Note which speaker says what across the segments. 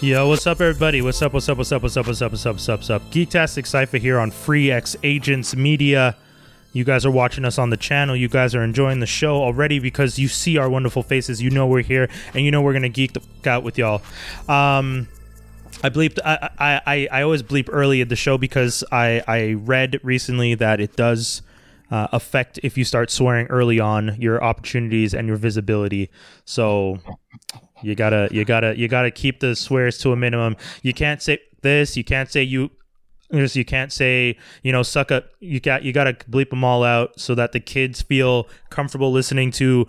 Speaker 1: Yo, what's up, everybody? What's up? What's up? What's up? What's up? What's up? What's up? What's up? What's up? Geektastic Cypher here on Free X Agents Media. You guys are watching us on the channel. You guys are enjoying the show already because you see our wonderful faces. You know we're here, and you know we're gonna geek the fuck out with y'all. Um, I bleeped. I, I I I always bleep early at the show because I I read recently that it does uh, affect if you start swearing early on your opportunities and your visibility. So you gotta you gotta you gotta keep the swears to a minimum. You can't say this. You can't say you. You can't say you know suck up. You got you gotta bleep them all out so that the kids feel comfortable listening to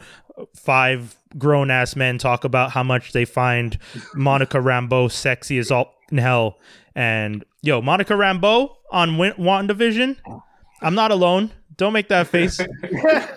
Speaker 1: five grown ass men talk about how much they find Monica Rambeau sexy as all in hell. And yo, Monica Rambeau on Win- WandaVision. I'm not alone. Don't make that face.
Speaker 2: think-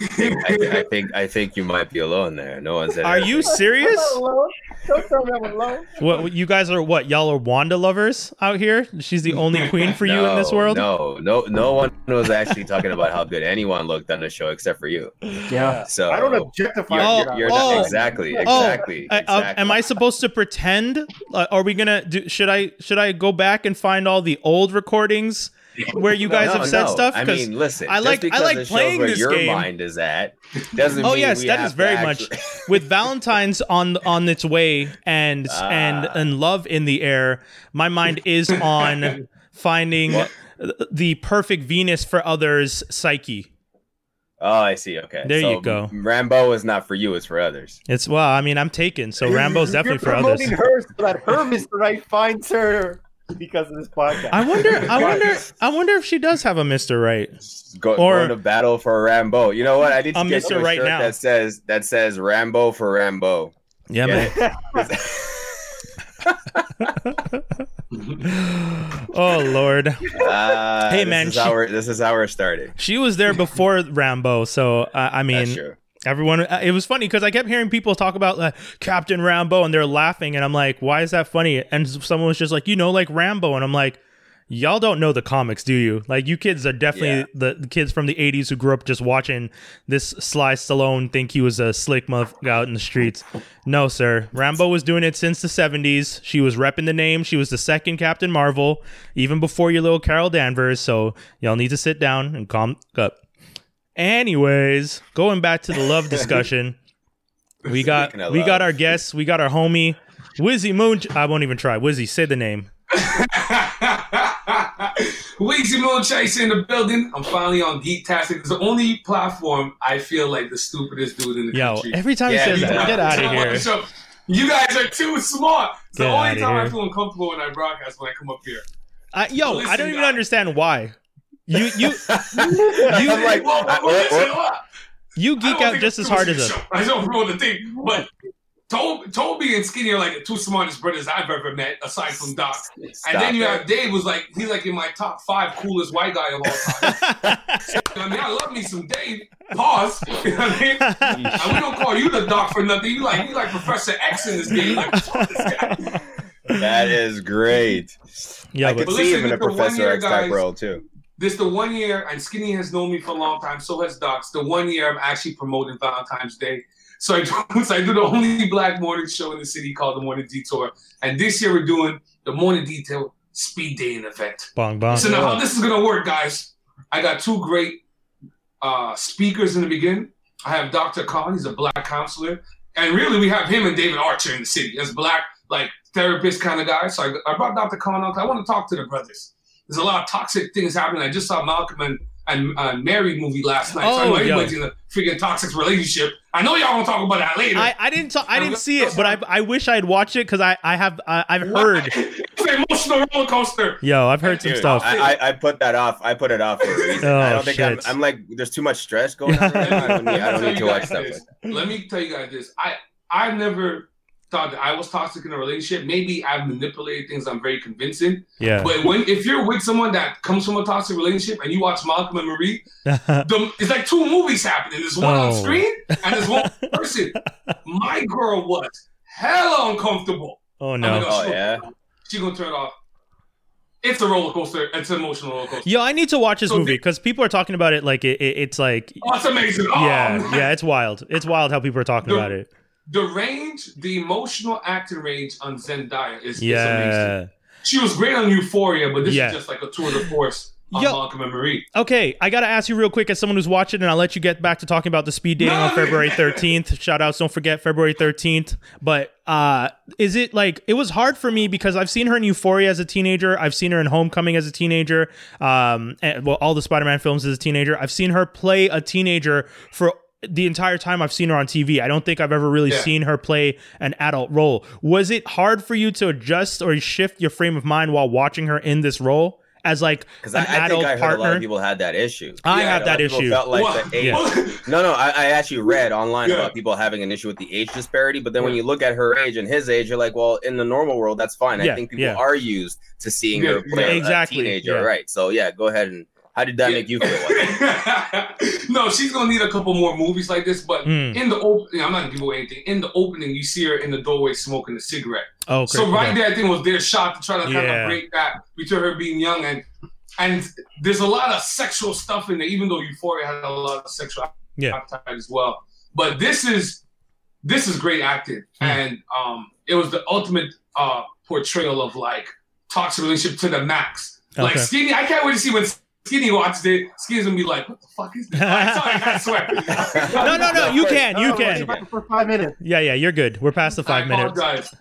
Speaker 2: I, I think I think you might be alone there. No one said.
Speaker 1: Are you serious?
Speaker 3: I'm not alone. Don't tell me I'm alone.
Speaker 1: What what- you guys are? What y'all are Wanda lovers out here? She's the only queen for you in this
Speaker 2: No,
Speaker 1: world.
Speaker 2: No, no, no one was actually talking about how good anyone looked on the show except for you.
Speaker 4: Yeah.
Speaker 2: So
Speaker 3: I don't objectify.
Speaker 1: Oh,
Speaker 2: You're,
Speaker 3: you.
Speaker 2: you're
Speaker 1: oh,
Speaker 2: not, exactly,
Speaker 3: oh,
Speaker 2: exactly,
Speaker 1: I-
Speaker 2: exactly.
Speaker 1: uh, am I supposed to pretend? Uh, are we gonna? Do, should I? Should I go back and find all the old recordings where you guys
Speaker 2: No,
Speaker 1: have said
Speaker 2: no.
Speaker 1: stuff?
Speaker 2: I
Speaker 1: 'Cause-
Speaker 2: mean, listen.
Speaker 1: I
Speaker 2: just
Speaker 1: like- I
Speaker 2: because
Speaker 1: like
Speaker 2: it shows
Speaker 1: playing
Speaker 2: where
Speaker 1: this
Speaker 2: your
Speaker 1: game.
Speaker 2: mind is at. Doesn't
Speaker 1: Oh
Speaker 2: mean
Speaker 1: yes,
Speaker 2: we
Speaker 1: that
Speaker 2: have
Speaker 1: is
Speaker 2: to
Speaker 1: very
Speaker 2: actually-
Speaker 1: much with Valentine's on on its way and
Speaker 2: Ah.
Speaker 1: and and love in the air. My mind is on finding
Speaker 2: What?
Speaker 1: the perfect Venus for others' psyche.
Speaker 2: Oh, I see. Okay,
Speaker 1: There
Speaker 2: So
Speaker 1: you go.
Speaker 2: Rambo is not for you; it's for others.
Speaker 1: It's well, I mean, I'm taken, so Rambo's definitely
Speaker 3: You're
Speaker 1: for others.
Speaker 3: promoting her so that her Mr. Right finds her because of this podcast.
Speaker 1: I wonder, I wonder, I wonder if she does have a Mister Right.
Speaker 2: Go,
Speaker 1: Or-
Speaker 2: going to battle for Rambo. You know what? I need to
Speaker 1: I'm
Speaker 2: get you
Speaker 1: Mr.
Speaker 2: a
Speaker 1: Right
Speaker 2: shirt
Speaker 1: Now.
Speaker 2: that says that says Rambo for Rambo.
Speaker 1: Yeah,
Speaker 2: Get
Speaker 1: man.
Speaker 2: it?
Speaker 1: oh Lord,
Speaker 2: Ah,
Speaker 1: Hey,
Speaker 2: this
Speaker 1: man,
Speaker 2: is
Speaker 1: she-
Speaker 2: our this is our starting.
Speaker 1: she was there before Rambo, so uh, I mean,
Speaker 2: That's true.
Speaker 1: everyone uh, it was funny because i kept hearing people talk about uh, captain rambo and they're laughing and i'm like why is that funny and s- someone was just like you know like rambo and i'm like y'all don't know the comics do you like you kids are definitely
Speaker 2: Yeah.
Speaker 1: the, the kids from the 80s who grew up just watching this sly stallone think he was a slick muff out in the streets no sir rambo was doing it since the 70s she was repping the name she was the second captain marvel even before your little carol danvers so y'all need to sit down and calm up Anyways, going back to the love discussion, we got
Speaker 2: Speaking of
Speaker 1: we got
Speaker 2: love.
Speaker 1: our guests, we got our homie Wizzy Moon. I won't even try. Wizzy, say the name.
Speaker 5: Weezy Moon Chase in the building. I'm finally on Geek Tastic. It's the only platform I feel like the stupidest dude in the
Speaker 1: Yo,
Speaker 5: country.
Speaker 1: every time
Speaker 2: Yeah,
Speaker 1: he says
Speaker 2: you
Speaker 1: that,
Speaker 2: know.
Speaker 1: get out
Speaker 5: So
Speaker 1: of
Speaker 5: I'm on the
Speaker 1: here.
Speaker 5: show. You guys are too smart. It's the
Speaker 1: Get
Speaker 5: only
Speaker 1: outta
Speaker 5: time
Speaker 1: here.
Speaker 5: I feel uncomfortable when I broadcast when I come up here.
Speaker 1: I, yo, I don't
Speaker 5: Listen,
Speaker 1: even
Speaker 5: guy.
Speaker 1: understand why. You you You-
Speaker 2: I'm like, uh,
Speaker 5: whoa,
Speaker 2: I-
Speaker 5: whoa, listen
Speaker 2: or- or-
Speaker 5: up.
Speaker 1: you
Speaker 5: I
Speaker 1: geek
Speaker 5: don't
Speaker 1: out
Speaker 5: think
Speaker 1: just
Speaker 5: I'm
Speaker 1: as hard
Speaker 5: too
Speaker 1: as us.
Speaker 5: smart. I don't ruin the thing, but Tob- Toby and Skinny are like the two smartest brothers I've ever met, aside from Doc.
Speaker 2: Stop
Speaker 5: and then you
Speaker 2: it.
Speaker 5: have Dave was like he's like in my top five coolest white guy of all time. I mean, I love me some Dave. Pause. You know what I mean? And we don't call you the doc for nothing. You like you like Professor X in this game. You Like, fuck this guy.
Speaker 2: That is great.
Speaker 1: yeah,
Speaker 2: I
Speaker 1: but
Speaker 2: could
Speaker 5: But
Speaker 2: see him
Speaker 5: listen,
Speaker 2: in a
Speaker 5: for one
Speaker 2: Professor
Speaker 5: year,
Speaker 2: X type
Speaker 5: guys-
Speaker 2: role too.
Speaker 5: This the one year, and Skinny has known me for a long time. So has Docs. The one year I'm actually promoting Valentine's Day. So I do, so I do the only black morning show in the city called the Morning Detour. And this year we're doing the Morning Detail Speed Dating event.
Speaker 1: bong bong.
Speaker 5: So now how this is gonna work, guys? I got two great uh, speakers in the beginning. I have Dr. Khan, he's a black counselor, and really we have him and David Archer in the city as black like therapist kind of guy. So I, I brought Dr. Khan out. I want to talk to the brothers. There's a lot of toxic things happening. I just saw Malcolm and and uh, Mary movie last night. so I
Speaker 1: Oh,
Speaker 5: know
Speaker 1: yo.
Speaker 5: everybody's in a freaking toxic relationship. I know y'all gonna talk about that later.
Speaker 1: I, I didn't talk, I didn't see it, but I I wish I'd watch it because I I have I, I've heard.
Speaker 5: it's an emotional roller coaster.
Speaker 1: Yo, I've heard some
Speaker 2: Dude,
Speaker 1: stuff.
Speaker 2: I, I, I put that off. I put it off for a reason.
Speaker 1: Oh,
Speaker 2: I don't think I'm,
Speaker 1: shit.
Speaker 2: I'm like. There's too much stress going on. Right now. I don't need, I don't need to watch stuff like that.
Speaker 5: Let me tell you guys this. I I've never thought that I was toxic in a relationship. Maybe I've manipulated things. I'm very convincing.
Speaker 1: Yeah.
Speaker 5: But when if you're with someone that comes from a toxic relationship and you watch Malcolm and Marie, the, it's like two movies happening. There's one on
Speaker 1: Oh.
Speaker 5: screen and there's one person. My girl was hella uncomfortable.
Speaker 1: oh
Speaker 5: I'm
Speaker 1: no.
Speaker 5: gonna-
Speaker 2: Oh yeah.
Speaker 5: She gonna turn it off. It's a roller coaster. It's an emotional roller coaster.
Speaker 1: Yo, I need to watch this
Speaker 5: So
Speaker 1: movie because people are talking about it like it, it, it's like
Speaker 5: Oh, it's amazing. Oh,
Speaker 1: yeah
Speaker 5: man.
Speaker 1: yeah it's wild it's wild how people are talking
Speaker 5: The-
Speaker 1: about it
Speaker 5: the range, the emotional acting range on Zendaya is, is amazing.
Speaker 1: Yeah.
Speaker 5: She was great on Euphoria, but this
Speaker 1: Yeah.
Speaker 5: is just like a tour de force on
Speaker 1: Yo-
Speaker 5: Malcolm and Marie.
Speaker 1: Okay, I gotta ask you real quick as someone who's watching, and I'll let you get back to talking about the speed dating on
Speaker 5: No.
Speaker 1: February 13th. Shout outs, don't forget February 13th. But uh is it like it was hard for me because I've seen her in Euphoria as a teenager, I've seen her in Homecoming as a teenager, um, and, well, all the Spider-Man films as a teenager. I've seen her play a teenager for the entire time I've seen her on TV. I don't think I've ever really
Speaker 5: Yeah.
Speaker 1: seen her play an adult role. Was it hard for you to adjust or shift your frame of mind while watching her in this role? As like
Speaker 2: Because
Speaker 1: an
Speaker 2: I, I
Speaker 1: adult
Speaker 2: think I heard
Speaker 1: partner,
Speaker 2: a lot of people had that issue.
Speaker 1: I
Speaker 5: Yeah,
Speaker 1: have
Speaker 2: A lot
Speaker 1: that
Speaker 2: of people
Speaker 1: issue.
Speaker 2: Felt like
Speaker 5: What?
Speaker 2: the age.
Speaker 5: What?
Speaker 2: No, no, I, I actually read online
Speaker 5: Yeah.
Speaker 2: about people having an issue with the age disparity, but then when you look at her age and his age, you're like, well, in the normal world, that's fine.
Speaker 1: Yeah,
Speaker 2: I think people
Speaker 1: yeah.
Speaker 2: are used to seeing
Speaker 5: Yeah,
Speaker 2: her play
Speaker 5: yeah.
Speaker 2: a-
Speaker 1: Exactly,
Speaker 2: a teenager,
Speaker 1: yeah.
Speaker 2: right? So yeah, go ahead and how did that
Speaker 5: Yeah.
Speaker 2: make you feel? Like?
Speaker 5: no, she's gonna need a couple more movies like this. But
Speaker 1: Mm.
Speaker 5: in the opening, I'm not gonna give away anything. In the opening, you see her in the doorway smoking a cigarette.
Speaker 1: Oh,
Speaker 5: so
Speaker 1: great,
Speaker 5: right
Speaker 1: okay.
Speaker 5: there, I think was their shot to try to kind
Speaker 1: Yeah.
Speaker 5: of break that between her being young and and there's a lot of sexual stuff in there. Even though Euphoria had a lot of sexual
Speaker 1: Yeah.
Speaker 5: appetite as well, but this is this is great acting,
Speaker 1: Hmm.
Speaker 5: and um, it was the ultimate uh, portrayal of like toxic relationship to the max. Like
Speaker 1: Okay.
Speaker 5: Skinny, I can't wait to see when. Skinny watches it. Skinny's gonna be like, "What the fuck is this?" I swear.
Speaker 1: No, no, no.
Speaker 2: No,
Speaker 1: You
Speaker 2: first-
Speaker 1: can. You
Speaker 3: Oh,
Speaker 1: can.
Speaker 3: about For five minutes.
Speaker 1: Yeah, yeah. You're good. We're past the five
Speaker 5: I
Speaker 1: minutes.
Speaker 5: Apologize.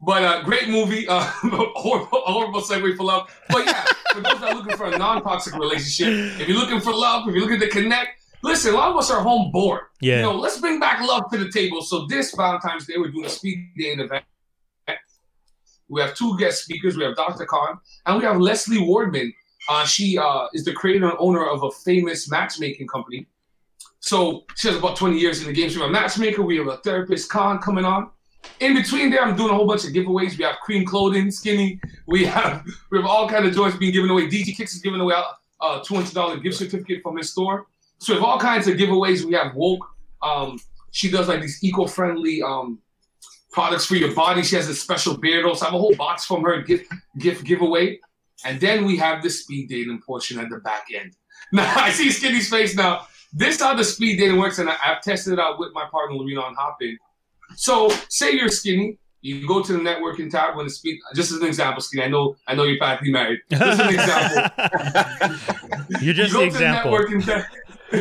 Speaker 5: But uh, great movie. Uh, horrible, horrible segue for love. But yeah, for those that are looking for a non-toxic relationship, if you're looking for love, if you're looking to connect, listen. A lot of us are home bored. You
Speaker 1: Yeah.
Speaker 5: know, let's bring back love to the table. So this Valentine's Day, we're doing a speed dating event. We have two guest speakers. We have Dr. Khan and we have Leslie Wardman. Uh, she uh, is the creator and owner of a famous matchmaking company. So she has about 20 years in the game. She's a matchmaker. We have a therapist, Khan, coming on. In between there, I'm doing a whole bunch of giveaways. We have cream clothing, skinny. We have we have all kind of joints being given away. DG Kicks is giving away uh, a $200 gift certificate from his store. So we have all kinds of giveaways. We have woke. Um, she does like these eco-friendly um, products for your body. She has a special beard oil. So I have a whole box from her gift gift giveaway. And then we have the speed dating portion at the back end. Now I see Skinny's face now. This is how the speed dating works, and I, I've tested it out with my partner Lorena on Hopping. So say you're skinny. You go to the networking tab when the speed. Just as an example, skinny. I know, I know you're practically married. Just an example.
Speaker 1: you're just the
Speaker 5: you go
Speaker 1: example.
Speaker 5: To the networking tab.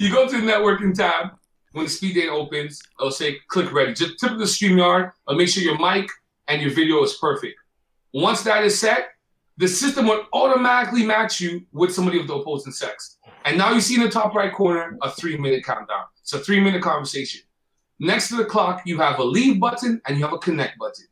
Speaker 5: you go to the networking tab when the speed date opens. It'll say click ready. Just tip of the StreamYard. Or make sure your mic and your video is perfect. Once that is set, the system will automatically match you with somebody of the opposing sex. And now you see in the top right corner a three minute countdown. It's a three minute conversation. Next to the clock, you have a leave button and you have a connect button.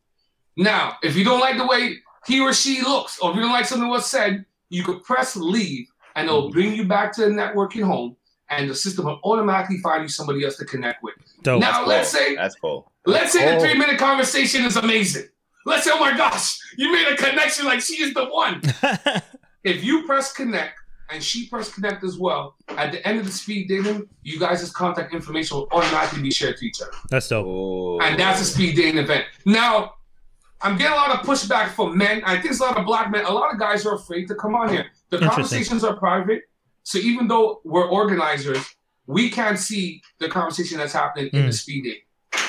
Speaker 5: Now, if you don't like the way he or she looks, or if you don't like something was said, you could press leave and it'll
Speaker 2: Mm-hmm.
Speaker 5: bring you back to the networking home and the system will automatically find you somebody else to connect with.
Speaker 1: Dope.
Speaker 5: now, let's
Speaker 2: Cool.
Speaker 5: say
Speaker 2: Oh, that's cool.
Speaker 5: Let's say
Speaker 3: Oh.
Speaker 5: the three minute conversation is amazing. Let's say, oh my gosh, you made a connection like she is the one. if you press connect and she press connect as well, at the end of the speed dating, you guys' contact information will automatically be shared to each other.
Speaker 1: That's dope.
Speaker 2: Ooh.
Speaker 5: And that's a speed dating event. Now, I'm getting a lot of pushback from men. I think it's a lot of black men. A lot of guys are afraid to come on here. The
Speaker 1: Interesting.
Speaker 5: conversations are private. So even though we're organizers, we can't see the conversation that's happening in the
Speaker 1: Mm.
Speaker 5: speed date.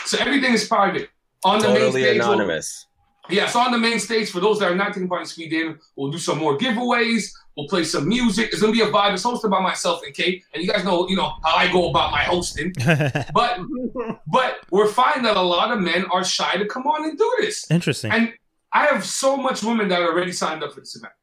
Speaker 5: So everything is private. On the main
Speaker 2: totally
Speaker 5: stage, we'll-
Speaker 2: anonymous.
Speaker 5: yeah, so on the main stage, for those that are not taking part in speed dating, we'll do some more giveaways. We'll play some music. It's gonna be a vibe. It's hosted by myself and Kate, and you guys know, you know how I go about my hosting. But but we're finding that a lot of men are shy to come on and do this.
Speaker 1: Interesting.
Speaker 5: And I have so much women that already signed up for this event.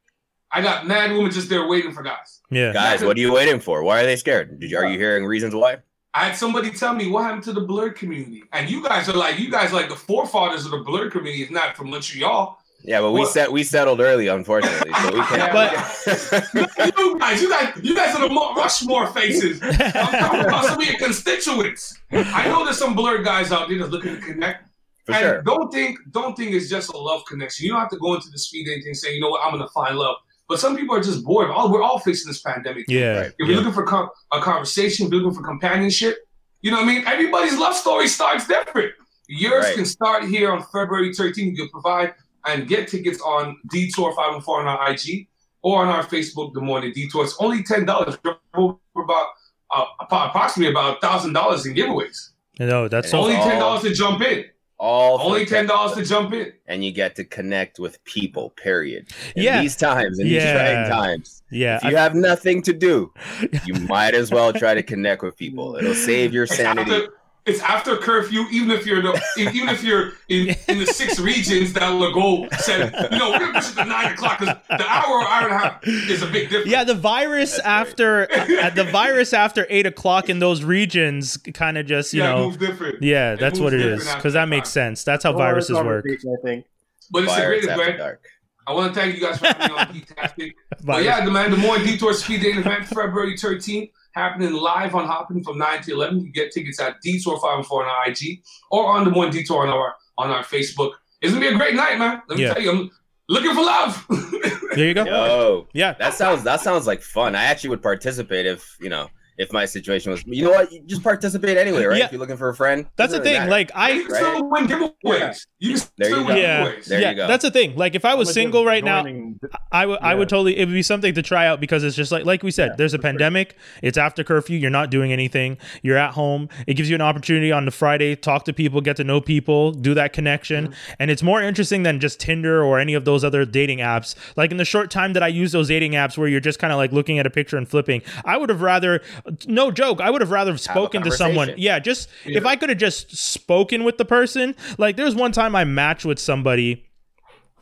Speaker 5: I got mad women just there waiting for guys.
Speaker 1: Yeah.
Speaker 2: Guys, what are you waiting for? Why are they scared? Did you, are you hearing reasons why?
Speaker 5: I had somebody tell me what happened to the blurred community, and you guys are like, you guys are like the forefathers of the blurred community, if not from Montreal.
Speaker 2: Yeah, but we
Speaker 5: What?
Speaker 2: set we settled early, unfortunately, so we can't.
Speaker 5: But- you guys, you guys, you guys are the Mount Rushmore faces. I'm talking about some of your constituents. I know there's some blurred guys out there that's looking to connect.
Speaker 2: for
Speaker 5: and
Speaker 2: sure.
Speaker 5: don't think don't think it's just a love connection. You don't have to go into the speed dating thing saying, you know what, I'm gonna find love. But some people are just bored. All we're all facing this pandemic.
Speaker 1: Yeah.
Speaker 2: Right.
Speaker 5: If you're looking for com- a conversation, if you're looking for companionship, you know what I mean? Everybody's love story starts different. Yours
Speaker 2: Right.
Speaker 5: can start here on February 13th. You can provide and get tickets on Detour 514 on our IG or on our Facebook, The Morning Detour. It's only $10. We're about uh, appro- approximately about $1,000 in giveaways.
Speaker 1: No, that's so.
Speaker 5: Only
Speaker 2: all-
Speaker 5: ten dollars to jump in.
Speaker 2: All for
Speaker 5: Only ten dollars to
Speaker 2: $10.
Speaker 5: jump in.
Speaker 2: and you get to connect with people. Period. In
Speaker 1: Yeah.
Speaker 2: These times, in
Speaker 1: Yeah.
Speaker 2: these trying times,
Speaker 1: Yeah,
Speaker 2: if you have nothing to do, you might as well try to connect with people. It'll save your
Speaker 5: It's
Speaker 2: sanity.
Speaker 5: after, it's after curfew, even if you're the, even if you're in, in the six regions that Legault said, you know, we're gonna push it to nine o'clock because the hour or hour and a half is a big difference.
Speaker 1: Yeah, the virus
Speaker 2: That's right.
Speaker 1: after uh, the virus after eight o'clock in those regions kind of just you
Speaker 5: yeah, it
Speaker 1: know
Speaker 5: moves different.
Speaker 1: yeah
Speaker 5: It
Speaker 1: that's
Speaker 5: moves
Speaker 1: what it
Speaker 5: different
Speaker 1: is
Speaker 5: after
Speaker 1: because that makes
Speaker 5: five.
Speaker 1: sense. That's how
Speaker 3: Or
Speaker 1: viruses
Speaker 3: summer
Speaker 1: work.
Speaker 3: vacation, I think.
Speaker 5: But it's the
Speaker 2: Fire, it's
Speaker 5: greatest,
Speaker 2: after
Speaker 5: man.
Speaker 2: dark.
Speaker 5: I want to thank you guys for having me on Geek Tastic. But
Speaker 1: Virus.
Speaker 5: yeah, the man, the more Detour Speed Dating event, February 13th, happening live on Hopping from 9 to 11. You can get tickets at Detour504 on our IG or on the One Detour on our on our Facebook. It's gonna be a great night, man. Let me
Speaker 1: Yeah.
Speaker 5: tell you, I'm looking for love.
Speaker 1: There you go.
Speaker 2: Yo,
Speaker 1: Yeah,
Speaker 2: Oh, that sounds that sounds like fun. I actually would participate if you know if my situation was. You know what? You just participate anyway, right?
Speaker 1: Yeah.
Speaker 2: If you're looking for a friend,
Speaker 1: that's the
Speaker 2: Doesn't
Speaker 1: thing.
Speaker 2: really matter.
Speaker 1: Like
Speaker 5: you
Speaker 1: I.
Speaker 5: can still win giveaways.
Speaker 3: Yeah.
Speaker 5: You can
Speaker 2: There
Speaker 5: still
Speaker 2: you
Speaker 5: win
Speaker 1: go.
Speaker 5: giveaways.
Speaker 2: There
Speaker 1: yeah,
Speaker 2: you go.
Speaker 1: that's the thing. Like, if I was
Speaker 3: Unless
Speaker 1: single
Speaker 3: you're
Speaker 1: right now,
Speaker 3: joining the-
Speaker 1: I would I would
Speaker 3: Yeah.
Speaker 1: totally it would be something to try out because it's just like like we said, there's a pandemic, it's after curfew, you're not doing anything, you're at home. It gives you an opportunity on the Friday, talk to people, get to know people, do that connection. And it's more interesting than just Tinder or any of those other dating apps. Like in the short time that I use those dating apps where you're just kind of like looking at a picture and flipping, I would have rather no joke, I would have rather have spoken to someone.
Speaker 2: conversation.
Speaker 1: Yeah, just
Speaker 5: Yeah.
Speaker 1: if I could have just spoken with the person, like there was one time I matched with somebody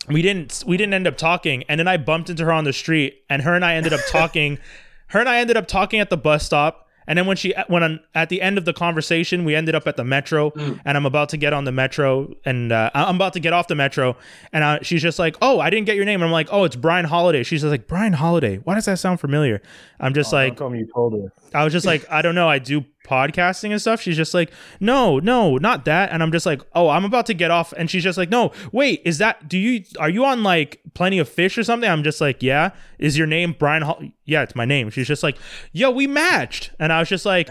Speaker 1: we didn't we didn't end up talking and then i bumped into her on the street and her and i ended up talking her and i ended up talking at the bus stop and then when she when I'm, at the end of the conversation we ended up at the metro
Speaker 5: Mm.
Speaker 1: and i'm about to get on the metro and uh, I- i'm about to get off the metro and I, she's just like oh i didn't get your name and i'm like oh it's brian holiday she's just like brian holiday why does that sound familiar i'm just
Speaker 3: Oh, don't
Speaker 1: like
Speaker 3: tell me you told her.
Speaker 1: I was just like, I don't know. I do podcasting and stuff. She's just like, no, no, not that. And I'm just like, oh, I'm about to get off. And she's just like, no, wait, is that, do you, are you on like Plenty of Fish or something? I'm just like, yeah. Is your name Brian Hall? Yeah, it's my name. She's just like, yo, we matched. And I was just like,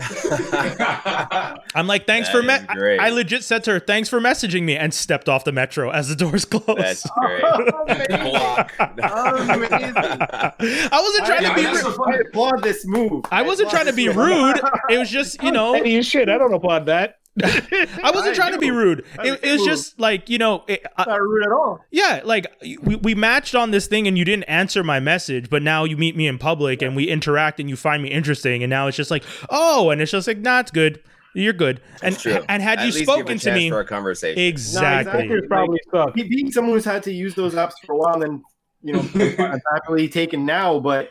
Speaker 1: I'm like, thanks
Speaker 2: That
Speaker 1: for,
Speaker 2: is
Speaker 1: me-
Speaker 2: great.
Speaker 1: I, I legit said to her, thanks for messaging me and stepped off the metro as the doors closed.
Speaker 2: that's great. Block.
Speaker 1: I wasn't trying
Speaker 5: Yeah,
Speaker 1: to be
Speaker 5: that's
Speaker 1: rude.
Speaker 5: the
Speaker 3: I
Speaker 5: fun-
Speaker 3: applaud this move.
Speaker 1: I wasn't trying to be rude. It was just, you know.
Speaker 4: Eddie, shit, I don't applaud that.
Speaker 1: I wasn't trying to be rude.
Speaker 3: I
Speaker 1: It,
Speaker 3: do.
Speaker 1: it was just like you know, it, I,
Speaker 3: Not rude at all.
Speaker 1: yeah, like we, we matched on this thing, and you didn't answer my message, but now you meet me in public and we interact, and you find me interesting, and now it's just like, oh, and it's just like, nah, it's good, you're good, and
Speaker 2: That's true.
Speaker 1: and had you
Speaker 2: At least give a
Speaker 1: spoken to
Speaker 2: chance
Speaker 1: me,
Speaker 2: for a conversation.
Speaker 1: exactly.
Speaker 3: exactly.
Speaker 4: probably suck.
Speaker 3: He being someone who's had to use those apps for a while and you know happily taken now, but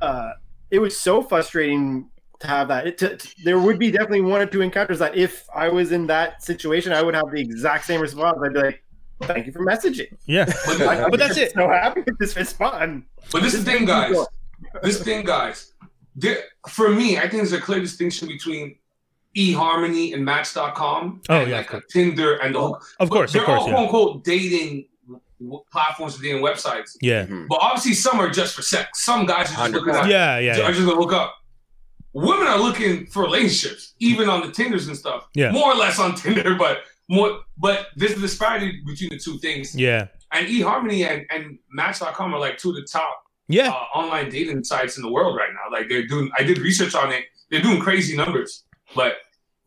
Speaker 3: uh, it was so frustrating to have that. It, to, to- there would be definitely one or two encounters that if I was in that situation, I would have the exact same response. I'd be like, "Thank you for messaging."
Speaker 1: Yeah,
Speaker 5: but,
Speaker 1: But that's it.
Speaker 3: So happy with this response.
Speaker 5: but this is the thing, guys. this thing, guys. There, for me, I think there's a clear distinction between eHarmony and Match.com.
Speaker 1: Oh,
Speaker 5: and
Speaker 1: yeah,
Speaker 5: like Tinder and the whole.
Speaker 1: of course,
Speaker 5: they're
Speaker 1: of course,
Speaker 5: all
Speaker 1: yeah,
Speaker 5: quote unquote dating w- platforms and dating websites.
Speaker 1: yeah,
Speaker 2: Mhm.
Speaker 5: But obviously, some are just for sex. Some guys are just looking at,
Speaker 1: yeah, yeah,
Speaker 5: are
Speaker 1: yeah.
Speaker 5: just gonna look up. Women are looking for relationships, even on the Tinders and stuff.
Speaker 1: Yeah.
Speaker 5: More or less on Tinder, but more. But there's a disparity between the two things.
Speaker 1: yeah.
Speaker 5: And eHarmony and, and Match.com are like two of the top
Speaker 1: yeah.
Speaker 5: uh, online dating sites in the world right now. Like they're doing, I did research on it. They're doing crazy numbers. But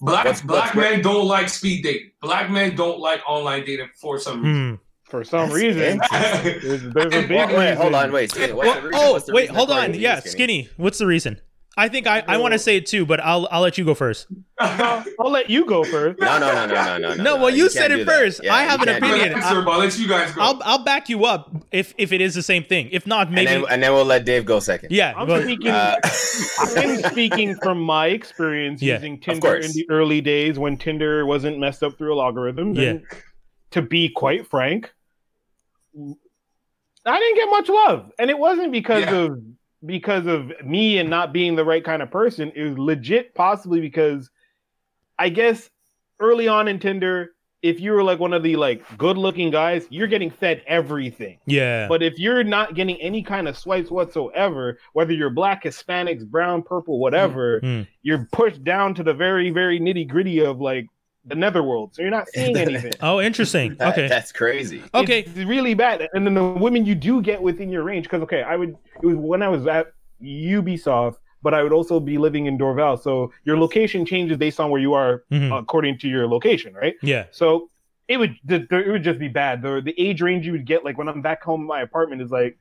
Speaker 5: black
Speaker 2: That's-
Speaker 5: black
Speaker 2: that's right.
Speaker 5: men don't like speed dating. Black men don't like online dating for some reason.
Speaker 1: Hmm.
Speaker 4: For some
Speaker 2: That's
Speaker 4: reason,
Speaker 5: interesting.
Speaker 4: there's, there's a big
Speaker 2: Well, wait, hold
Speaker 4: reason.
Speaker 2: on, wait. Skinny, what's the reason?
Speaker 1: Oh,
Speaker 2: What's the
Speaker 1: wait,
Speaker 2: reason
Speaker 1: hold
Speaker 2: according
Speaker 1: on.
Speaker 2: to you,
Speaker 1: Yeah, skinny. What's the reason? I think I, I want to say it too, but I'll I'll let you go first.
Speaker 4: I'll, I'll let you go first.
Speaker 2: No, no, no, no, no, no.
Speaker 1: No, well, you said
Speaker 2: can't
Speaker 1: it
Speaker 2: do that.
Speaker 1: first. I
Speaker 2: you
Speaker 1: have an
Speaker 2: can't do that.
Speaker 1: opinion.
Speaker 5: Good answer, but I'll let you guys go.
Speaker 1: I'll I'll back you up if if it is the same thing. If not, maybe
Speaker 2: And then, and then we'll let Dave go second.
Speaker 1: yeah.
Speaker 4: I'm
Speaker 1: go ahead.
Speaker 4: speaking.
Speaker 2: Uh,
Speaker 4: I'm speaking from my experience
Speaker 1: Yeah,
Speaker 4: using
Speaker 2: of
Speaker 4: Tinder
Speaker 2: course.
Speaker 4: in the early days when Tinder wasn't messed up through algorithms.
Speaker 1: Yeah.
Speaker 4: And to be quite frank, I didn't get much love, and it wasn't because
Speaker 5: Yeah.
Speaker 4: of because of me and not being the right kind of person. It was legit, possibly because I guess early on in Tinder, if you were like one of the like good-looking guys, you're getting fed everything.
Speaker 1: yeah.
Speaker 4: But if you're not getting any kind of swipes whatsoever, whether you're black, Hispanics, brown, purple, whatever,
Speaker 1: Mm.
Speaker 4: you're pushed down to the very, very nitty gritty of like the netherworld. So you're not seeing anything.
Speaker 1: oh, interesting.
Speaker 2: That-
Speaker 1: Okay.
Speaker 2: That's crazy.
Speaker 1: Okay.
Speaker 4: It's really bad. And then the women you do get within your range, because okay, I would it was when I was at Ubisoft, but I would also be living in Dorval. So your location changes based on where you are
Speaker 1: Mhm.
Speaker 4: according to your location, right?
Speaker 1: yeah.
Speaker 4: So it would the, the- it would just be bad. The the age range you would get like when I'm back home, my apartment is like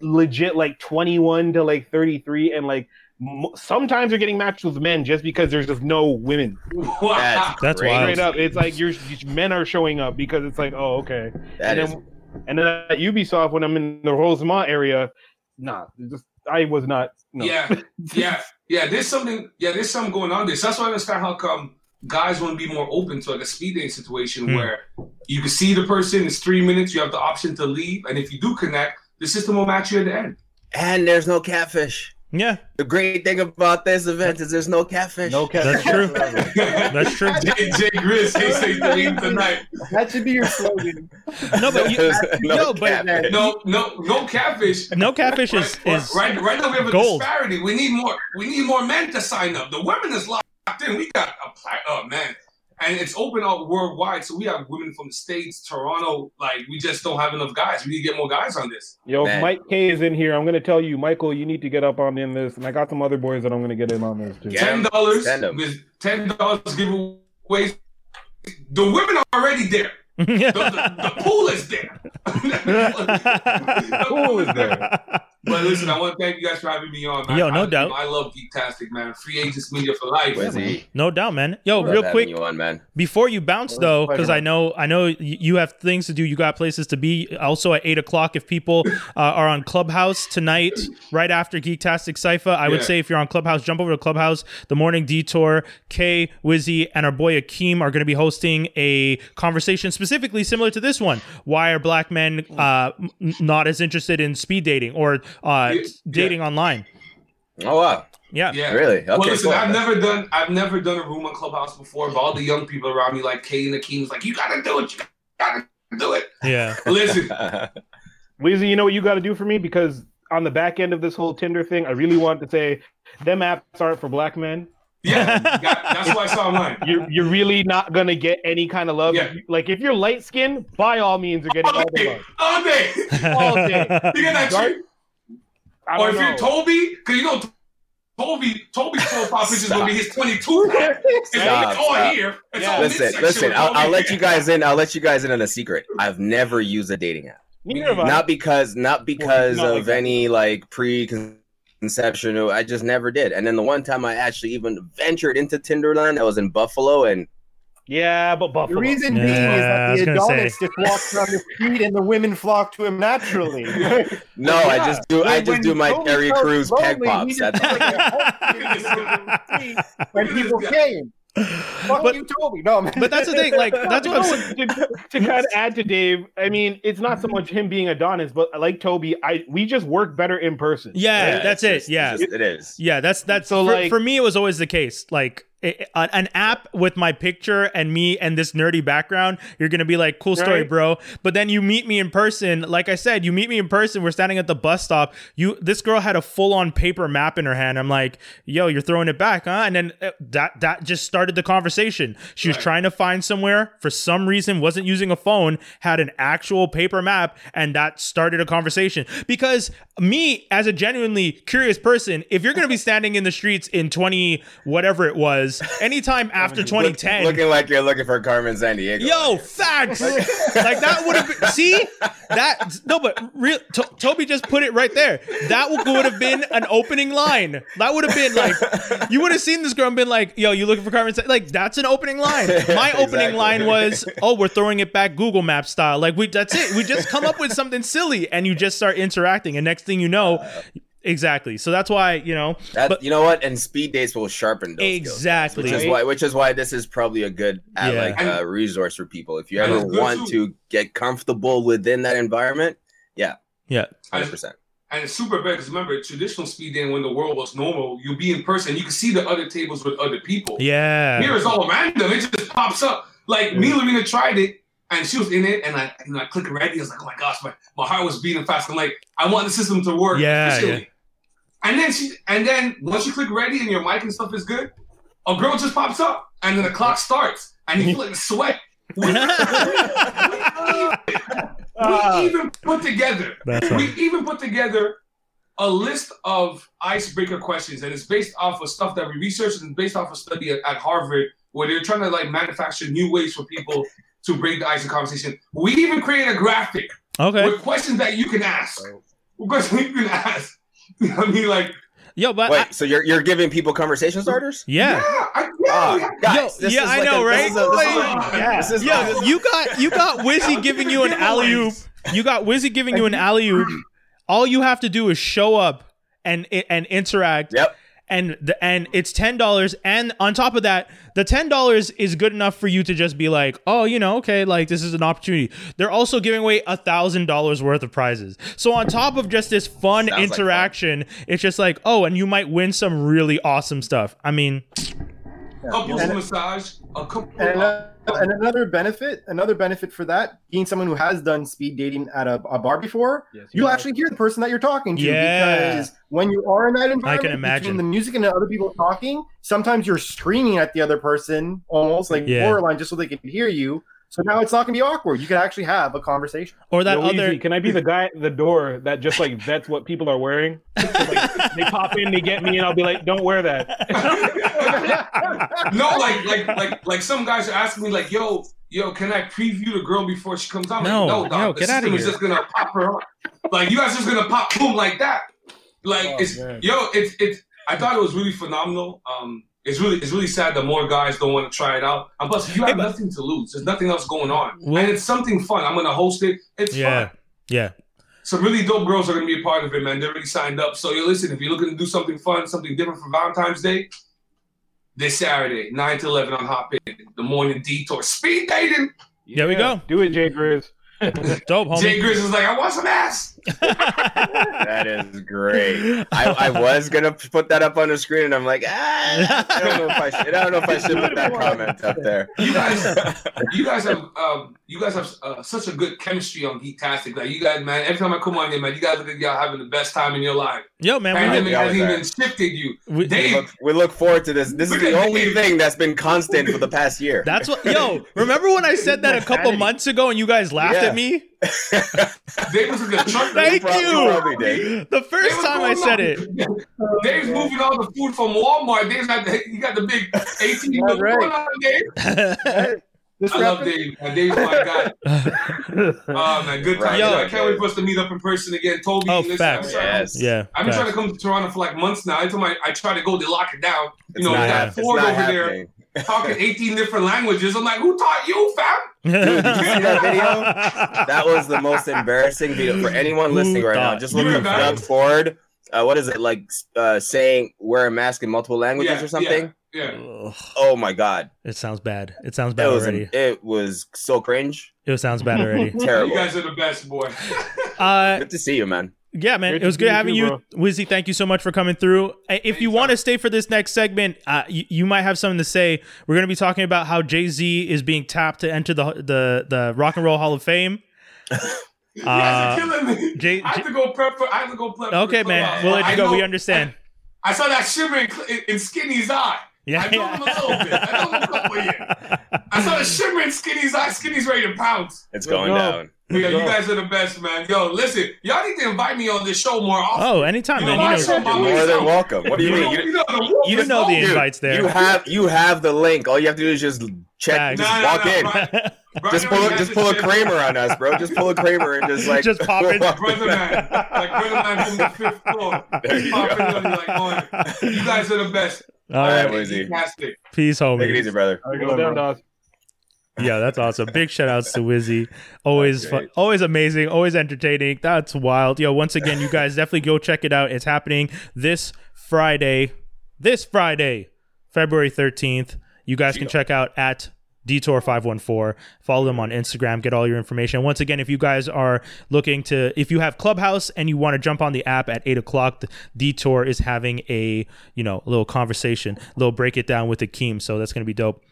Speaker 4: legit like 21 to like 33, and like m- sometimes you're getting matched with men just because there's just no women.
Speaker 5: Wow.
Speaker 1: That's
Speaker 2: crazy.
Speaker 1: wild.
Speaker 4: Straight up, it's like you're men are showing up because it's like oh okay,
Speaker 2: That
Speaker 4: and
Speaker 2: is
Speaker 4: then and then at Ubisoft when I'm in the Rosemont area, nah, it's just I was not. No.
Speaker 5: Yeah, yeah, yeah. There's something. Yeah, there's something going on. This. That's why I understand how come guys want to be more open to like a speed dating situation
Speaker 1: Hmm.
Speaker 5: where you can see the person. It's three minutes. You have the option to leave, and if you do connect, the system will match you at the end.
Speaker 2: and there's no catfish.
Speaker 1: Yeah,
Speaker 2: The great thing about this event is there's no catfish.
Speaker 4: No cap.
Speaker 1: that's true. That's true.
Speaker 5: Jay, Jay Grizz, he says the name tonight.
Speaker 3: That should be your slogan.
Speaker 1: No, but you,
Speaker 2: no,
Speaker 1: no, but-
Speaker 2: catfish.
Speaker 5: No, no, no catfish.
Speaker 1: no catfish is
Speaker 5: right,
Speaker 1: is
Speaker 5: right, right now we have a
Speaker 1: gold.
Speaker 5: disparity. We need more. We need more men to sign up. The women is locked in. We got a pla- oh man, and it's open up worldwide. So we have women from the states, Toronto. Like we just don't have enough guys. We need to get more guys on this.
Speaker 4: Yo,
Speaker 2: Man.
Speaker 4: if Mike K is in here, I'm gonna tell you, Michael, you need to get up on in this, and I got some other boys that I'm gonna get in on this too.
Speaker 2: Yeah.
Speaker 5: Ten dollars
Speaker 2: send 'em.
Speaker 5: with ten dollars giveaways. The women are already there. The, the, the pool is there. The
Speaker 4: Who is there?
Speaker 5: But listen, I want to thank you guys for having me on. Man.
Speaker 1: Yo, no
Speaker 5: I,
Speaker 1: doubt.
Speaker 5: I love Geektastic, man. Free agents media for life.
Speaker 2: Where's he?
Speaker 1: no doubt, man. Yo,
Speaker 2: Love
Speaker 1: real
Speaker 2: having
Speaker 1: quick
Speaker 2: you on, man.
Speaker 1: before you bounce
Speaker 4: Well,
Speaker 1: though,
Speaker 4: pleasure,
Speaker 1: because I
Speaker 4: man.
Speaker 1: know I know y- you have things to do. You got places to be. Also at eight o'clock, if people uh, are on Clubhouse tonight, right after Geektastic Cypher, I would
Speaker 5: Yeah.
Speaker 1: say if you're on Clubhouse, jump over to Clubhouse. The Morning Detour, Kay, Wizzy, and our boy Akeem are going to be hosting a conversation specifically similar to this one. Why are black men uh, m- not as interested in speed dating or uh,
Speaker 5: Yeah.
Speaker 1: dating online?
Speaker 2: Oh wow,
Speaker 1: Yeah.
Speaker 5: Yeah.
Speaker 2: really? Okay,
Speaker 5: well, listen,
Speaker 2: cool.
Speaker 5: I've never done I've never done a room on Clubhouse before, but all the young people around me, like Kay and Akeem, was like, "You gotta do it, you gotta do it."
Speaker 1: Yeah.
Speaker 5: Listen,
Speaker 4: Weezy, you know what you got to do for me because on the back end of this whole Tinder thing, I really want to say, them apps aren't for black men.
Speaker 5: yeah, that- that's why I saw mine.
Speaker 4: You're you're really not gonna get any kind of love.
Speaker 5: Yeah.
Speaker 4: Like if you're light skinned, by all means, you're getting all
Speaker 5: All
Speaker 4: the
Speaker 5: day,
Speaker 4: love.
Speaker 5: all day.
Speaker 4: All day.
Speaker 5: You get that
Speaker 4: Dark-
Speaker 5: shit?
Speaker 4: I
Speaker 5: Or
Speaker 4: don't
Speaker 5: if you're
Speaker 4: know.
Speaker 5: Toby, because you know Toby, Toby's profile pictures will be his 22. It's all,
Speaker 2: Stop,
Speaker 5: it's all
Speaker 2: stop.
Speaker 5: here. It's
Speaker 4: Yeah.
Speaker 5: all
Speaker 2: listen,
Speaker 5: midsection
Speaker 2: listen.
Speaker 5: with
Speaker 2: I'll,
Speaker 5: Toby.
Speaker 2: I'll let you guys in. I'll let you guys in on a secret. I've never used a dating app.
Speaker 4: Neither of us.
Speaker 2: Not because, not because
Speaker 4: not like
Speaker 2: of
Speaker 4: that.
Speaker 2: any like preconception. or- I just never did. And then the one time I actually even ventured into Tinderland, I was in Buffalo, and
Speaker 4: yeah, but
Speaker 3: The
Speaker 4: Buffalo.
Speaker 3: reason
Speaker 1: Yeah, I was
Speaker 3: being is that the
Speaker 1: gonna
Speaker 3: Adonis
Speaker 1: say.
Speaker 3: just walks around the street and the women flock to him naturally.
Speaker 2: no, I
Speaker 4: Yeah.
Speaker 2: just do. I
Speaker 4: When-
Speaker 2: just do
Speaker 4: when
Speaker 2: my
Speaker 4: Kobe
Speaker 2: Terry
Speaker 4: felt
Speaker 2: Crews peg
Speaker 4: lonely, he
Speaker 2: pops.
Speaker 4: just
Speaker 2: That's
Speaker 4: felt like
Speaker 3: when people came, fuck
Speaker 1: But-
Speaker 3: you, Toby. No, man.
Speaker 1: But that's the thing. Like that's what I'm saying.
Speaker 4: to, to kind of add to Dave, I mean, it's not so much him being Adonis, but like Toby, I we just work better in person.
Speaker 1: Yeah,
Speaker 2: Yeah,
Speaker 1: that's
Speaker 2: it's
Speaker 1: it.
Speaker 2: just-
Speaker 1: yeah,
Speaker 2: it's just- it is.
Speaker 1: yeah. That's that's
Speaker 4: So,
Speaker 1: for,
Speaker 4: like-
Speaker 1: for me, it was always the case. Like it, an an app with my picture and me and this nerdy background, you're gonna be like, "Cool story,
Speaker 4: Right.
Speaker 1: bro." But then you meet me in person. Like I said, you meet me in person. We're standing at the bus stop. You, this girl had a full on paper map in her hand. I'm like, "Yo, you're throwing it back, huh?" And then uh, that that just started the conversation. She was
Speaker 5: Right.
Speaker 1: trying to find somewhere for some reason, wasn't using a phone, had an actual paper map, and that started a conversation. Because me, as a genuinely curious person, if you're gonna be standing in the streets in 20 whatever it was, anytime after
Speaker 2: Look-
Speaker 1: 2010.
Speaker 2: looking like you're looking for Carmen San Diego.
Speaker 1: Yo, facts. like that would have been. See that? No, but real. To- Toby just put it right there. That would have been an opening line. That would have been like, you would have seen this girl and been like, "Yo, you looking for Carmen?" Sa-" Like that's an opening line. My
Speaker 2: Exactly.
Speaker 1: opening line was, "Oh, we're throwing it back Google Map style." Like we, that's it. We just come up with something silly, and you just start interacting, and next thing you know. Exactly. So that's why, you know,
Speaker 2: That,
Speaker 1: But-
Speaker 2: you know what? And speed dates will sharpen those skills.
Speaker 1: exactly.
Speaker 2: Which is
Speaker 4: Right.
Speaker 2: why, which is why this is probably a good uh,
Speaker 1: Yeah.
Speaker 2: like uh, resource for people. If you
Speaker 5: And
Speaker 2: ever
Speaker 5: it's good
Speaker 2: want
Speaker 5: too.
Speaker 2: to get comfortable within that environment, yeah,
Speaker 1: Yeah.
Speaker 2: hundred percent.
Speaker 5: And it's super bad because remember, traditional speed dating when the world was normal, you'd be in person, you could see the other tables with other people. Here
Speaker 1: Yeah.
Speaker 5: it's all random. It just pops up. Like me, Lorena tried it, and she was in it, and I, you know, I clicked ready. I was like, oh my gosh, my, my heart was beating fast. I'm like, I want the system to work.
Speaker 1: Yeah,
Speaker 5: efficiently. And then she, and then once you click ready and your mic and stuff is good, a girl just pops up, and then the clock starts, and you feel like the sweat. We, we
Speaker 4: Ah,
Speaker 5: even put together.
Speaker 1: That's
Speaker 5: We even put together a list of icebreaker questions, and it's based off of stuff that we researched and based off a study at, at Harvard where they're trying to like manufacture new ways for people to break the ice in conversation. We even created a graphic
Speaker 1: Okay.
Speaker 5: with questions that you can ask. With questions you can ask. You know what I mean? Like,
Speaker 1: Yo, but I-
Speaker 2: Wait, so you're you're giving people conversation starters?
Speaker 5: yeah,
Speaker 1: yeah. Uh,
Speaker 5: I,
Speaker 2: Ah,
Speaker 5: yeah,
Speaker 2: guys,
Speaker 1: Yo,
Speaker 2: this
Speaker 1: yeah,
Speaker 2: is
Speaker 1: I
Speaker 2: like
Speaker 1: know,
Speaker 2: a-
Speaker 1: right?
Speaker 2: This is a, this is
Speaker 5: Like,
Speaker 2: a-
Speaker 3: yeah.
Speaker 2: this is
Speaker 1: Yo,
Speaker 2: a-
Speaker 1: you got you got Wizzy giving you an alley oop. You got Wizzy giving you an alley oop. All you have to do is show up and and interact.
Speaker 2: Yep.
Speaker 1: And the and it's ten dollars. And on top of that, the ten dollars is good enough for you to just be like, oh, you know, okay, like this is an opportunity. They're also giving away a thousand dollars worth of prizes. So on top of just this fun
Speaker 2: Sounds like fun.
Speaker 1: interaction, it's just like, oh, and you might win some really awesome stuff. I mean,
Speaker 5: couples
Speaker 3: And-
Speaker 5: massage, a couple.
Speaker 3: And, uh, and another benefit, another benefit for that, being someone who has done speed dating at a, a bar before,
Speaker 4: Yes,
Speaker 3: you'll
Speaker 4: you
Speaker 3: actually hear the person that you're talking to.
Speaker 1: Yeah.
Speaker 3: Because when you are in that environment,
Speaker 1: imagine.
Speaker 3: between the music and the other people talking, sometimes you're screaming at the other person almost like
Speaker 1: Yeah.
Speaker 3: borderline just so they can hear you. So now it's not going to be awkward. You can actually have a conversation.
Speaker 1: or that
Speaker 4: Yo, Weezy,
Speaker 1: other
Speaker 4: Can I be the guy at the door that just like vets what people are wearing? Like, they pop in, they get me, and I'll be like, "Don't wear that."
Speaker 5: no, like, like, like, like, some guys are asking me, like, yo, yo, can I preview the girl before she comes out? I'm
Speaker 1: No,
Speaker 5: like, no,
Speaker 1: no,
Speaker 5: dog,
Speaker 1: get
Speaker 5: the
Speaker 1: outta
Speaker 5: system is
Speaker 1: here.
Speaker 5: just gonna pop her up. Like, you guys just gonna pop boom like that. Like,
Speaker 4: Oh,
Speaker 5: it's
Speaker 4: man.
Speaker 5: yo, it's it's. I thought it was really phenomenal. Um, it's really it's really sad that more guys don't want to try it out. And plus, you have
Speaker 1: but-
Speaker 5: nothing to lose. There's nothing else going on,
Speaker 1: Well-
Speaker 5: and it's something fun. I'm gonna host it. It's
Speaker 1: Yeah.
Speaker 5: fun.
Speaker 1: Yeah.
Speaker 5: Some really dope girls are gonna be a part of it, man. They already signed up. So you listen, if you're looking to do something fun, something different for Valentine's Day, this Saturday, nine to eleven on Hop In, the morning detour, speed dating.
Speaker 1: There we go.
Speaker 4: Do it, Jay Grizz.
Speaker 1: dope
Speaker 5: Jay
Speaker 1: homie.
Speaker 5: Grizz is like, I want some ass.
Speaker 2: that is great. I, I was gonna put that up on the screen, and I'm like, ah, I don't know if I should. I don't know if I should put that comment up there.
Speaker 5: You guys, you guys have, um, you guys have uh, such a good chemistry on Geektastic. Like you guys, man. Every time I come on here, man, you guys look like y'all having the best time in your life.
Speaker 1: Yo, man,
Speaker 5: Pandemic
Speaker 2: Yeah,
Speaker 5: hasn't
Speaker 2: we
Speaker 5: even shifted you.
Speaker 1: we, we,
Speaker 5: Dave,
Speaker 2: We look, we look forward to this. This is the only thing that's been constant for the past year.
Speaker 1: That's what. Yo, remember when I said that a couple
Speaker 4: Insanity.
Speaker 1: months ago and you guys laughed
Speaker 2: Yeah.
Speaker 1: at me?
Speaker 5: Dave was like a truck.
Speaker 1: Thank
Speaker 2: Prob-
Speaker 1: you.
Speaker 2: Probably did.
Speaker 1: The first time I said it.
Speaker 5: Dave's moving all the food from Walmart. Dave's got the, he got the big 18
Speaker 3: Yeah,
Speaker 5: million
Speaker 3: right.
Speaker 5: dollar Dave.
Speaker 3: This wrap
Speaker 5: I love
Speaker 3: it-
Speaker 5: Dave. man. Dave's my guy. Oh man, good time.
Speaker 1: Yo.
Speaker 5: I can't wait for us to meet up in person again. Toby,
Speaker 1: Oh,
Speaker 5: listen,
Speaker 1: facts.
Speaker 5: I'm sorry.
Speaker 2: Yes.
Speaker 1: yeah.
Speaker 5: I've been trying to come to Toronto for like months now. Every time I, I try to go, they lock it down. You
Speaker 2: It's
Speaker 5: know, we
Speaker 1: not
Speaker 5: got
Speaker 1: happening.
Speaker 2: It's not
Speaker 5: Ford over there
Speaker 2: happening.
Speaker 5: talking 18 different languages. I'm like, who taught you, fam?
Speaker 2: Dude, did you see that
Speaker 1: video?
Speaker 2: That was the most embarrassing video for anyone
Speaker 1: Who
Speaker 2: listening right now.
Speaker 1: thought
Speaker 2: Just
Speaker 5: you
Speaker 2: look
Speaker 5: were
Speaker 2: up Doug
Speaker 5: embarrassed?
Speaker 2: Ford. Uh, what is it like? Uh, saying wear a mask in multiple languages
Speaker 5: Yeah,
Speaker 2: or something?
Speaker 5: Yeah.
Speaker 2: Oh my god,
Speaker 1: It sounds bad. It sounds
Speaker 2: it
Speaker 1: bad
Speaker 2: was
Speaker 1: already.
Speaker 2: it was so cringe,
Speaker 1: It sounds bad already.
Speaker 5: You
Speaker 2: terrible.
Speaker 5: guys are the best, boy.
Speaker 1: Uh,
Speaker 2: Good to see you, man.
Speaker 1: Yeah, man,
Speaker 4: Great
Speaker 1: it was
Speaker 4: to
Speaker 1: good
Speaker 4: see you
Speaker 1: having
Speaker 4: too,
Speaker 1: you,
Speaker 4: bro.
Speaker 1: Wizzy. Thank you so much for coming through. Uh, If you
Speaker 5: Anytime.
Speaker 1: want to stay for this next segment, uh, you, you might have something to say. We're going to be talking about how Jay Z is being tapped to enter the the the Rock and Roll Hall of Fame.
Speaker 5: you guys are
Speaker 1: Uh,
Speaker 5: killing me.
Speaker 1: Jay-
Speaker 5: I have to go prep for. I have to go prep. for
Speaker 1: Okay,
Speaker 5: the
Speaker 1: man,
Speaker 5: clubhouse.
Speaker 1: we'll let
Speaker 5: I
Speaker 1: you go.
Speaker 5: know-
Speaker 1: We understand.
Speaker 5: I saw that shimmer in, Cl- in, in Skinny's eye.
Speaker 1: Yeah,
Speaker 5: I know him a little bit. I know him a couple of years. I saw the shimmer in Skinny's eye. Skinny's ready to pounce.
Speaker 2: It's
Speaker 4: Let's
Speaker 2: going
Speaker 4: go.
Speaker 2: down.
Speaker 5: Yeah, you guys are the best, man. Yo, listen, y'all need to invite me on this show more often.
Speaker 1: Oh, anytime,
Speaker 5: You
Speaker 1: man.
Speaker 5: know, I
Speaker 1: You know,
Speaker 5: said-
Speaker 2: You're more than welcome. What do you
Speaker 5: You
Speaker 2: mean?
Speaker 5: know,
Speaker 2: You,
Speaker 5: you know, the wolf
Speaker 1: you
Speaker 5: is
Speaker 1: know the
Speaker 5: hungry.
Speaker 1: invites there.
Speaker 2: you have you have the link. All you have to do is just check,
Speaker 1: Thanks.
Speaker 2: just
Speaker 5: Nah, nah,
Speaker 2: walk
Speaker 5: nah,
Speaker 2: in.
Speaker 5: bro. Brother
Speaker 2: Just pull
Speaker 5: man
Speaker 2: just
Speaker 5: has
Speaker 2: pull a
Speaker 5: to-
Speaker 2: Kramer on us, bro. Just pull a Kramer and just like
Speaker 1: Just pop it.
Speaker 5: Brother man, like brother man from the fifth floor.
Speaker 2: There you
Speaker 5: He's popping up like, "Oh, on. You guys are the best.
Speaker 1: All
Speaker 2: All right,
Speaker 1: right,
Speaker 2: Wizzy.
Speaker 5: Fantastic.
Speaker 1: peace,
Speaker 2: Take it
Speaker 1: homie.
Speaker 2: easy, brother.
Speaker 4: I go down, Dawes.
Speaker 1: Yeah, that's awesome. Big shout outs to Wizzy. Always
Speaker 2: That's
Speaker 1: fun, always amazing, always entertaining. That's wild. Yo, once again, you guys definitely go check it out. It's happening this Friday. This Friday, February 13th. You guys can check out at Detour514. Follow them on Instagram. Get all your information. Once again, if you guys are looking to, if you have Clubhouse and you want to jump on the app at 8 o'clock, the Detour is having a, you know, little conversation, little break it down with Akeem. So that's going to be dope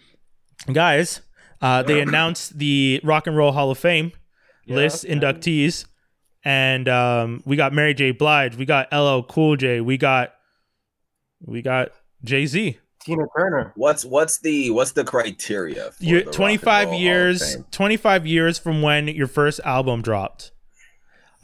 Speaker 1: guys, uh, they announced the Rock and Roll Hall of Fame list inductees, and um, we got Mary J. Blige, we got LL Cool J, we got we got Jay Z.
Speaker 3: Tina Turner.
Speaker 2: What's what's the what's the criteria? for the Rock and
Speaker 1: Twenty five
Speaker 2: Roll Hall of
Speaker 1: years,
Speaker 2: Fame?
Speaker 1: twenty five years from when your first album dropped.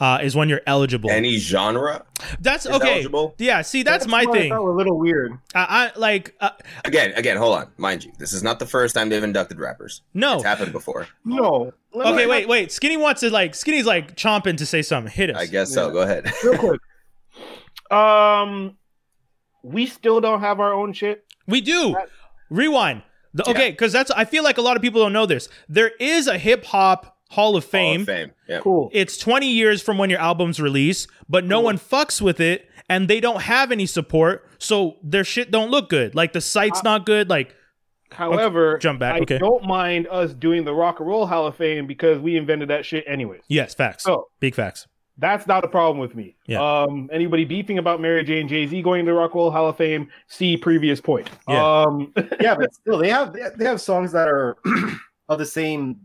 Speaker 1: uh, is when you're eligible.
Speaker 2: Any genre
Speaker 1: that's
Speaker 2: is
Speaker 1: okay.
Speaker 2: eligible.
Speaker 1: Yeah, see, that's, my
Speaker 3: why I
Speaker 1: thing.
Speaker 3: felt a little weird.
Speaker 1: I, I like uh,
Speaker 2: Again, again, hold on. Mind you, this is not the first time they've inducted rappers.
Speaker 1: no.
Speaker 2: It's happened before.
Speaker 3: No. Let me-
Speaker 1: Okay, wait, wait. Skinny wants to like. Skinny's like chomping to say something. Hit us.
Speaker 2: I guess so. Go ahead.
Speaker 4: Real quick. um, we still don't have our own shit.
Speaker 1: We do. Rewind. The,
Speaker 2: Yeah.
Speaker 1: Okay, because that's. I feel like a lot of people don't know this. There is a hip hop Hall of
Speaker 2: Hall
Speaker 1: Fame.
Speaker 2: of fame. Yeah.
Speaker 4: Cool.
Speaker 1: It's 20 years from when your album's release, but no one fucks with it, and they don't have any support, so their shit don't look good. Like the site's not good. Like
Speaker 4: However,
Speaker 1: jump back,
Speaker 4: I
Speaker 1: okay.
Speaker 4: don't mind us doing the Rock and Roll Hall of Fame because we invented that shit anyways.
Speaker 1: yes, facts.
Speaker 4: So
Speaker 1: Big facts.
Speaker 4: that's not a problem with me.
Speaker 1: Yeah.
Speaker 4: Um, anybody beefing about Mary J and Jay Z going to the Rock and Roll Hall of Fame? See previous point.
Speaker 1: Yeah.
Speaker 4: Um,
Speaker 3: yeah, but still, they have they have songs that are of the same.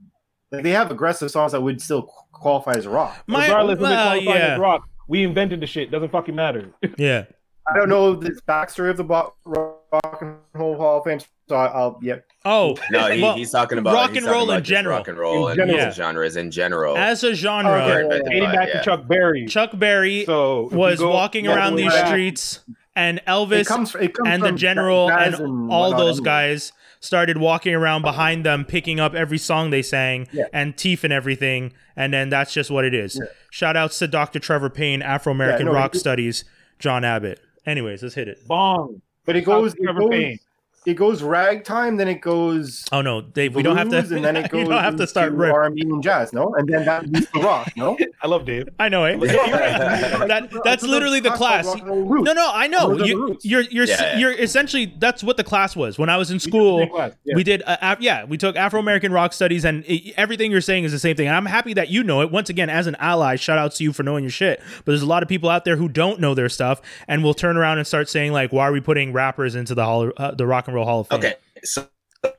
Speaker 3: Like they have aggressive songs that would still qualify as rock.
Speaker 1: My,
Speaker 4: regardless of it
Speaker 1: well,
Speaker 4: qualifying
Speaker 1: yeah,
Speaker 4: as rock, we invented the shit. Doesn't fucking matter.
Speaker 1: yeah.
Speaker 3: I don't know the backstory of the Bo- Rock and Roll Hall of Fame, so I- I'll yeah.
Speaker 1: Oh,
Speaker 2: No, he,
Speaker 1: well,
Speaker 2: he's talking about
Speaker 1: rock
Speaker 2: he's
Speaker 1: and
Speaker 2: talking
Speaker 1: roll
Speaker 2: about
Speaker 1: in
Speaker 2: just
Speaker 1: general.
Speaker 2: Rock and roll
Speaker 4: In
Speaker 2: and
Speaker 4: general.
Speaker 2: yeah. genres in general.
Speaker 1: as a genre,
Speaker 3: Okay.
Speaker 4: Dating back
Speaker 2: Yeah.
Speaker 4: to Chuck Berry.
Speaker 1: Chuck Berry
Speaker 4: so if you
Speaker 1: was
Speaker 4: go
Speaker 1: walking
Speaker 4: all the
Speaker 1: around
Speaker 4: way
Speaker 1: these
Speaker 4: back-
Speaker 1: streets, and
Speaker 3: It
Speaker 1: Elvis
Speaker 3: comes, fr- it comes
Speaker 1: and the
Speaker 3: from
Speaker 1: general and
Speaker 3: jazz
Speaker 1: all
Speaker 3: whatnot
Speaker 1: those
Speaker 3: Mm, anyway.
Speaker 1: guys started walking around behind them, picking up every song they sang
Speaker 3: Yeah.
Speaker 1: and teeth and everything. And then that's just what it is. Shout outs to Dr. Trevor Payne, Afro American
Speaker 3: Yeah, no,
Speaker 1: Rock
Speaker 3: it-
Speaker 1: Studies, John Abbott. Anyways, let's hit it.
Speaker 4: Bong.
Speaker 3: But it
Speaker 4: Shout out
Speaker 3: goes,
Speaker 4: to
Speaker 3: it
Speaker 4: Trevor
Speaker 3: goes,
Speaker 4: Payne.
Speaker 3: it goes ragtime, then it goes.
Speaker 1: Oh no, Dave, we don't have to.
Speaker 3: blues, and then it goes
Speaker 1: you don't have to start.
Speaker 3: into
Speaker 1: Rip.
Speaker 3: R&B and jazz, no, and then that leads to rock, no.
Speaker 4: I love Dave.
Speaker 1: I know it. that, that's literally the class. No,
Speaker 3: No,
Speaker 1: no, I know.
Speaker 3: Those are the
Speaker 1: You,
Speaker 3: roots.
Speaker 1: you're you're
Speaker 2: Yeah, yeah.
Speaker 1: you're essentially that's what the class was when I was in school.
Speaker 4: Yeah.
Speaker 1: We did, uh, af- yeah, we took Afro American rock studies, and i everything you're saying is the same thing. And I'm happy that you know it. Once again, as an ally, shout out to you for knowing your shit. But there's a lot of people out there who don't know their stuff and will turn around and start saying like, "Why are we putting rappers into the hall, uh, the Rock and Roll Hall of Fame?"
Speaker 2: Okay, so, so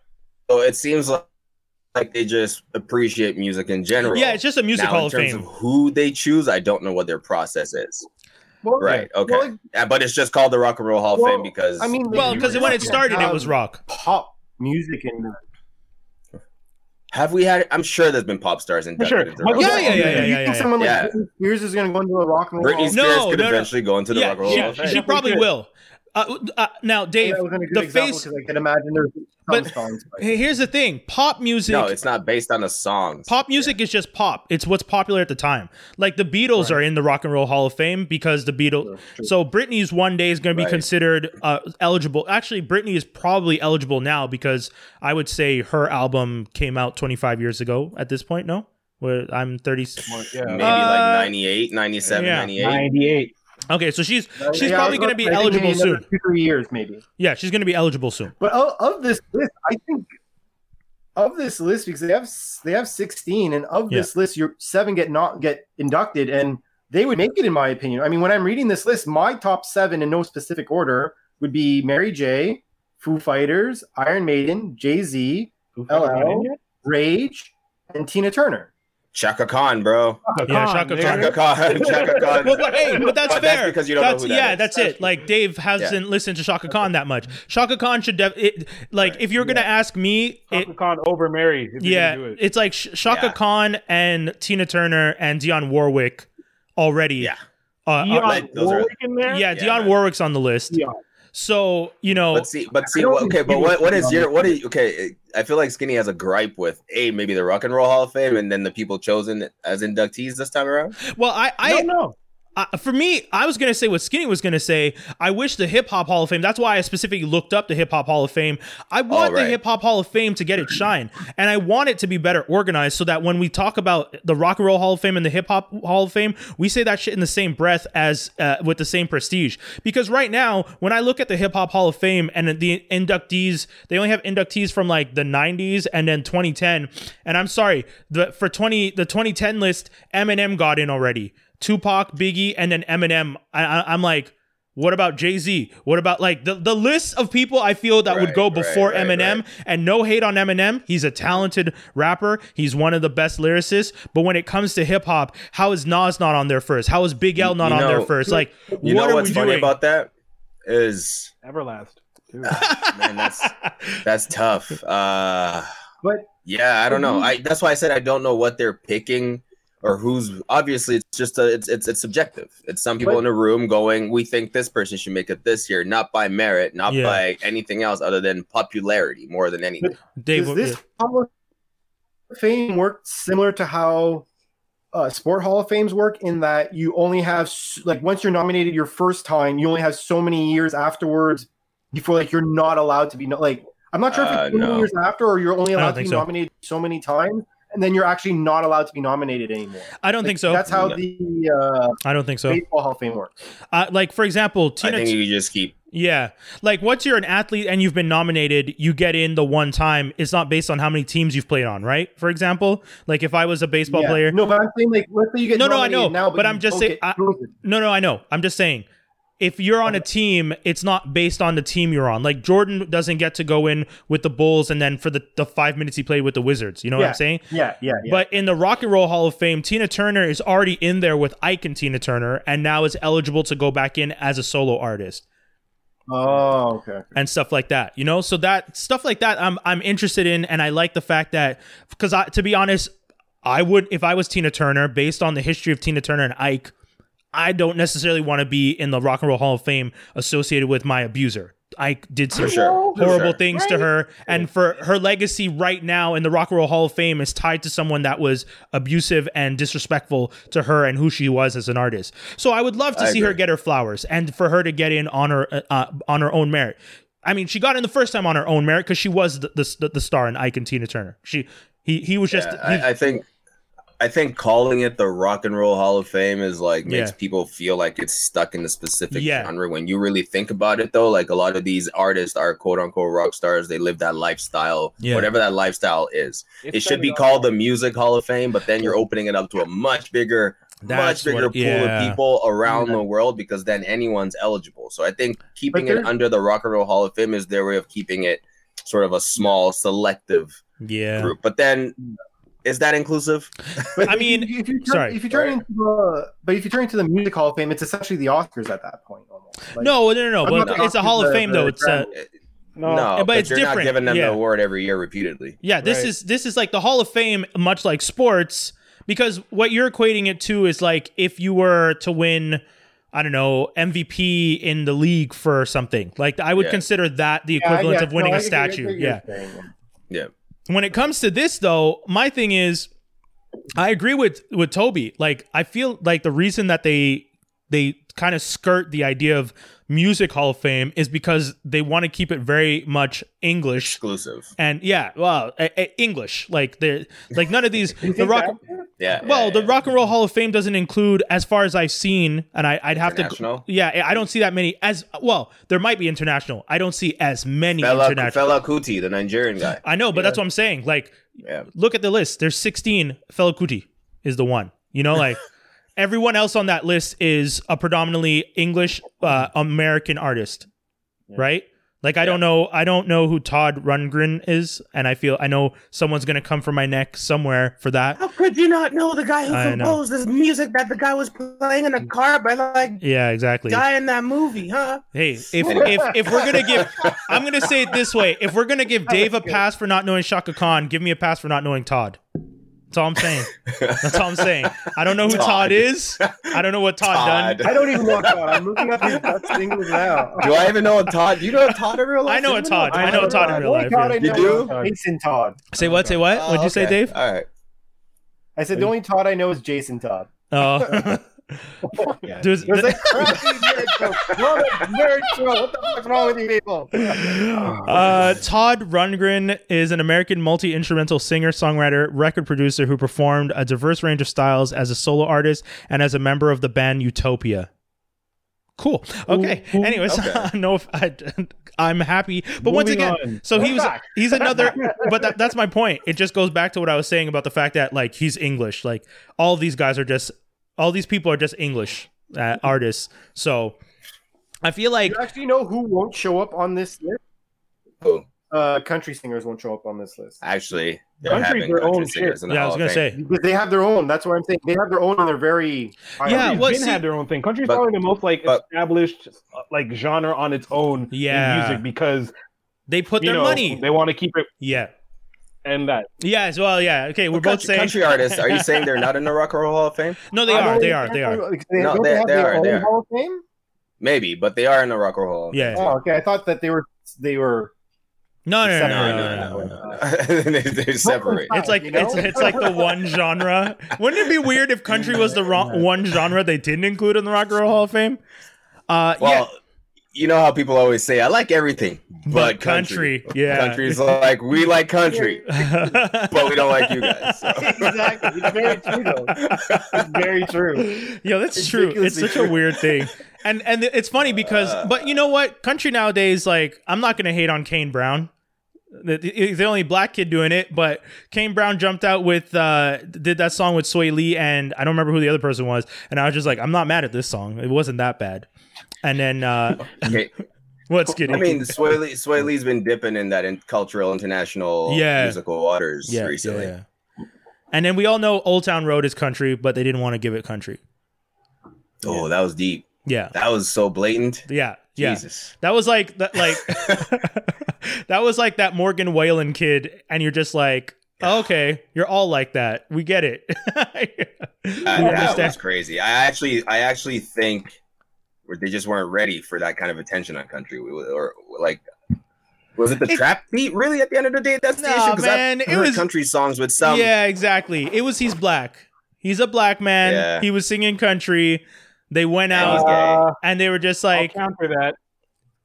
Speaker 2: it seems like like they just appreciate music in general.
Speaker 1: yeah, it's just a music
Speaker 2: now,
Speaker 1: hall
Speaker 2: in
Speaker 1: of
Speaker 2: terms
Speaker 1: fame.
Speaker 2: of who they choose, I don't know what their process is.
Speaker 3: Well,
Speaker 2: Right. Okay.
Speaker 3: well,
Speaker 2: Yeah, but it's just called the Rock and Roll Hall of Fame
Speaker 3: Well,
Speaker 2: because
Speaker 3: I mean,
Speaker 1: well, because when it started, it
Speaker 2: Um,
Speaker 1: was
Speaker 3: rock.
Speaker 1: rock.
Speaker 3: pop music in there.
Speaker 2: have we had? I'm sure there's been pop stars and
Speaker 4: For sure. Michael
Speaker 1: Yeah, yeah, yeah, yeah,
Speaker 3: you
Speaker 1: yeah,
Speaker 3: think
Speaker 1: yeah.
Speaker 3: someone like
Speaker 2: Yeah.
Speaker 3: Britney Spears is going to go into a rock and roll?
Speaker 2: Britney Spears
Speaker 1: No,
Speaker 2: could
Speaker 1: no, no.
Speaker 2: eventually go into the
Speaker 1: yeah,
Speaker 2: Rock and Roll Hall of
Speaker 1: she,
Speaker 2: Fame.
Speaker 1: she probably
Speaker 4: Definitely
Speaker 1: will. Uh, uh, now,
Speaker 3: Hall?
Speaker 1: Dave,
Speaker 3: That wasn't a good
Speaker 1: the
Speaker 3: example
Speaker 1: face-
Speaker 3: 'cause I can imagine there's some
Speaker 1: But-
Speaker 3: songs. like-
Speaker 1: hey, here's the thing: pop music.
Speaker 2: no, it's not based on the songs.
Speaker 1: Pop music is just pop. It's what's popular at the time. Like the Beatles are in the Rock and Roll Hall of Fame because the Beatles. So Britney's one day is going to be
Speaker 2: Right.
Speaker 1: considered uh, eligible. Actually, Britney is probably eligible now because I would say her album came out 25 years ago at this point. No, where I'm 30.
Speaker 2: Maybe
Speaker 4: Yeah.
Speaker 1: Uh,
Speaker 2: like 98, 97,
Speaker 1: yeah.
Speaker 2: 98.
Speaker 4: 98.
Speaker 1: Okay, so she's she's
Speaker 3: Yeah,
Speaker 1: probably
Speaker 3: I
Speaker 1: going to be
Speaker 3: think maybe
Speaker 1: eligible
Speaker 3: another
Speaker 1: soon.
Speaker 3: Two, three years, maybe.
Speaker 1: Yeah, she's going to be eligible soon.
Speaker 3: But of, of this list, I think of this list because they have s- they have sixteen, and of
Speaker 1: Yeah.
Speaker 3: this list, your seven get not get inducted, and they would make it, in my opinion. I mean, when I'm reading this list, my top seven in no specific order would be Mary J, Foo Fighters, Iron Maiden, Jay Z, LL, Rage, and Tina Turner.
Speaker 2: Chaka Khan, bro.
Speaker 1: Yeah, Chaka Khan.
Speaker 2: Chaka Khan. Chaka Khan.
Speaker 1: well, but, hey, but that's
Speaker 2: But
Speaker 1: fair.
Speaker 2: that's because you don't know
Speaker 1: That's-
Speaker 2: who that
Speaker 1: yeah,
Speaker 2: is.
Speaker 1: that's it. Like Dave hasn't listened to Shaka Khan that much. Shaka Khan should def- it, like if you're gonna ask me, it,
Speaker 4: Chaka Khan over Mary. if you're
Speaker 1: yeah,
Speaker 4: gonna do it.
Speaker 1: it's like Sh- Shaka
Speaker 2: Yeah.
Speaker 1: Khan and Tina Turner and Dionne Warwick already.
Speaker 2: Yeah.
Speaker 1: uh,
Speaker 4: Dionne
Speaker 1: uh,
Speaker 2: like, those are-
Speaker 4: Warwick in there?
Speaker 1: yeah,
Speaker 2: Yeah,
Speaker 1: Dionne
Speaker 2: man.
Speaker 1: Warwick's on the list.
Speaker 4: Yeah.
Speaker 1: So you know,
Speaker 2: But see, but see,
Speaker 3: don't
Speaker 2: what,
Speaker 3: think
Speaker 2: okay, but
Speaker 3: Skinny
Speaker 2: what, what is
Speaker 3: should be
Speaker 2: your
Speaker 3: on
Speaker 2: what? Are you, okay, I feel like Skinny has a gripe with a maybe the Rock and Roll Hall of Fame, and then the people chosen as inductees this time around.
Speaker 1: well, I, I
Speaker 4: No, no.
Speaker 1: uh, for me, I was gonna say what Skinny was gonna say. I wish the Hip Hop Hall of Fame. That's why I specifically looked up the Hip Hop Hall of Fame. I want the
Speaker 2: right.
Speaker 1: Hip Hop Hall of Fame to get its shine, and I want it to be better organized so that when we talk about the Rock and Roll Hall of Fame and the Hip Hop Hall of Fame, we say that shit in the same breath as uh, with the same prestige. Because right now, when I look at the Hip Hop Hall of Fame and the inductees, they only have inductees from like the '90s and then 2010. And I'm sorry, the for 20 the 2010 list, Eminem got in already. Tupac, Biggie, and then Eminem. I, I, I'm like, what about Jay Z? What about like the, the list of people I feel that would
Speaker 2: Right,
Speaker 1: go
Speaker 2: right,
Speaker 1: before
Speaker 2: right,
Speaker 1: Eminem? And no hate on Eminem. He's a talented rapper. He's one of the best lyricists. But when it comes to hip hop, how is Nas not on there first? How is Big L not
Speaker 2: you
Speaker 1: on there
Speaker 2: know-
Speaker 1: first? Like, what
Speaker 2: You know
Speaker 1: are
Speaker 2: what's
Speaker 1: we
Speaker 2: funny
Speaker 1: doing?
Speaker 2: about that is
Speaker 4: Everlast. too.
Speaker 2: man, that's that's tough. Uh,
Speaker 3: But-
Speaker 1: Mhm.
Speaker 2: yeah, I don't know. I that's why I said I don't know what they're picking or who's obviously it's just a it's it's, it's subjective. It's some people
Speaker 3: But-
Speaker 2: in a room going, we think this person should make it this year, not by merit, not
Speaker 1: Yeah.
Speaker 2: by anything else other than popularity more than anything.
Speaker 1: Dave,
Speaker 3: Does
Speaker 1: what-
Speaker 3: this
Speaker 1: yeah.
Speaker 3: Hall of Fame work similar to how uh, Sport Hall of Fames work in that you only have s- like once you're nominated your first time, you only have so many years afterwards before like you're not allowed to be no- like I'm not sure if it's
Speaker 2: Uh,
Speaker 3: so many
Speaker 2: no.
Speaker 3: years after or you're only
Speaker 1: I don't
Speaker 3: allowed to
Speaker 1: think
Speaker 3: be
Speaker 1: so.
Speaker 3: nominated so many times and then you're actually not allowed to be nominated anymore.
Speaker 1: I don't
Speaker 3: Like,
Speaker 1: think so.
Speaker 3: That's how
Speaker 2: No.
Speaker 3: the uh,
Speaker 1: I don't think so.
Speaker 3: baseball Hall of Fame works.
Speaker 1: Uh, like for example,
Speaker 2: I
Speaker 1: Tina.
Speaker 2: think you just keep
Speaker 1: yeah, like once you're an athlete and you've been nominated, you get in the one time. It's not based on how many teams you've played on, right? For example, like if I was a baseball
Speaker 3: Yeah.
Speaker 1: player,
Speaker 3: No, but I'm saying like let's say you get
Speaker 1: No, no, I
Speaker 3: nominated
Speaker 1: know,
Speaker 3: now,
Speaker 1: but
Speaker 3: you
Speaker 1: I'm just
Speaker 3: don't
Speaker 1: saying-
Speaker 3: get
Speaker 1: I-
Speaker 3: chosen.
Speaker 1: No, no, I know. I'm just saying, if you're on a team, it's not based on the team you're on. Like Jordan doesn't get to go in with the Bulls and then for the, the five minutes he played with the Wizards. You know what
Speaker 3: Yeah,
Speaker 1: I'm saying?
Speaker 3: yeah, yeah, yeah.
Speaker 1: But in the Rock and Roll Hall of Fame, Tina Turner is already in there with Ike and Tina Turner, and now is eligible to go back in as a solo artist
Speaker 3: oh, okay.
Speaker 1: and stuff like that. You know, so that stuff like that, I'm I'm interested in, and I like the fact that because I, to be honest, I would if I was Tina Turner, based on the history of Tina Turner and Ike, I don't necessarily want to be in the Rock and Roll Hall of Fame associated with my abuser. Ike did some
Speaker 2: for sure. for
Speaker 1: horrible
Speaker 2: sure.
Speaker 1: things to her, and for her legacy right now in the Rock and Roll Hall of Fame is tied to someone that was abusive and disrespectful to her and who she was as an artist. So I would love to
Speaker 2: I
Speaker 1: see her
Speaker 2: agree.
Speaker 1: get her flowers and for her to get in on her uh, uh, on her own merit. I mean, she got in the first time on her own merit because she was the, the the star in Ike and Tina Turner. She he he was just
Speaker 2: Yeah,
Speaker 1: he-
Speaker 2: I, I think I think calling it the Rock and Roll Hall of Fame is like makes
Speaker 1: Yeah.
Speaker 2: people feel like it's stuck in a specific
Speaker 1: Yeah.
Speaker 2: genre. When you really think about it, though, like a lot of these artists are quote unquote rock stars. They live that lifestyle,
Speaker 1: Yeah.
Speaker 2: whatever that lifestyle is.
Speaker 4: It's
Speaker 2: It should be
Speaker 4: started off-
Speaker 2: called the Music Hall of Fame, but then you're opening it up to a much bigger,
Speaker 1: That's
Speaker 2: much bigger
Speaker 1: what-
Speaker 2: pool
Speaker 1: yeah.
Speaker 2: of people around
Speaker 3: Yeah.
Speaker 2: the world because then anyone's eligible. So I think keeping it
Speaker 3: there's-
Speaker 2: under the Rock and Roll Hall of Fame is their way of keeping it sort of a small, selective
Speaker 1: yeah.
Speaker 2: group. But then, is that inclusive?
Speaker 3: But
Speaker 1: I
Speaker 3: if you-
Speaker 1: mean,
Speaker 3: if you turn,
Speaker 1: sorry.
Speaker 3: if you turn
Speaker 2: Right.
Speaker 3: into the, but if you turn into the music hall of fame, it's essentially the Oscars at that point. Almost. Like,
Speaker 1: No, no, no,
Speaker 3: I'm
Speaker 1: no.
Speaker 3: not
Speaker 1: But it's a
Speaker 3: talking
Speaker 1: Hall of
Speaker 3: the-
Speaker 1: Fame though.
Speaker 3: the
Speaker 1: It's uh,
Speaker 4: No,
Speaker 1: but
Speaker 2: but
Speaker 1: it's
Speaker 2: you're
Speaker 1: different,
Speaker 2: not giving them
Speaker 1: yeah.
Speaker 2: the award every year repeatedly.
Speaker 1: Yeah, this
Speaker 4: Right.
Speaker 1: is this is like the Hall of Fame, much like sports, because what you're equating it to is like if you were to win, I don't know, MVP in the league for something. Like I would
Speaker 2: Yeah.
Speaker 1: consider that the
Speaker 3: Yeah,
Speaker 1: equivalent
Speaker 3: yeah,
Speaker 1: of winning
Speaker 3: no, I
Speaker 1: a
Speaker 3: get- I get
Speaker 1: statue.
Speaker 3: what you're
Speaker 1: Yeah.
Speaker 3: saying.
Speaker 1: When it comes to this though, my thing is I agree with with Toby. Like I feel like the reason that they they kind of skirt the idea of music hall of fame is because they want to keep it very much English
Speaker 2: Exclusive.
Speaker 1: and yeah, well, uh, uh, English like they like none of these the
Speaker 4: think
Speaker 1: rock.
Speaker 2: Yeah.
Speaker 1: Well,
Speaker 2: yeah,
Speaker 1: the
Speaker 2: yeah.
Speaker 1: Rock and Roll Hall of Fame doesn't include, as far as I've seen, and I, I'd have to.
Speaker 2: International.
Speaker 1: Yeah, I- I don't see that many as well. There might be international. I don't see as many
Speaker 2: Fela,
Speaker 1: international.
Speaker 2: Fela Kuti, the Nigerian guy.
Speaker 1: I know, but that's what I'm saying. Like,
Speaker 2: Yeah.
Speaker 1: look at the list. There's 16. Fela Kuti is the one. You know, like everyone else on that list is a predominantly English uh, American artist, right? Like I don't know, I don't know who Todd Rundgren is, and I feel I know someone's gonna come for my neck somewhere for that.
Speaker 2: How could you not know the guy
Speaker 1: who I know. composed
Speaker 2: this music that the guy was playing in the car by like
Speaker 1: Yeah, exactly.
Speaker 2: in that movie, huh?
Speaker 1: Hey, if if if we're gonna give, I'm gonna say it this way: if we're gonna give Dave a pass for not knowing Shaka Khan, give me a pass for not knowing Todd. That's all I'm saying. That's all I'm saying. I don't know who Todd,
Speaker 2: Todd.
Speaker 1: is. I don't know what Todd,
Speaker 2: Todd.
Speaker 1: done.
Speaker 3: I don't even know Todd. I'm looking up his best singles now.
Speaker 2: Do I even know a Todd? Do you know a Todd in real life? Oh,
Speaker 1: I know a
Speaker 2: Even
Speaker 1: Todd. I know a Todd in real
Speaker 3: Only
Speaker 1: life.
Speaker 3: Todd
Speaker 1: yeah.
Speaker 3: I
Speaker 2: You
Speaker 3: know
Speaker 2: do?
Speaker 3: is Jason Todd.
Speaker 1: Say what? Say what?
Speaker 2: Oh,
Speaker 1: What'd you say,
Speaker 2: okay.
Speaker 1: Dave?
Speaker 2: All right.
Speaker 3: I said the only Todd I know is Jason Todd.
Speaker 1: Oh.
Speaker 3: Yeah.
Speaker 1: There's-
Speaker 3: There's like crappy nerd jokes. Love it, nerd joke. What the fuck's wrong with you people?
Speaker 1: Uh, Todd Rundgren is an American multi instrumental singer, songwriter, record producer who performed a diverse range of styles as a solo artist and as a member of the band Utopia. Cool. Okay. Anyways,
Speaker 2: Okay.
Speaker 1: no, I, I'm happy. But once
Speaker 4: Moving
Speaker 1: again,
Speaker 4: on.
Speaker 1: so he was he's another. but that, that's my point. It just goes back to what I was saying about the fact that like he's English. Like all these guys are just all these people are just English uh, artists. So I feel like
Speaker 3: You actually know who won't show up on this list?
Speaker 2: Cool.
Speaker 3: Uh, country singers won't show up on this list.
Speaker 2: Actually, they're
Speaker 4: Country's
Speaker 2: having
Speaker 4: their
Speaker 2: country
Speaker 4: own
Speaker 2: singers in the
Speaker 1: yeah, I
Speaker 2: Hall
Speaker 1: was
Speaker 2: of
Speaker 1: gonna
Speaker 2: Fame.
Speaker 1: say
Speaker 3: Because they have their own. That's what I'm saying. They have their own, and they're very.
Speaker 1: Yeah,
Speaker 4: Country's
Speaker 1: well,
Speaker 4: been
Speaker 1: see-
Speaker 4: had their own thing. Country's
Speaker 2: But-
Speaker 4: probably the most like
Speaker 2: but-
Speaker 4: established uh, like genre on its own in
Speaker 1: Yeah.
Speaker 4: music because
Speaker 1: They put
Speaker 4: you
Speaker 1: their
Speaker 4: know,
Speaker 1: money.
Speaker 4: they want to keep it
Speaker 1: yeah.
Speaker 4: and that.
Speaker 1: Yes, well, yeah. Okay, we're both
Speaker 2: country,
Speaker 1: saying
Speaker 2: country artists. Are you saying they're not in the Rock and Roll Hall of Fame?
Speaker 1: no. They
Speaker 3: I
Speaker 1: are.
Speaker 3: don't
Speaker 1: They are. They
Speaker 3: exactly-
Speaker 1: are.
Speaker 3: like,
Speaker 2: No,
Speaker 3: don't
Speaker 2: they-
Speaker 3: have
Speaker 2: they
Speaker 3: their
Speaker 2: are, they
Speaker 3: own
Speaker 2: are.
Speaker 3: Hall of Fame?
Speaker 2: Maybe, but they are in the Rock and Roll Hall. of
Speaker 1: Yeah.
Speaker 3: Oh, okay. I thought that they were they were
Speaker 1: No, no, no,
Speaker 2: Fame.
Speaker 1: no,
Speaker 2: No,
Speaker 1: no, no, no.
Speaker 2: no, no, no. they, they separate.
Speaker 1: It's like
Speaker 3: You know?
Speaker 1: it's, it's like the one genre. Wouldn't it be weird if country was the wrong, one genre they didn't include in the Rock and Roll Hall of Fame? Uh,
Speaker 2: Well, you know how people always say, "I like everything,"
Speaker 1: yeah,
Speaker 2: but
Speaker 1: but country, yeah,
Speaker 2: Country's like, "We like country, but
Speaker 1: but
Speaker 2: we don't like you guys." So.
Speaker 3: exactly. It's very true though. It's very true.
Speaker 1: Yo, that's true. It's
Speaker 2: Ridiculously
Speaker 1: such a
Speaker 2: true.
Speaker 1: weird thing. And and it's funny because but you know what? Country nowadays, like, I'm not gonna hate on Kane Brown. The- the- He's the only black kid doing it, but Kane Brown jumped out with uh did that song with Sway Lee and I don't remember who the other person was, and I was just like, I'm not mad at this song. It wasn't that bad. And then uh
Speaker 2: Okay,
Speaker 1: what's getting
Speaker 2: I mean, Sway, Lee, Sway Lee's been dipping in that in cultural international
Speaker 1: Yeah.
Speaker 2: musical waters recently.
Speaker 1: And then we all know Old Town Road is country, but they didn't want to give it country.
Speaker 2: Oh, that was deep.
Speaker 1: Yeah.
Speaker 2: That was so blatant.
Speaker 1: Yeah. Yeah.
Speaker 2: Jesus.
Speaker 1: That was like that like that was like that Morgan Whalen kid, and you're just like, okay, you're all like that. We get it. we
Speaker 2: Uh, that
Speaker 1: understand.
Speaker 2: was crazy. I actually, I actually think where they just weren't ready for that kind of attention on country. We were- or like, was it the
Speaker 1: It-
Speaker 2: trap beat? Really, at the end of the day, that's the
Speaker 1: No,
Speaker 2: issue. Because
Speaker 1: man,
Speaker 2: I've
Speaker 1: it
Speaker 2: heard
Speaker 1: was-
Speaker 2: country songs with some.
Speaker 1: yeah, exactly. It was he's black. He's a black man.
Speaker 2: Yeah.
Speaker 1: He was singing country. They went
Speaker 2: And he's
Speaker 1: out
Speaker 2: gay.
Speaker 4: Uh,
Speaker 1: and they were just
Speaker 4: I'll
Speaker 1: like,
Speaker 4: counter that.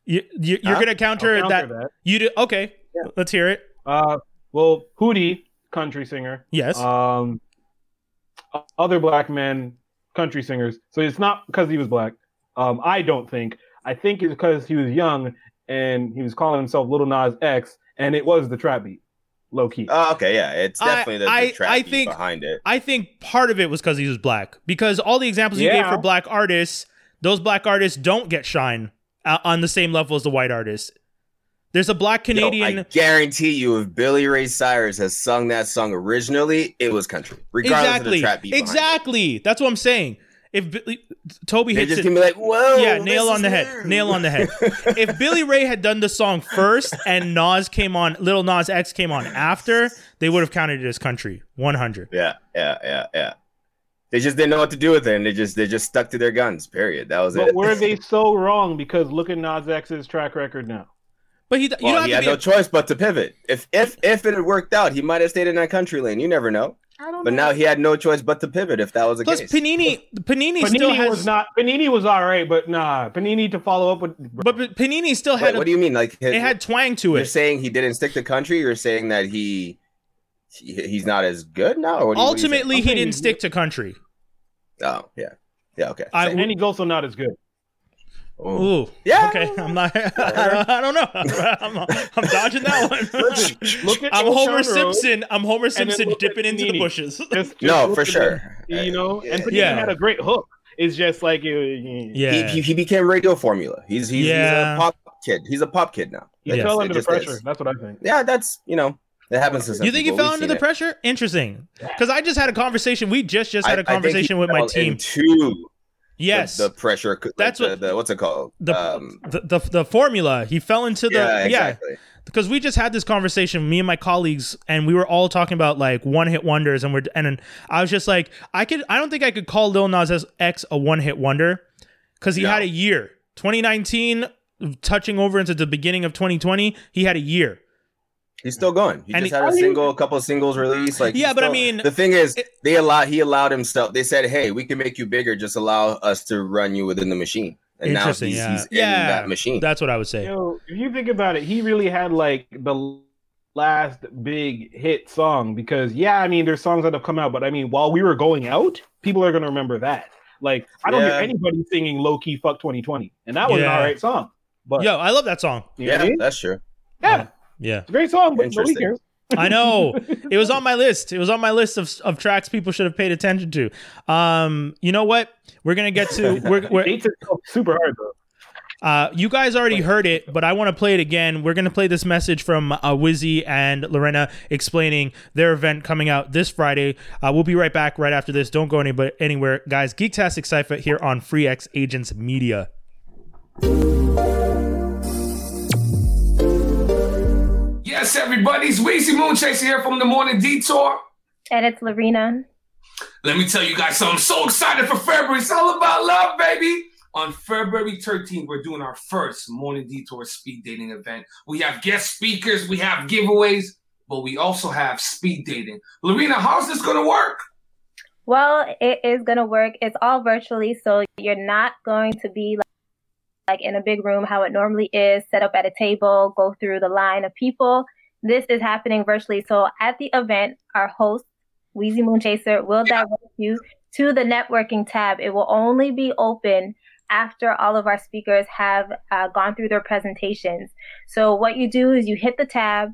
Speaker 1: you, you, you're
Speaker 2: Huh?
Speaker 1: gonna counter,
Speaker 4: I'll
Speaker 1: that.
Speaker 4: counter that.
Speaker 1: You do okay. Let's hear it.
Speaker 4: Uh, well, Hootie, country singer.
Speaker 1: Yes.
Speaker 4: Um, other black men, country singers. So it's not because he was black. Um, I don't think. I think it's because he was young and he was calling himself Little Nas X, and it was the trap beat, low key.
Speaker 2: Oh, okay, yeah, it's
Speaker 1: I-
Speaker 2: definitely the, the
Speaker 1: I-
Speaker 2: trap
Speaker 1: I
Speaker 2: beat
Speaker 1: think-
Speaker 2: behind it.
Speaker 1: I think part of it was because he was black. Because all the examples you gave
Speaker 4: Yeah.
Speaker 1: for black artists, those black artists don't get shine uh, on the same level as the white artists. There's a black
Speaker 2: Yo,
Speaker 1: Canadian.
Speaker 2: I guarantee you, if Billy Ray Cyrus has sung that song originally, it was country, regardless of the
Speaker 1: exactly.
Speaker 2: trap beat. behind it.
Speaker 1: exactly. That's what I'm saying. If Billy, Toby
Speaker 2: They
Speaker 1: hits
Speaker 2: just
Speaker 1: it,
Speaker 2: can be like, "Whoa!"
Speaker 1: yeah,
Speaker 2: this
Speaker 1: nail on
Speaker 2: is
Speaker 1: the head,
Speaker 2: new."
Speaker 1: nail on the head. if Billy Ray had done the song first and Nas came on, Little Nas X came on after, they would have counted it as country, 100.
Speaker 2: Yeah, yeah, yeah, yeah. They just didn't know what to do with it, and they just they just stuck to their guns. Period. That was it.
Speaker 4: but were they so wrong? Because look at Nas X's track record now.
Speaker 1: But he, you
Speaker 2: well,
Speaker 1: don't
Speaker 2: he
Speaker 1: have
Speaker 2: had
Speaker 1: to be. a-
Speaker 2: no choice but to pivot. If if if it had worked out, he might have stayed in that country lane. You never know. But now he had no choice but to pivot. If that was the
Speaker 1: plus,
Speaker 2: case,
Speaker 1: Panini, Panini, still
Speaker 4: Panini
Speaker 1: has
Speaker 4: was not. Panini was all right, but nah. Panini to follow up with.
Speaker 1: But, but Panini still
Speaker 2: Wait,
Speaker 1: had
Speaker 2: what
Speaker 1: a,
Speaker 2: do you mean? Like his,
Speaker 1: it had twang to
Speaker 2: you're
Speaker 1: it.
Speaker 2: saying he didn't stick to country. You're saying that he, he he's not as good now. Or what do you- what do you think?
Speaker 1: Ultimately, he
Speaker 4: saying?
Speaker 1: didn't stick to country.
Speaker 2: Oh yeah, yeah. Okay.
Speaker 1: I-
Speaker 2: Same.
Speaker 4: And he's also not as good.
Speaker 2: Ooh.
Speaker 1: Ooh,
Speaker 2: Yeah.
Speaker 1: Okay, I'm not. I don't know. I'm, I'm dodging that one.
Speaker 4: Look at
Speaker 1: I'm
Speaker 4: Old
Speaker 1: Homer
Speaker 4: Town Road.
Speaker 1: Simpson. I'm Homer
Speaker 4: then
Speaker 1: Simpson
Speaker 4: look at
Speaker 1: dipping into the
Speaker 4: Panini.
Speaker 1: bushes.
Speaker 4: Just- just
Speaker 2: No,
Speaker 4: look
Speaker 2: for
Speaker 4: at them.
Speaker 2: sure.
Speaker 4: you know, and Panini
Speaker 1: Yeah.
Speaker 4: had a great hook. It's just like you,
Speaker 2: He,
Speaker 4: you,
Speaker 1: Yeah,
Speaker 2: he, he became radio formula. He's he's,
Speaker 1: Yeah.
Speaker 2: he's a pop kid. He's a pop kid now.
Speaker 4: he
Speaker 1: Yeah.
Speaker 2: That's-
Speaker 4: fell
Speaker 2: it
Speaker 4: under the
Speaker 2: just is.
Speaker 4: pressure. That's what I think.
Speaker 2: Yeah, that's you know that happens to some
Speaker 1: you think he
Speaker 2: people.
Speaker 1: fell
Speaker 2: We've
Speaker 1: under
Speaker 2: seen
Speaker 1: the
Speaker 2: it.
Speaker 1: pressure? Interesting, because I just had a conversation. We just just
Speaker 2: I-
Speaker 1: had a
Speaker 2: I think he
Speaker 1: conversation with my
Speaker 2: fell
Speaker 1: team.
Speaker 2: Into
Speaker 1: yes,
Speaker 2: the, the pressure. co- like
Speaker 1: That's
Speaker 2: the,
Speaker 1: what-
Speaker 2: the- what's it called?
Speaker 1: the-
Speaker 2: um,
Speaker 1: the, the the formula. He fell into the
Speaker 2: yeah,
Speaker 1: yeah.
Speaker 2: exactly.
Speaker 1: because we just had this conversation, me and my colleagues, and we were all talking about like one hit wonders, and we're and then I was just like, I could, I don't think I could call Lil Nas X a one hit wonder because he
Speaker 2: No.
Speaker 1: had a year, 2019, touching over into the beginning of 2020, he had a year.
Speaker 2: He's still going. He
Speaker 1: And he-
Speaker 2: just had a single, a couple of singles released. Like
Speaker 1: Yeah,
Speaker 2: he's
Speaker 1: but I
Speaker 2: still-
Speaker 1: mean-
Speaker 2: the thing is,
Speaker 1: it-
Speaker 2: they allowed he allowed himself. They said, "Hey, we can make you bigger. Just allow us to run you within the machine." And now he's,
Speaker 1: Interesting, yeah.
Speaker 2: he's in
Speaker 1: Yeah.
Speaker 2: that machine.
Speaker 1: That's what I would say.
Speaker 4: Yo, if you think about it, he really had like the last big hit song because yeah, I mean, there's songs that have come out, but I mean, while we were going out, people are gonna remember that. Like, I don't
Speaker 2: Yeah.
Speaker 4: hear anybody singing "Low Key Fuck 2020," and that was
Speaker 1: Yeah.
Speaker 4: an all right song. But
Speaker 1: Yo, I love that song.
Speaker 4: you know what I
Speaker 2: yeah,
Speaker 4: mean?
Speaker 2: that's true.
Speaker 4: yeah,
Speaker 1: Yeah,
Speaker 4: it's a great song, but nobody
Speaker 2: Interesting.
Speaker 4: cares.
Speaker 1: I know. It was on my list. It was on my list of, of tracks people should have paid attention to. Um, you know what? We're gonna get to we're, we're
Speaker 4: Dates itself super hard though.
Speaker 1: Uh, you guys already heard it, but I want to play it again. We're going to play this message from uh, Wizzy and Lorena explaining their event coming out this Friday. Uh, we'll be right back right after this. Don't go any- anywhere, guys. Geektastic Cypher here on Free X Agents Media.
Speaker 5: Yes, Yes, everybody. It's Weezy Moonchaser here from the Morning Detour.
Speaker 6: And it's Lorena.
Speaker 5: Let me tell you guys something. I'm so excited for February. It's all about love, baby. On February 13th, we're doing our first Morning Detour speed dating event. We have guest speakers, we have giveaways, but we also have speed dating. Lorena, how's this going to work?
Speaker 6: Well, it is going to work. It's all virtually, so you're not going to be like, like in a big room how it normally is, set up at a table, go through the line of people. This is happening virtually. So at the event, our host, Wheezy Moonchaser, will direct you to the networking tab. It will only be open after all of our speakers have uh, gone through their presentations. So what you do is you hit the tab,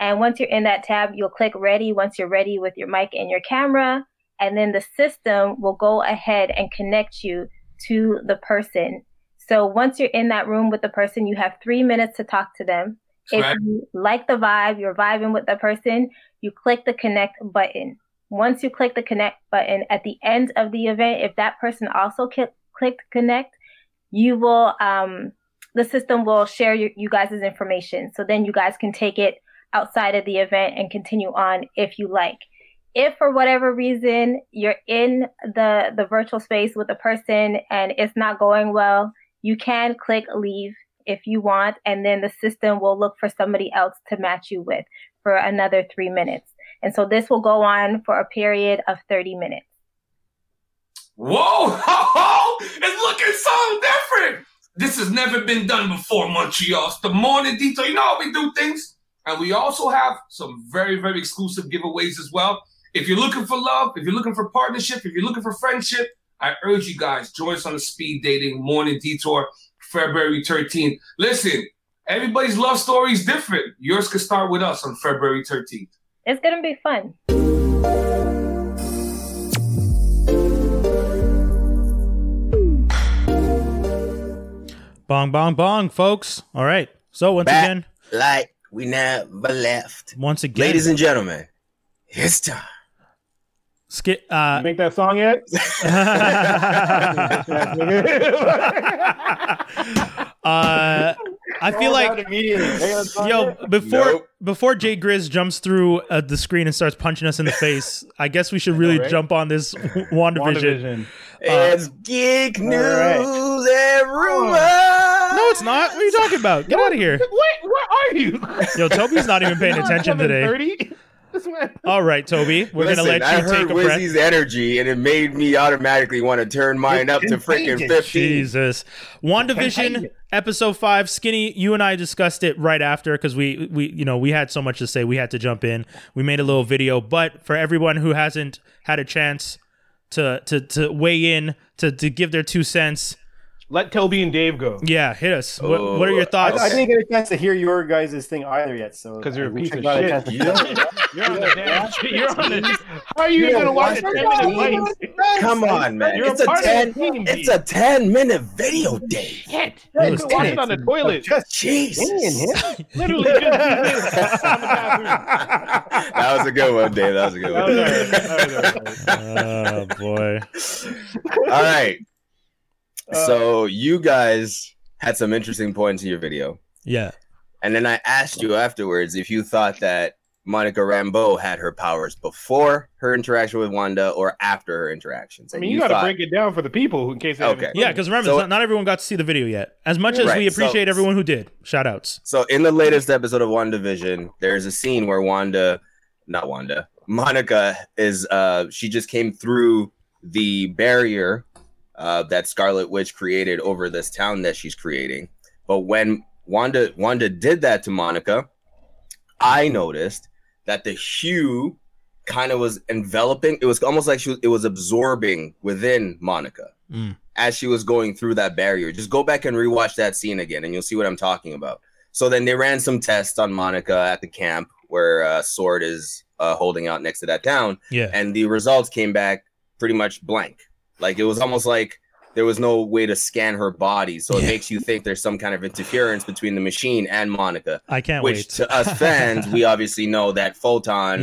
Speaker 6: and once you're in that tab, you'll click ready. Once you're ready with your mic and your camera, and then the system will go ahead and connect you to the person. So once you're in that room with the person, you have three minutes to talk to them.
Speaker 5: Right.
Speaker 6: If you like the vibe, you're vibing with the person, you click the connect button. Once you click the connect button at the end of the event, if that person also ki- clicked connect, you will, um, the system will share your, you guys' information. So then you guys can take it outside of the event and continue on if you like if for whatever reason you're in the the virtual space with a person and it's not going well you can click leave if you want and then the system will look for somebody else to match you with for another three minutes and so this will go on for a period of 30 minutes
Speaker 5: Whoa, ho, ho, it's looking so different. This has never been done before, Montreal. It's the morning detail. You know how we do things. And we also have some very, very exclusive giveaways as well. If you're looking for love, if you're looking for partnership, if you're looking for friendship, I urge you guys, join us on the speed dating morning detour February 13th. Listen, everybody's love story is different. Yours could start with us on February 13th.
Speaker 6: it's gonna be fun
Speaker 1: Bong, bong, bong, folks. All right. So once
Speaker 2: Back.
Speaker 1: again,
Speaker 2: Like we never left.
Speaker 1: once again,
Speaker 2: Ladies and gentlemen, it's time.
Speaker 1: skit.
Speaker 4: You
Speaker 1: Uh,
Speaker 4: make that song yet?
Speaker 1: uh, I feel like yo before
Speaker 2: Nope.
Speaker 1: before Jay Grizz jumps through uh, the screen and starts punching us in the face. I guess we should really
Speaker 4: right?
Speaker 1: jump on this WandaVision.
Speaker 4: WandaVision.
Speaker 2: It's geek news
Speaker 4: right.
Speaker 2: and rumors.
Speaker 1: No, it's not. What are you talking about? Get out of here.
Speaker 4: Wait, where are you?
Speaker 1: Yo, Toby's not even paying attention today.
Speaker 4: 30? This man.
Speaker 1: All right, Toby, we're
Speaker 2: Listen,
Speaker 1: gonna
Speaker 2: I
Speaker 1: let you
Speaker 2: heard
Speaker 1: take a breath.
Speaker 2: Wizzy's energy, and it made me automatically want to turn mine up to freaking fifteen.
Speaker 1: Jesus. WandaVision episode 5 Skinny, you and I discussed it right after cuz we we you know, we had so much to say. We had to jump in. We made a little video, but for everyone who hasn't had a chance to to to weigh in, to to give their two cents,
Speaker 4: Let Toby and Dave go.
Speaker 1: yeah, hit us. what, what are your
Speaker 2: Oh,
Speaker 3: I,
Speaker 1: thoughts?
Speaker 3: I didn't get a chance to hear your guys' thing either yet, so
Speaker 4: 'Cause you're a
Speaker 3: I
Speaker 4: piece of
Speaker 3: not
Speaker 4: shit.
Speaker 3: chance to-
Speaker 2: Yeah.
Speaker 4: You're on the damn shit. You're on the. How are you,
Speaker 2: You
Speaker 4: going to
Speaker 2: don't
Speaker 4: watch a 10
Speaker 2: watch
Speaker 4: minute
Speaker 2: it.
Speaker 4: fight?
Speaker 2: Come on, man!
Speaker 4: You're
Speaker 2: It's
Speaker 4: a
Speaker 2: a
Speaker 4: part of the
Speaker 2: ten.
Speaker 4: team,
Speaker 2: It's
Speaker 4: dude.
Speaker 2: a ten-minute video, Dave.
Speaker 4: Shit.
Speaker 1: It
Speaker 4: You
Speaker 1: was
Speaker 4: can watch it
Speaker 1: tense.
Speaker 4: on the toilet.
Speaker 3: Just
Speaker 2: Jesus.
Speaker 3: him.
Speaker 4: Literally just do this on the bathroom.
Speaker 2: that was a good one, Dave. That was a good one.
Speaker 4: That was all right. That was all right.
Speaker 1: oh boy.
Speaker 2: All right.
Speaker 4: Uh,
Speaker 2: so you guys had some interesting points in your video,
Speaker 1: Yeah.
Speaker 2: and then I asked you afterwards if you thought that Monica Rambeau had her powers before her interaction with Wanda or after her interactions.
Speaker 4: I
Speaker 2: And
Speaker 4: mean, you, got to
Speaker 2: thought-
Speaker 4: break it down for the people who, in case they
Speaker 2: Okay.
Speaker 4: haven't-
Speaker 1: Yeah, cuz remember
Speaker 2: So-
Speaker 1: not, not everyone got to see the video yet. As much as
Speaker 2: Right,
Speaker 1: we appreciate
Speaker 2: so-
Speaker 1: everyone who did. Shout outs.
Speaker 2: So in the latest episode of WandaVision, there's a scene where Wanda, not Wanda, Monica is uh she just came through the barrier uh that Scarlet Witch created over this town that she's creating. But when Wanda Wanda did that to Monica, I noticed that the hue kind of was enveloping. It was almost like she was, it was absorbing within Monica
Speaker 1: Mm.
Speaker 2: as she was going through that barrier. Just go back and rewatch that scene again, and you'll see what I'm talking about. So then they ran some tests on Monica at the camp where uh, Sword is uh, holding out next to that town,
Speaker 1: Yeah.
Speaker 2: and the results came back pretty much blank. Like it was almost like there was no way to scan her body. So it
Speaker 1: Yeah.
Speaker 2: makes you think there's some kind of interference between the machine and Monica.
Speaker 1: I can't
Speaker 2: which
Speaker 1: wait.
Speaker 2: to us fans, we obviously know that photon.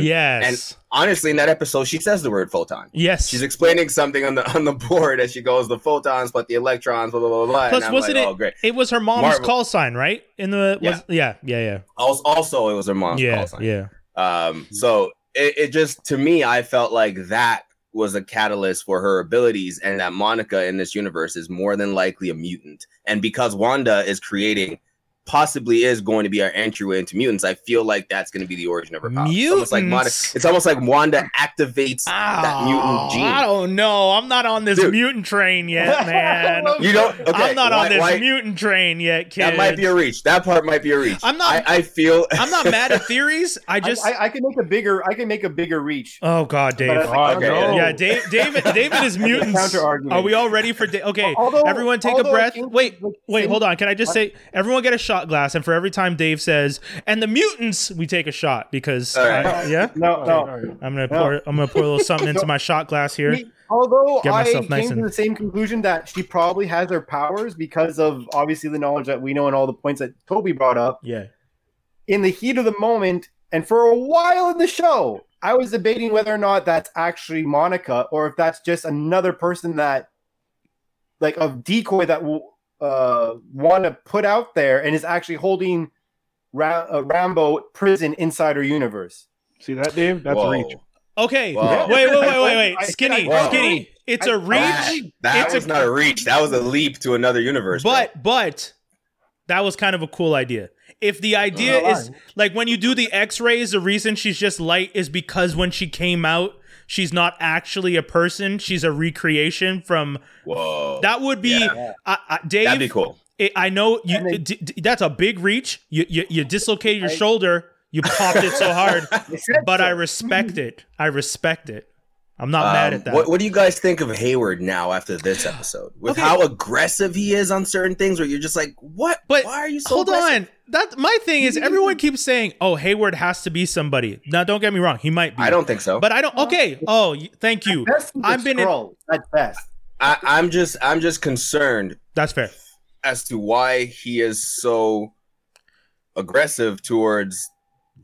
Speaker 1: yes.
Speaker 2: Honestly, in that episode, she says the word photon.
Speaker 1: yes.
Speaker 2: She's explaining something on the on the board as she goes, the photons, but the electrons, blah blah blah blah.
Speaker 1: Plus,
Speaker 2: and I'm
Speaker 1: wasn't
Speaker 2: like, oh great.
Speaker 1: it was her mom's
Speaker 2: Marvel.
Speaker 1: call sign, right? In the was, yeah, yeah,
Speaker 2: Also, also it was her
Speaker 1: yeah,
Speaker 2: mom's
Speaker 1: yeah,
Speaker 2: call sign.
Speaker 1: yeah.
Speaker 2: Um,
Speaker 1: Mm-hmm.
Speaker 2: so it, it just to me, I felt like that was a catalyst for her abilities, and that Monica in this universe is more than likely a mutant. And because Wanda is creating, possibly is going to be our entryway into mutants, I feel like that's going to be the origin of her power. It's almost like Monica,
Speaker 1: Mutants?
Speaker 2: it's almost like Wanda activates.
Speaker 1: Oh,
Speaker 2: mutant gene.
Speaker 1: I don't know. I'm not on this
Speaker 2: Dude.
Speaker 1: mutant train yet, man.
Speaker 2: You don't. Okay,
Speaker 1: I'm not
Speaker 2: why-
Speaker 1: on this
Speaker 2: why-
Speaker 1: mutant train yet, kid.
Speaker 2: That might be a reach. That part might be a reach.
Speaker 1: I'm not-
Speaker 2: I, I feel.
Speaker 1: I'm not mad at theories. I
Speaker 3: I,
Speaker 1: just.
Speaker 3: I, I can make a bigger. I can make a bigger reach.
Speaker 1: oh God, Dave.
Speaker 3: But I- I don't
Speaker 2: Okay.
Speaker 3: know.
Speaker 1: Yeah, Dave, David. David is mutants.
Speaker 3: Counter-argument.
Speaker 1: Are we all ready for? Da- okay,
Speaker 3: Although-
Speaker 1: everyone, take a
Speaker 3: although I
Speaker 1: breath.
Speaker 3: think
Speaker 1: Wait,
Speaker 3: the
Speaker 1: wait,
Speaker 3: thing-
Speaker 1: hold on. Can I just say, everyone get a shot glass, and for every time Dave says, "and the mutants," we take a shot because,
Speaker 2: All right.
Speaker 1: I- yeah,
Speaker 3: No, no.
Speaker 1: I'm gonna
Speaker 3: No.
Speaker 1: pour. I'm gonna pour a little something into
Speaker 3: So-
Speaker 1: my shot glass here.
Speaker 3: Me- although
Speaker 1: Get
Speaker 3: I
Speaker 1: myself
Speaker 3: came
Speaker 1: nice
Speaker 3: to
Speaker 1: and-
Speaker 3: the same conclusion that she probably has her powers because of obviously the knowledge that we know and all the points that Toby brought up
Speaker 1: Yeah.
Speaker 3: in the heat of the moment. And for a while in the show, I was debating whether or not that's actually Monica or if that's just another person that, like, a decoy that will uh, want to put out there and is actually holding Ra- uh, Rambo prison inside her universe.
Speaker 4: See that, Dave? That's
Speaker 2: Whoa.
Speaker 4: reach.
Speaker 1: Okay.
Speaker 2: Wow.
Speaker 1: Wait, wait, wait, wait,
Speaker 3: I
Speaker 1: wait.
Speaker 3: said
Speaker 1: Skinny,
Speaker 3: I-
Speaker 2: Wow.
Speaker 1: skinny. It's a
Speaker 2: That-
Speaker 1: reach,
Speaker 2: That
Speaker 1: It's a-
Speaker 2: was not a reach. That was a leap to another universe. bro.
Speaker 1: but but that was kind of a cool idea. If the idea
Speaker 3: Uh,
Speaker 1: is like when you do the X-rays, the reason she's just light is because when she came out, she's not actually a person. She's a recreation from.
Speaker 2: whoa,
Speaker 1: That would be
Speaker 2: Yeah.
Speaker 1: I, I, Dave.
Speaker 2: that'd be cool.
Speaker 1: it- I know you.
Speaker 3: And they-
Speaker 1: d- d- that's a big reach. You you, you dislocated your
Speaker 3: I-
Speaker 1: shoulder. You popped it so hard.
Speaker 3: They said
Speaker 1: but
Speaker 3: so.
Speaker 1: I respect it. I respect it. I'm not
Speaker 2: Um,
Speaker 1: mad at that.
Speaker 2: What, what do you guys think of Hayward now after this episode? With
Speaker 1: Okay.
Speaker 2: how aggressive he is on certain things, where you're just like, "What?
Speaker 1: But
Speaker 2: Why are you so
Speaker 1: Hold
Speaker 2: aggressive?
Speaker 1: on. That my thing is everyone keeps saying, "Oh, Hayward has to be somebody." Now, don't get me wrong, he might be.
Speaker 2: I don't think so. But
Speaker 1: But I don't. Okay. Oh, y- thank you.
Speaker 3: Best of the
Speaker 1: I've been in-
Speaker 3: Skrull, at best.
Speaker 2: I, I'm just, I'm just concerned
Speaker 1: That's fair.
Speaker 2: as to why he is so aggressive towards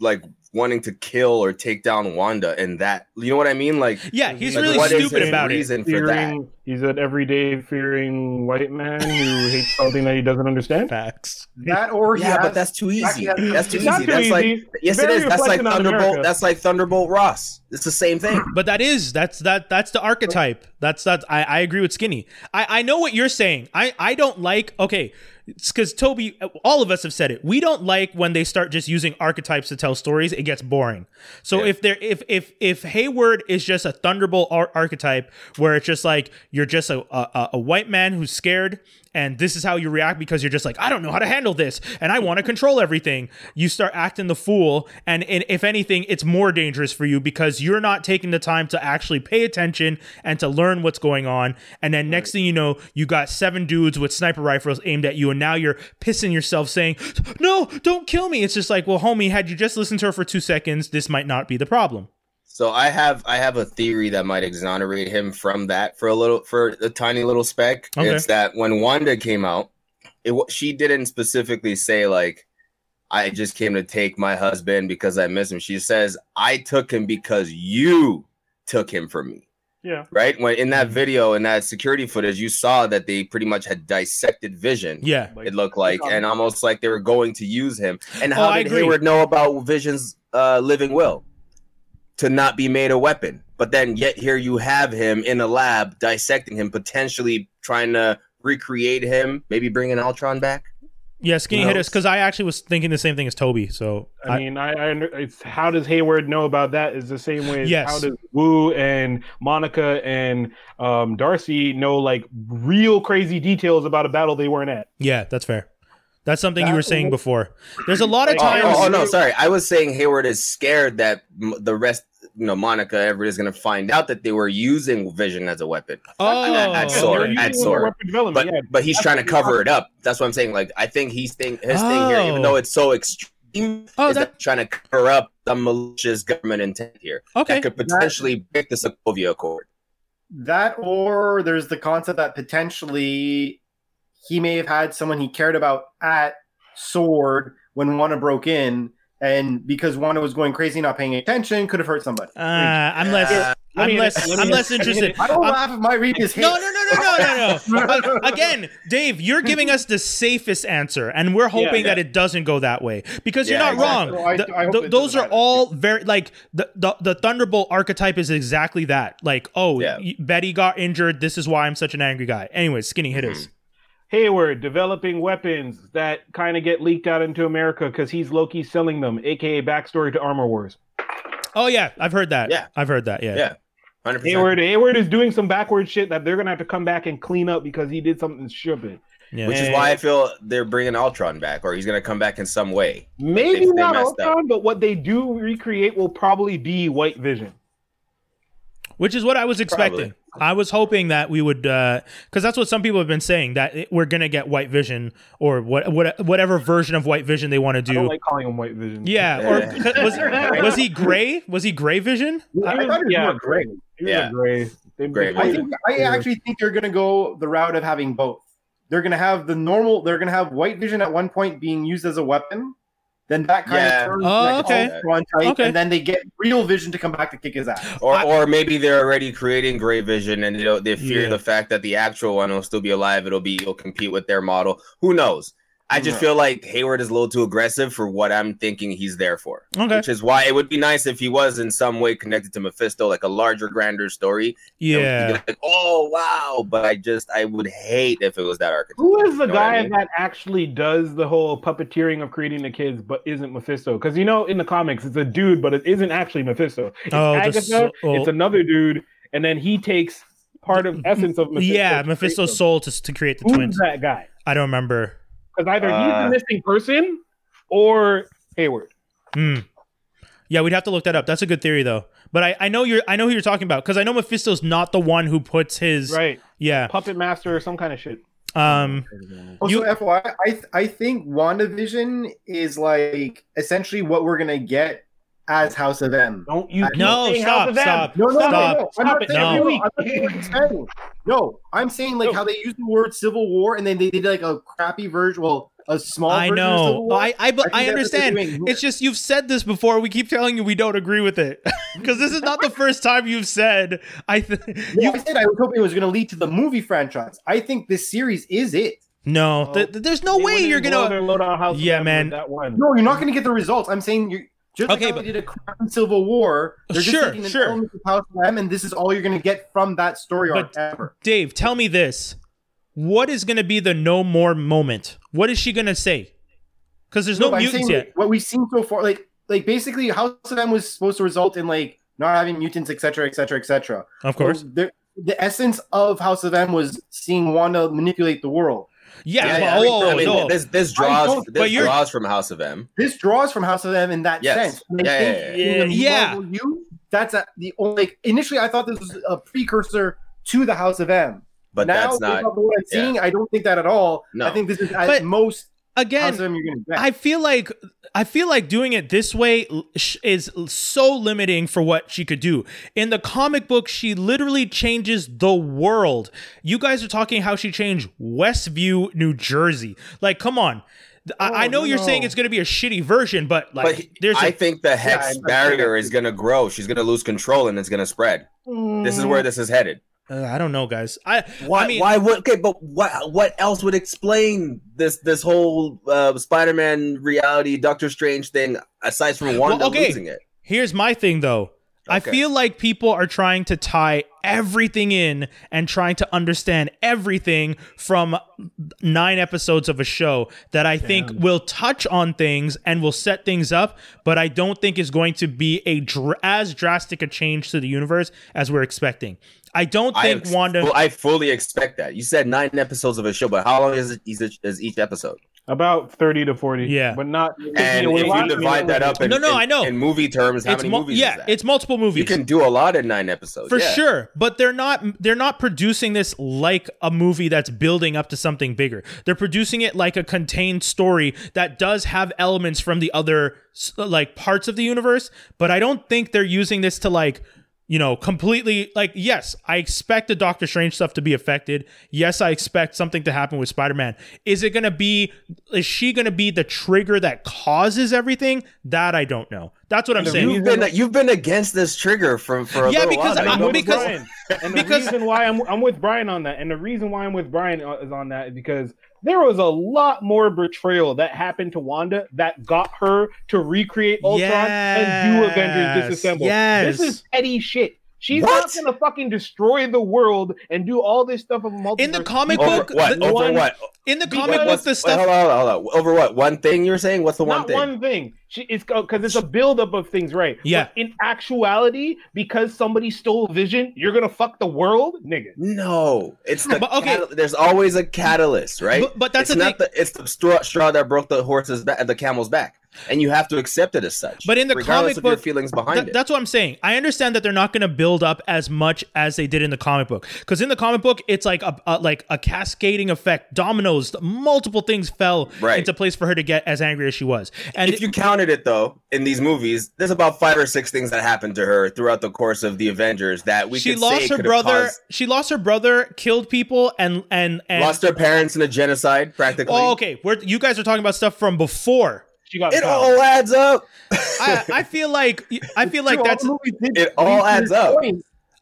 Speaker 2: like wanting to kill or take down Wanda, and that you know what I mean? Like,
Speaker 1: Yeah, he's
Speaker 2: like,
Speaker 1: really
Speaker 2: what is
Speaker 1: stupid
Speaker 2: his
Speaker 1: about it.
Speaker 2: reason for that?
Speaker 4: Fearing, he's an everyday fearing white man who hates something that he doesn't understand.
Speaker 1: Facts.
Speaker 3: That or he
Speaker 2: Yeah,
Speaker 3: has-
Speaker 2: but that's too easy.
Speaker 3: Exactly.
Speaker 2: That's too
Speaker 4: It's
Speaker 2: easy.
Speaker 4: not too
Speaker 2: That's
Speaker 4: easy.
Speaker 2: like, yes, it
Speaker 4: Very
Speaker 2: is. That's like
Speaker 4: reflecting on
Speaker 2: Thunderbolt.
Speaker 4: America.
Speaker 2: That's like Thunderbolt Ross. It's the same thing.
Speaker 1: But that is that's that that's the archetype. That's that I, I agree with Skinny. I I know what you're saying. I I don't like okay, it's because Toby. All of us have said it. We don't like when they start just using archetypes to tell stories. It gets boring. So
Speaker 2: Yeah.
Speaker 1: if there if if if Hayward is just a Thunderbolt ar- archetype where it's just like you're just a, a a white man who's scared and this is how you react because you're just like I don't know how to handle this and I want to control everything. You start acting the fool and, and if anything it's more dangerous for you because you're not taking the time to actually pay attention and to learn what's going on and then next thing you know you got seven dudes with sniper rifles aimed at you and now you're pissing yourself saying no don't kill me. It's just like well homie had you just listened to her for 2 seconds this might not be the problem.
Speaker 2: So I have I have a theory that might exonerate him from that for a little for a tiny little speck.
Speaker 1: Okay.
Speaker 2: It's that when Wanda came out, it wa- she didn't specifically say like I just came to take my husband because I miss him. She says I took him because you took him from me.
Speaker 4: Yeah.
Speaker 2: Right? When in that video in that security footage you saw that they pretty much had dissected Vision.
Speaker 1: Yeah.
Speaker 2: It looked like and almost like they were going to use him. And
Speaker 1: Oh,
Speaker 2: how
Speaker 1: I
Speaker 2: did
Speaker 1: agree.
Speaker 2: Hayward know about Vision's uh, living will? to not be made a weapon. But then, yet here you have him in a lab dissecting him, potentially trying to recreate him, maybe bringing Ultron back.
Speaker 1: Yeah, skinny
Speaker 2: Who
Speaker 1: hit
Speaker 2: knows?
Speaker 1: us because I actually was thinking the same thing as Toby. So
Speaker 4: I mean, I, I under, it's how does Hayward know about that? Is the same way as
Speaker 1: Yes.
Speaker 4: how does Wu and Monica and um, Darcy know like real crazy details about a battle they weren't at?
Speaker 1: yeah, that's fair. That's something you
Speaker 3: That
Speaker 1: were saying before. There's a lot of
Speaker 2: Oh,
Speaker 4: Like,
Speaker 1: times.
Speaker 2: oh, oh, no, sorry. I was saying Hayward is scared that m- the rest, you know, Monica, everybody's going to find out that they were using Vision as a weapon.
Speaker 1: Oh,
Speaker 2: At sword,
Speaker 4: They're
Speaker 2: at
Speaker 4: using
Speaker 2: sword.
Speaker 4: weapon development,
Speaker 2: But
Speaker 4: yeah.
Speaker 2: but he's trying to cover it up. That's what I'm saying. Like I think he's thing his thing here,
Speaker 1: Oh.
Speaker 2: even though it's so extreme,
Speaker 1: Oh,
Speaker 2: is
Speaker 1: that-
Speaker 2: that trying to cover up some malicious government intent here
Speaker 1: okay.
Speaker 2: that could potentially break the Sokovia Accord.
Speaker 3: that or there's the concept that potentially he may have had someone he cared about at Sword when Wanda broke in, and because Wanda was going crazy, not paying attention, could have hurt somebody.
Speaker 1: Uh, I'm less.
Speaker 4: Let
Speaker 1: I'm
Speaker 4: me-
Speaker 1: less.
Speaker 4: let me-
Speaker 1: I'm less interested.
Speaker 3: I don't
Speaker 1: I'm-
Speaker 3: laugh if my read is hit.
Speaker 1: No, no, no, no, no, no, no. But again, Dave, you're giving us the safest answer, and we're hoping
Speaker 4: yeah.
Speaker 1: that it doesn't go that way because you're
Speaker 2: Yeah,
Speaker 1: not wrong.
Speaker 2: exactly.
Speaker 3: Well, I-
Speaker 1: The-
Speaker 3: I hope
Speaker 1: th-
Speaker 3: it
Speaker 1: those
Speaker 3: doesn't
Speaker 1: are
Speaker 3: happen.
Speaker 1: all very like the, the the Thunderbolt archetype is exactly that. Like, oh,
Speaker 2: Yeah.
Speaker 1: y- Betty got injured. This is why I'm such an angry guy. Anyway, skinny hitters.
Speaker 4: Hayward developing weapons that kind of get leaked out into America because he's Loki selling them, aka backstory to Armor Wars.
Speaker 1: Oh yeah, I've heard that.
Speaker 2: Yeah.
Speaker 1: I've heard that. Yeah,
Speaker 2: Yeah. 100%.
Speaker 4: Hayward, Hayward is doing some backward shit that they're gonna have to come back and clean up because he did something stupid.
Speaker 1: yeah.
Speaker 2: Which is why I feel they're bringing Ultron back, or he's going to come back in some way.
Speaker 4: Maybe
Speaker 2: They- they
Speaker 4: not all
Speaker 2: messed up.
Speaker 4: time, but what they do recreate will probably be White Vision.
Speaker 1: which is what I was expecting. I was hoping that we would, because that's what some people have been saying that it, we're gonna get White Vision or what, what whatever version of White Vision they want to
Speaker 4: I don't
Speaker 1: do.
Speaker 4: like calling him White Vision.
Speaker 1: yeah, or was was he gray? Was he gray Vision?
Speaker 3: I thought it was
Speaker 4: Yeah.
Speaker 3: more great.
Speaker 4: He was
Speaker 2: Yeah.
Speaker 4: a gray. They-
Speaker 2: Gray
Speaker 4: they-
Speaker 3: I
Speaker 2: Vision.
Speaker 3: think I actually think they're going to go the route of having both. They're going to have the normal. They're going to have White Vision at one point being used as a weapon. Then that kind
Speaker 2: Yeah.
Speaker 3: of turns
Speaker 1: Oh,
Speaker 3: like
Speaker 1: okay.
Speaker 3: Ultron type,
Speaker 1: Okay.
Speaker 3: and then they get real Vision to come back to kick his ass.
Speaker 2: Or,
Speaker 1: I-
Speaker 2: or maybe they're already creating Gray Vision, and they, don't, they fear
Speaker 1: Yeah.
Speaker 2: the fact that the actual one will still be alive. It'll be it'll compete with their model. Who knows? I just feel like Hayward is a little too aggressive for what I'm thinking he's there for.
Speaker 1: Okay,
Speaker 2: Which is why it would be nice if he was in some way connected to Mephisto, like a larger, grander story. It would be
Speaker 1: yeah.
Speaker 2: like, oh wow! But I just I would hate if it was that archetype.
Speaker 4: Who is the
Speaker 2: Know what I
Speaker 4: guy
Speaker 2: mean?
Speaker 4: that actually does the whole puppeteering of creating the kids, but isn't Mephisto? Because you know, in the comics, it's a dude, but it isn't actually Mephisto. It's
Speaker 1: Oh,
Speaker 4: Agatha,
Speaker 1: just oh.
Speaker 4: it's another dude, and then he takes part of essence of Mephisto.
Speaker 1: Mm-hmm. yeah,
Speaker 4: to
Speaker 1: Mephisto's
Speaker 4: create
Speaker 1: soul to to create the
Speaker 4: them.
Speaker 1: twins.
Speaker 4: Who's that guy?
Speaker 1: I don't remember.
Speaker 4: Because either he's
Speaker 2: Uh,
Speaker 4: the missing person or Hayward.
Speaker 1: Hmm. Yeah, we'd have to look that up. That's a good theory though. But I, I know you're I know who you're talking about because I know Mephisto's not the one who puts his
Speaker 4: Right.
Speaker 1: yeah.
Speaker 4: Puppet master or some kind of shit.
Speaker 1: Um,
Speaker 3: Also,
Speaker 1: You-
Speaker 3: FYI, I th- I think WandaVision is like essentially what we're going to get as House of M.
Speaker 4: Don't you keep
Speaker 1: No,
Speaker 4: saying
Speaker 1: stop,
Speaker 4: House of M.
Speaker 1: stop.
Speaker 3: No, no,
Speaker 1: Stop.
Speaker 3: no, no. I'm
Speaker 4: Stop
Speaker 3: not
Speaker 4: it.
Speaker 3: saying
Speaker 1: No.
Speaker 3: no. I'm not saying exciting. no, I'm saying like
Speaker 4: No.
Speaker 3: how they used the word civil war and then they did like a crappy version, well, a small
Speaker 1: I
Speaker 3: version of Civil
Speaker 1: know.
Speaker 3: War.
Speaker 1: I I, bu-
Speaker 3: think
Speaker 1: I
Speaker 3: that's what
Speaker 1: understand.
Speaker 3: they're doing.
Speaker 1: It's just you've said this before. We keep telling you we don't agree with it because this is not the first time you've said. I th-
Speaker 3: No,
Speaker 1: you
Speaker 3: I said I was hoping it was going to lead to the movie franchise. I think this series is it.
Speaker 1: no. Th- th- there's no
Speaker 4: They
Speaker 1: way
Speaker 4: wouldn't
Speaker 1: you're
Speaker 4: blow
Speaker 1: gonna.
Speaker 4: their load on House of
Speaker 1: Yeah,
Speaker 4: M with
Speaker 1: man.
Speaker 4: That one.
Speaker 3: No, you're not going to get the results. I'm saying you just
Speaker 1: Okay,
Speaker 3: okay, like how
Speaker 1: but-
Speaker 3: they did a crap in Civil War. They're just
Speaker 1: Sure,
Speaker 3: taking an
Speaker 1: sure.
Speaker 3: element of House of M, and this is all you're going to get from that story arc
Speaker 1: But-
Speaker 3: ever.
Speaker 1: Dave, tell me this: What is gonna be the no more moment? What is she gonna say? Because there's no,
Speaker 3: but I'm
Speaker 1: mutants
Speaker 3: saying, like,
Speaker 1: yet.
Speaker 3: what we've seen so far, like like basically, House of M was supposed to result in like not having mutants, etc., etc., etc.
Speaker 1: Of course.
Speaker 3: the, the essence of House of M was seeing Wanda manipulate the world.
Speaker 1: yeah.
Speaker 2: Yeah,
Speaker 1: but-
Speaker 2: yeah, I mean,
Speaker 1: oh,
Speaker 2: I mean,
Speaker 1: no.
Speaker 2: This, this
Speaker 3: I
Speaker 2: draws
Speaker 1: but
Speaker 3: don't-
Speaker 2: this
Speaker 1: you're-
Speaker 2: draws from House of M.
Speaker 3: This draws from House of M in that
Speaker 2: Yes.
Speaker 3: sense. And I
Speaker 2: Yeah,
Speaker 3: think
Speaker 2: yeah, yeah,
Speaker 1: yeah.
Speaker 3: in the
Speaker 1: Yeah.
Speaker 3: Marvel U, that's a, the only. Like, initially, I thought this was a precursor to the House of M.
Speaker 2: But
Speaker 3: now,
Speaker 2: that's not
Speaker 3: based off of what I'm
Speaker 2: yeah.
Speaker 3: seeing, I don't think that at all.
Speaker 2: No.
Speaker 3: I think this is at
Speaker 1: But
Speaker 3: most House
Speaker 1: again.
Speaker 3: of M you're going to get.
Speaker 1: I feel like I feel like doing it this way l- sh- is l- so limiting for what she could do. In the comic book, she literally changes the world. You guys are talking how she changed Westview, New Jersey. Like, come on. Th- I, I
Speaker 4: Oh,
Speaker 1: know you're
Speaker 4: no.
Speaker 1: saying it's going to be a shitty version, but like,
Speaker 2: but he-
Speaker 1: there's
Speaker 2: I
Speaker 1: a
Speaker 2: think the hex
Speaker 3: I'm- I'm
Speaker 2: barrier
Speaker 3: sure.
Speaker 2: is gonna grow. She's gonna lose control and it's gonna spread. This
Speaker 4: Mm.
Speaker 2: is where this is headed.
Speaker 1: uh, I don't know, guys. I
Speaker 2: Why?
Speaker 1: I mean,
Speaker 2: why would? Okay, but what? What else would explain this? This whole uh, Spider-Man reality, Doctor Strange thing, aside from Wanda
Speaker 1: okay.
Speaker 2: losing it.
Speaker 1: Here's my thing though. I
Speaker 2: Okay.
Speaker 1: feel like people are trying to tie everything in and trying to understand everything from nine episodes of a show that I think will touch on things and will set things up, but I don't think is going to be a dr- as drastic a change to the universe as we're expecting. I don't
Speaker 2: I
Speaker 1: think
Speaker 2: ex-
Speaker 1: Wanda.
Speaker 2: well, I fully expect that. You said nine episodes of a show, but how long is it, is, it, is each episode?
Speaker 4: About 30 to 40.
Speaker 1: Yeah.
Speaker 4: But not.
Speaker 2: And if you divide that up, in,
Speaker 1: No, no,
Speaker 2: in-
Speaker 1: I know.
Speaker 2: In movie terms, how
Speaker 1: it's
Speaker 2: many
Speaker 1: mul-
Speaker 2: movies?
Speaker 1: yeah,
Speaker 2: is that?
Speaker 1: it's multiple movies.
Speaker 2: you can do a lot in nine episodes
Speaker 1: for
Speaker 2: Oh, yeah.
Speaker 1: sure but they're not they're not producing this like a movie that's building up to something bigger they're producing it like a contained story that does have elements from the other s- like parts of the universe but i don't think they're using this to like you know, completely like yes, I expect the Doctor Strange stuff to be affected. Yes, I expect something to happen with Spider-Man. Is it going to be is she going to be the trigger that causes everything? That I don't know. That's what I'm
Speaker 4: the
Speaker 1: saying.
Speaker 4: reason-
Speaker 2: You've been you've been against this trigger from for a
Speaker 1: Yeah,
Speaker 2: little
Speaker 1: because
Speaker 2: while.
Speaker 1: I'm-
Speaker 2: now.
Speaker 4: I'm
Speaker 1: because-
Speaker 4: with Brian. And the
Speaker 1: because-
Speaker 4: reason why I'm I'm with Brian on that, and the reason why I'm with Brian o- is on that is because there was a lot more betrayal that happened to Wanda that got her to recreate Ultron and do Avengers
Speaker 1: Yes,
Speaker 4: disassemble.
Speaker 1: yes.
Speaker 4: This is petty shit. She's
Speaker 2: What?
Speaker 4: not gonna fucking destroy the world and do all this stuff of multiverse.
Speaker 1: In the comic
Speaker 2: over
Speaker 1: book,
Speaker 2: what?
Speaker 1: the-
Speaker 2: over
Speaker 4: one-
Speaker 2: what?
Speaker 1: in the
Speaker 4: Because-
Speaker 1: comic
Speaker 2: Wait,
Speaker 1: book,
Speaker 2: what's-
Speaker 1: the
Speaker 2: wait,
Speaker 1: stuff
Speaker 2: hold on, hold on, hold on. Over what? One thing you're saying? What's the one
Speaker 4: not
Speaker 2: thing?
Speaker 4: one thing. She, it's because it's a buildup of things, right?
Speaker 1: Yeah.
Speaker 4: But in actuality, because somebody stole Vision, you're gonna fuck the world, nigga.
Speaker 2: No, it's the
Speaker 1: But, okay.
Speaker 2: catal- there's always a catalyst, right?
Speaker 1: But- but that's
Speaker 2: it's
Speaker 1: the
Speaker 2: not the it's the straw, straw that broke the horse's back, the camel's back, and you have to accept it as such.
Speaker 1: But in the
Speaker 2: regardless
Speaker 1: comic
Speaker 2: of your
Speaker 1: book-
Speaker 2: feelings behind
Speaker 1: That-
Speaker 2: it,
Speaker 1: That's what I'm saying. I understand that they're not going to build up as much as they did in the comic book, because in the comic book, it's like a, a like a cascading effect, dominoes, multiple things fell
Speaker 2: Right.
Speaker 1: into place for her to get as angry as she was. And
Speaker 2: if you counted it though, in these movies, there's about five or six things that happened to her throughout the course of the Avengers that we
Speaker 1: she
Speaker 2: could say
Speaker 1: lost her
Speaker 2: could've
Speaker 1: brother.
Speaker 2: caused-
Speaker 1: She lost her brother, killed people, and and and.
Speaker 2: lost her parents in a genocide, practically.
Speaker 1: oh, okay. We're, you guys are talking about stuff from before.
Speaker 4: She got
Speaker 2: It
Speaker 4: power.
Speaker 2: all adds up.
Speaker 1: I, I feel like I feel like that's
Speaker 2: It all adds up.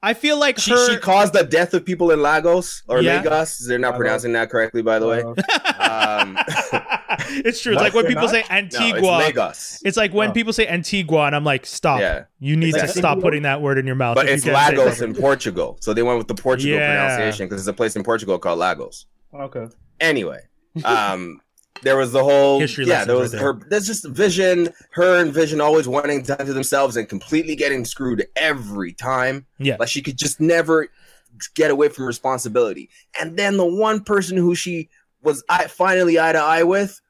Speaker 1: I feel like
Speaker 2: She,
Speaker 1: her.
Speaker 2: she caused the death of people in Lagos or
Speaker 1: Yeah.
Speaker 2: Lagos. They're not
Speaker 4: Lagos.
Speaker 2: pronouncing that correctly, by the way. Um,
Speaker 1: it's true. It's like when
Speaker 4: they're
Speaker 1: people
Speaker 4: not.
Speaker 1: say
Speaker 2: no,
Speaker 1: Antigua.
Speaker 2: it's Lagos.
Speaker 1: It's like when
Speaker 4: Oh.
Speaker 1: people say Antigua, and I'm like, stop.
Speaker 2: Yeah.
Speaker 1: You need
Speaker 3: It's
Speaker 1: to
Speaker 3: like-
Speaker 1: stop putting that word in your mouth.
Speaker 2: But
Speaker 1: if
Speaker 2: it's
Speaker 1: Oh, you can't say
Speaker 2: Lagos
Speaker 1: it.
Speaker 2: in Portugal. So they went with the Portugal
Speaker 1: Yeah.
Speaker 2: pronunciation because there's a place in Portugal called Lagos.
Speaker 4: Okay.
Speaker 2: Anyway, um, there was the whole
Speaker 1: History
Speaker 2: yeah. There
Speaker 1: lessons
Speaker 2: was
Speaker 1: right there.
Speaker 2: her. There's just Vision, her and Vision always wanting to do themselves and completely getting screwed every time.
Speaker 1: Yeah.
Speaker 2: like she could just never get away from responsibility. And then the one person who she was eye, finally eye to eye with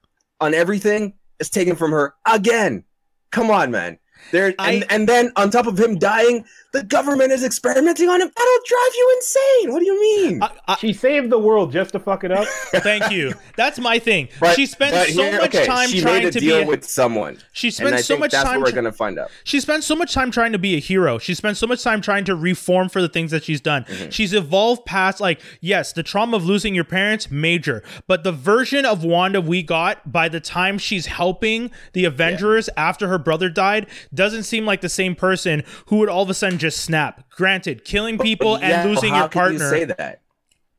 Speaker 2: on everything is taken from her again. Come on, man. There
Speaker 1: I-
Speaker 2: and, and then on top of him dying, the government is experimenting on him. That'll drive you insane. What do you mean?
Speaker 1: I, I,
Speaker 4: She saved the world just to fuck it up.
Speaker 1: thank you. That's my thing.
Speaker 2: But-
Speaker 1: she spends
Speaker 2: but
Speaker 1: so
Speaker 2: here-
Speaker 1: much
Speaker 2: okay,
Speaker 1: time
Speaker 2: she
Speaker 1: trying
Speaker 2: made a
Speaker 1: to be.
Speaker 2: deal
Speaker 1: A,
Speaker 2: with someone.
Speaker 1: she
Speaker 2: and I
Speaker 1: spends so
Speaker 2: think
Speaker 1: much
Speaker 2: that's
Speaker 1: time.
Speaker 2: what we're
Speaker 1: tr-
Speaker 2: gonna find out.
Speaker 1: She spends so much time trying to be a hero. She spends so much time trying to reform for the things that she's done.
Speaker 2: Mm-hmm.
Speaker 1: She's evolved past, like, yes, the trauma of losing your parents, major. But the version of Wanda we got by the time she's helping the Avengers after her brother died doesn't seem like the same person who would all of a sudden just snap. Granted, killing people
Speaker 2: Yeah,
Speaker 1: and losing
Speaker 2: how
Speaker 1: your
Speaker 2: could you
Speaker 1: partner.
Speaker 2: say that.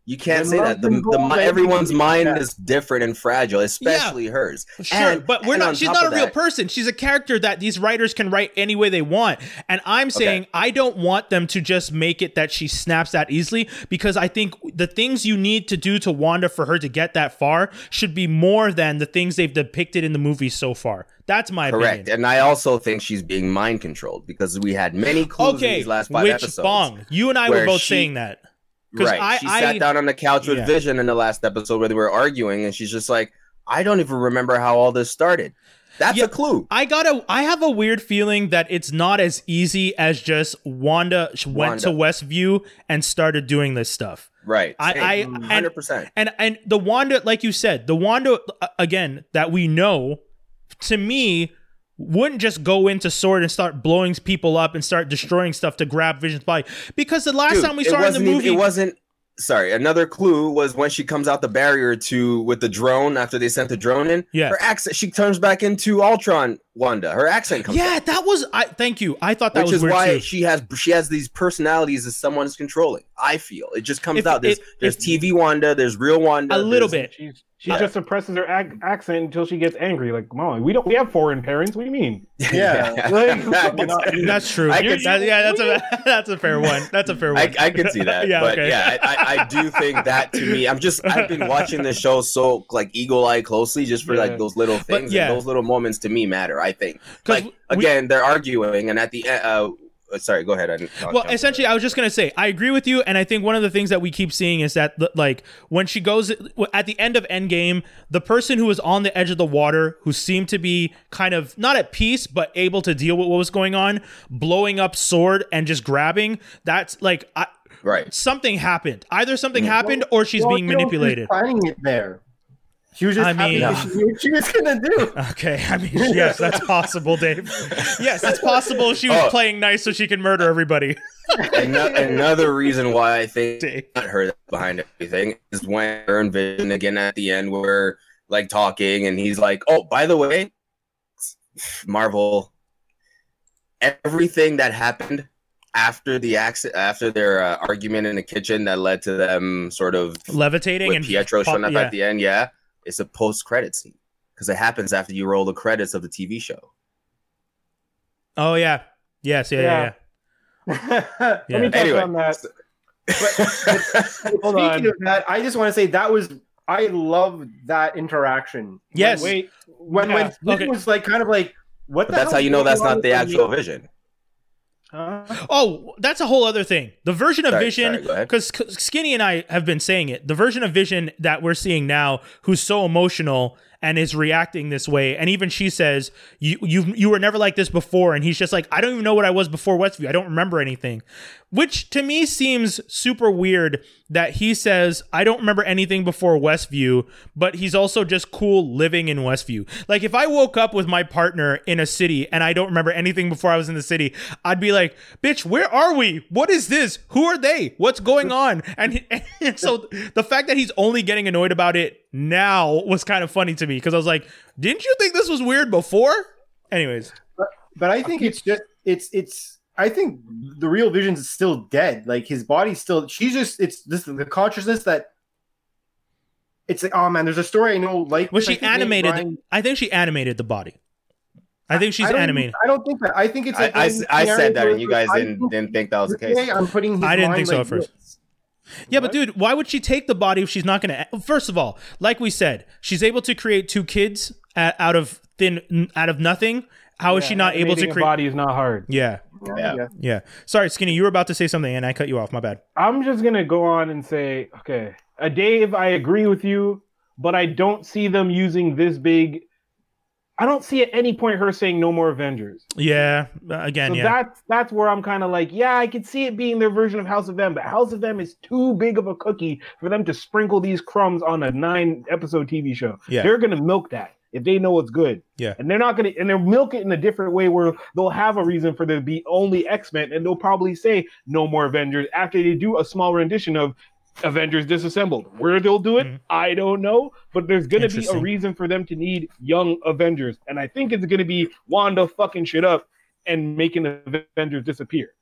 Speaker 2: You can't
Speaker 4: When
Speaker 2: say
Speaker 4: love
Speaker 2: that. The,
Speaker 4: and
Speaker 2: the,
Speaker 4: gold
Speaker 2: mi-
Speaker 4: and
Speaker 2: everyone's
Speaker 4: peace,
Speaker 2: mind
Speaker 4: yeah.
Speaker 2: is different and fragile, especially hers.
Speaker 1: Sure,
Speaker 2: And-
Speaker 1: but we're
Speaker 2: and on
Speaker 1: not. She's
Speaker 2: top
Speaker 1: not a
Speaker 2: of
Speaker 1: real
Speaker 2: that-
Speaker 1: person. She's a character that these writers can write any way they want. And I'm saying I don't want them to just make it that she snaps that easily because I think the things you need to do to Wanda for her to get that far should be more than the things they've depicted in the movie so far. That's my
Speaker 2: Correct,
Speaker 1: opinion.
Speaker 2: and I also think she's being mind controlled because we had many clues in
Speaker 1: Okay,
Speaker 2: these last five
Speaker 1: which
Speaker 2: episodes.
Speaker 1: bong? You and I were
Speaker 2: where
Speaker 1: both
Speaker 2: she-
Speaker 1: saying that. 'Cause
Speaker 2: Right,
Speaker 1: I-
Speaker 2: she
Speaker 1: I-
Speaker 2: sat down on the couch with
Speaker 1: Yeah.
Speaker 2: Vision in the last episode where they were arguing, and she's just like, "I don't even remember how all this started." That's
Speaker 1: Yeah.
Speaker 2: a clue.
Speaker 1: I got to I have a weird feeling that it's not as easy as just Wanda, sh went to Westview and started doing this stuff.
Speaker 2: Right,
Speaker 1: I- I- and-
Speaker 2: hundred percent.
Speaker 1: And and the Wanda, like you said, the Wanda uh, again that we know, to me, wouldn't just go into Sword and start blowing people up and start destroying stuff to grab Vision's body because the last
Speaker 2: Dude,
Speaker 1: time we
Speaker 2: it
Speaker 1: saw her in the
Speaker 2: wasn't even-
Speaker 1: movie,
Speaker 2: it wasn't. Sorry, another clue was when she comes out the barrier to with the drone after they sent the drone in.
Speaker 1: Yeah.
Speaker 2: her accent. She turns back into Ultron Wanda. Her accent comes.
Speaker 1: yeah, that was. I thank you. I thought that
Speaker 2: Which
Speaker 1: was
Speaker 2: is
Speaker 1: weird
Speaker 2: why
Speaker 1: too.
Speaker 2: she has she has these personalities that someone is controlling. I feel it just comes
Speaker 1: If-
Speaker 2: out. There's
Speaker 1: if-
Speaker 2: there's
Speaker 1: if-
Speaker 2: TV Wanda. There's real Wanda.
Speaker 1: a little
Speaker 2: there's-
Speaker 1: bit.
Speaker 4: She's she just suppresses her ac- accent until she gets angry. Like, Molly, we don't we have foreign parents. What do you mean?
Speaker 3: Yeah.
Speaker 1: That's true.
Speaker 2: I
Speaker 1: That-
Speaker 2: could-
Speaker 1: yeah, that's a that's a fair one. That's a fair one.
Speaker 2: I, I could see that.
Speaker 1: Yeah,
Speaker 2: but
Speaker 1: okay.
Speaker 2: yeah, I, I, I do think that to me, I'm just I've been watching the show so like eagle eye closely just for
Speaker 4: Yeah.
Speaker 2: like those little things.
Speaker 1: yeah.
Speaker 2: and those little moments to me matter. I think.
Speaker 1: 'Cause
Speaker 2: Like
Speaker 1: we-
Speaker 2: again, they're arguing, and at the end, uh, uh, sorry, go ahead. I didn't, I'll
Speaker 1: well
Speaker 2: jump in.
Speaker 1: essentially i was just going to say i agree with you and i think one of the things that we keep seeing is that the- like when she goes at the end of endgame the person who was on the edge of the water who seemed to be kind of not at peace but able to deal with what was going on blowing up sword and just grabbing that's like I,
Speaker 2: right.
Speaker 1: something happened either something happened or she's being manipulated
Speaker 3: Planning it there. She was just
Speaker 1: I
Speaker 3: happy
Speaker 1: mean-
Speaker 3: that she knew what she was gonna do.
Speaker 1: Okay, I mean, yes, that's possible, Dave. Yes, that's possible. She was
Speaker 2: Oh.
Speaker 1: playing nice so she could murder everybody,
Speaker 2: Ano- another reason why I think
Speaker 1: Dave.
Speaker 2: not her that's behind everything is when her and Vision again at the end were like talking, and he's like, "Oh, by the way, Marvel, everything that happened after the accident, after their uh, argument in the kitchen that led to them sort of
Speaker 1: Levitating
Speaker 2: with
Speaker 1: and
Speaker 2: Pietro
Speaker 1: pop-
Speaker 2: showing up
Speaker 1: yeah.
Speaker 2: at the end, yeah, it's a post-credit scene because it happens after you roll the credits of the TV show."
Speaker 1: Oh yeah, yes, yeah, yeah.
Speaker 4: Yeah.
Speaker 1: yeah.
Speaker 4: Let
Speaker 1: Yeah.
Speaker 4: me touch
Speaker 2: Anyway.
Speaker 4: on that. Hold
Speaker 3: Speaking
Speaker 4: on.
Speaker 3: of that, I just want to say that was I love that interaction.
Speaker 1: Yes.
Speaker 4: Wait.
Speaker 3: When
Speaker 4: Yeah.
Speaker 3: when Vision
Speaker 1: Okay.
Speaker 3: was like kind of like what
Speaker 2: But
Speaker 3: the
Speaker 2: that's
Speaker 3: hell
Speaker 2: how
Speaker 3: is
Speaker 2: you know
Speaker 3: going
Speaker 2: that's
Speaker 3: on
Speaker 2: not
Speaker 3: with
Speaker 2: the actual Vision.
Speaker 4: Huh?
Speaker 1: Oh, that's a whole other thing. The version of
Speaker 2: Sorry,
Speaker 1: Vision,
Speaker 2: sorry, go ahead.
Speaker 1: because Skinny and I have been saying it, the version of Vision that we're seeing now, who's so emotional and is reacting this way, and even she says, "You you you were never like this before," and he's just like, "I don't even know what I was before Westview. I don't remember anything," which to me seems super weird that he says, "I don't remember anything before Westview," but he's also just cool living in Westview. Like if I woke up with my partner in a city and I don't remember anything before I was in the city, I'd be like, "Bitch, where are we? What is this? Who are they? What's going on?" And, and so the fact that he's only getting annoyed about it now was kind of funny to me because I was like, "Didn't you think this was weird before?" Anyways,
Speaker 3: But I think it's just it's it's I think the real Vision's still dead. Like his body's still she's just it's this the consciousness that it's like oh man, there's a story I know like
Speaker 1: well,
Speaker 3: this. I
Speaker 1: she
Speaker 3: think maybe
Speaker 1: animated.
Speaker 3: Brian-
Speaker 1: I think she animated the body. I think she's
Speaker 3: I don't-
Speaker 1: animated.
Speaker 3: I don't think that. I think it's.
Speaker 2: I,
Speaker 3: like
Speaker 2: I,
Speaker 3: when
Speaker 2: I said that,
Speaker 3: Aaron
Speaker 2: and you guys
Speaker 3: goes, I
Speaker 2: didn't
Speaker 3: think
Speaker 2: didn't think that was the case.
Speaker 3: today I'm putting. his
Speaker 1: I didn't
Speaker 3: mind
Speaker 1: think so
Speaker 3: like
Speaker 1: at first.
Speaker 3: this.
Speaker 1: Yeah, but dude, why would she take the body if she's not going to? First of all, like we said, she's able to create two kids uh, out of thin, out of nothing. How is she
Speaker 4: Yeah,
Speaker 1: not able to
Speaker 4: animating a
Speaker 1: create?
Speaker 4: Body is not hard.
Speaker 1: Yeah,
Speaker 2: Yeah.
Speaker 3: yeah.
Speaker 1: yeah. Sorry, Skinny, you were about to say something, and I cut you off. My bad.
Speaker 4: I'm just gonna go on and say, okay, uh, Dave, I agree with you, but I don't see them using this big. I don't see at any point her saying no more Avengers.
Speaker 1: Yeah, uh, again,
Speaker 4: so
Speaker 1: yeah,
Speaker 4: that's that's where I'm kind of like, yeah, I could see it being their version of House of M, but House of M is too big of a cookie for them to sprinkle these crumbs on a nine episode TV show.
Speaker 1: Yeah.
Speaker 4: They're gonna milk that if they know it's good.
Speaker 1: Yeah.
Speaker 4: And they're not gonna and they'll milk it in a different way where they'll have a reason for there to be only X-Men and they'll probably say no more Avengers after they do a small rendition of Avengers disassembled. Where they'll do it,
Speaker 1: Mhm.
Speaker 4: I don't know, but there's gonna be a
Speaker 1: Interesting.
Speaker 4: reason for them to need young Avengers, and I think it's gonna be Wanda fucking shit up and making the Avengers disappear.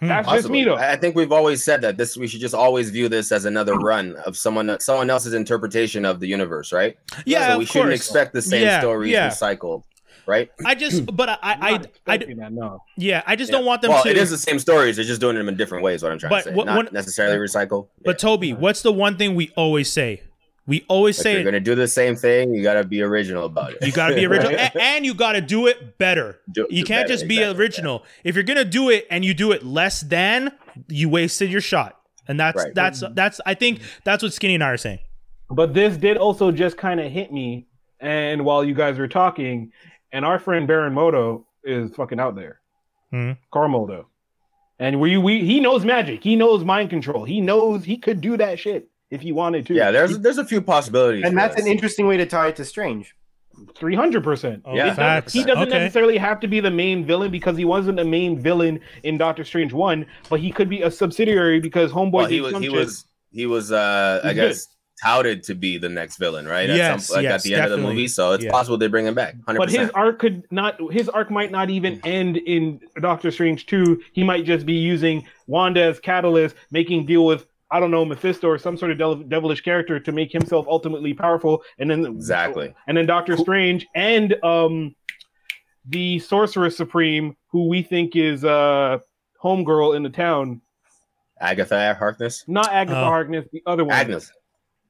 Speaker 1: Hmm.
Speaker 4: That's just me
Speaker 2: Possibly.
Speaker 4: though.
Speaker 2: I I think we've always said that this we should just always view this as another run of someone someone else's interpretation of the universe, right?
Speaker 1: yeah.
Speaker 2: so we
Speaker 1: of
Speaker 2: shouldn't
Speaker 1: course.
Speaker 2: expect the same
Speaker 1: Yeah,
Speaker 2: stories
Speaker 1: yeah.
Speaker 2: recycled, right?
Speaker 1: I just, but I, I,
Speaker 4: I'm
Speaker 1: I,
Speaker 4: not
Speaker 1: I-
Speaker 4: expecting that, no.
Speaker 1: yeah, I just
Speaker 2: Yeah.
Speaker 1: don't want them
Speaker 2: Well,
Speaker 1: to.
Speaker 2: it is the same stories. They're just doing them in different ways. What I'm trying
Speaker 1: But
Speaker 2: to say,
Speaker 1: what-
Speaker 2: not
Speaker 1: one-
Speaker 2: necessarily recycled.
Speaker 1: but Toby, what's the one thing we always say? We always
Speaker 2: if
Speaker 1: say
Speaker 2: you're
Speaker 1: it.
Speaker 2: gonna do the same thing, you gotta be original about it.
Speaker 1: You got to be original,
Speaker 2: Right?
Speaker 1: a- and you got to do it better.
Speaker 2: Do-
Speaker 1: You
Speaker 2: do
Speaker 1: can't
Speaker 2: better,
Speaker 1: just be
Speaker 2: exactly,
Speaker 1: original. If you're gonna do it and you do it less than, you wasted your shot. And that's
Speaker 2: Right.
Speaker 1: that's that's I think that's what Skinny and I are saying.
Speaker 4: But this did also just kind of hit me, and while you guys were talking, and our friend Baron Moto is fucking out there,
Speaker 1: Hmm.
Speaker 4: Carmodo, and we we he knows magic, he knows mind control, he knows he could do that shit if he wanted to.
Speaker 2: Yeah, there's there's a few possibilities,
Speaker 3: And
Speaker 2: for
Speaker 3: that's
Speaker 2: this.
Speaker 3: an interesting way to tie it to Strange.
Speaker 4: three hundred percent.
Speaker 1: Oh,
Speaker 2: Yeah.
Speaker 1: facts.
Speaker 4: He doesn't
Speaker 1: okay.
Speaker 4: necessarily have to be the main villain because he wasn't the main villain in Doctor Strange One, but he could be a subsidiary because Homeboy
Speaker 2: Well, he
Speaker 4: did
Speaker 2: was
Speaker 4: some
Speaker 2: he
Speaker 4: shit.
Speaker 2: was he was uh I
Speaker 4: He's
Speaker 2: guess touted to be the next villain, right? At
Speaker 1: Yes,
Speaker 2: like
Speaker 1: yes,
Speaker 2: at the end of the
Speaker 1: definitely.
Speaker 2: movie, so it's
Speaker 1: Yeah.
Speaker 2: possible they bring him back. 100%.
Speaker 4: But his arc could not. His arc might not even
Speaker 2: Mm.
Speaker 4: end in Doctor Strange two. He might just be using Wanda as catalyst, making deal with I don't know Mephisto or some sort of devil- devilish character to make himself ultimately powerful, and then
Speaker 2: exactly.
Speaker 4: and then Doctor Strange and um the Sorcerer Supreme, who we think is uh homegirl in the town,
Speaker 2: Agatha Harkness.
Speaker 4: not Agatha
Speaker 1: Oh.
Speaker 4: Harkness, the other one.
Speaker 2: Agnes.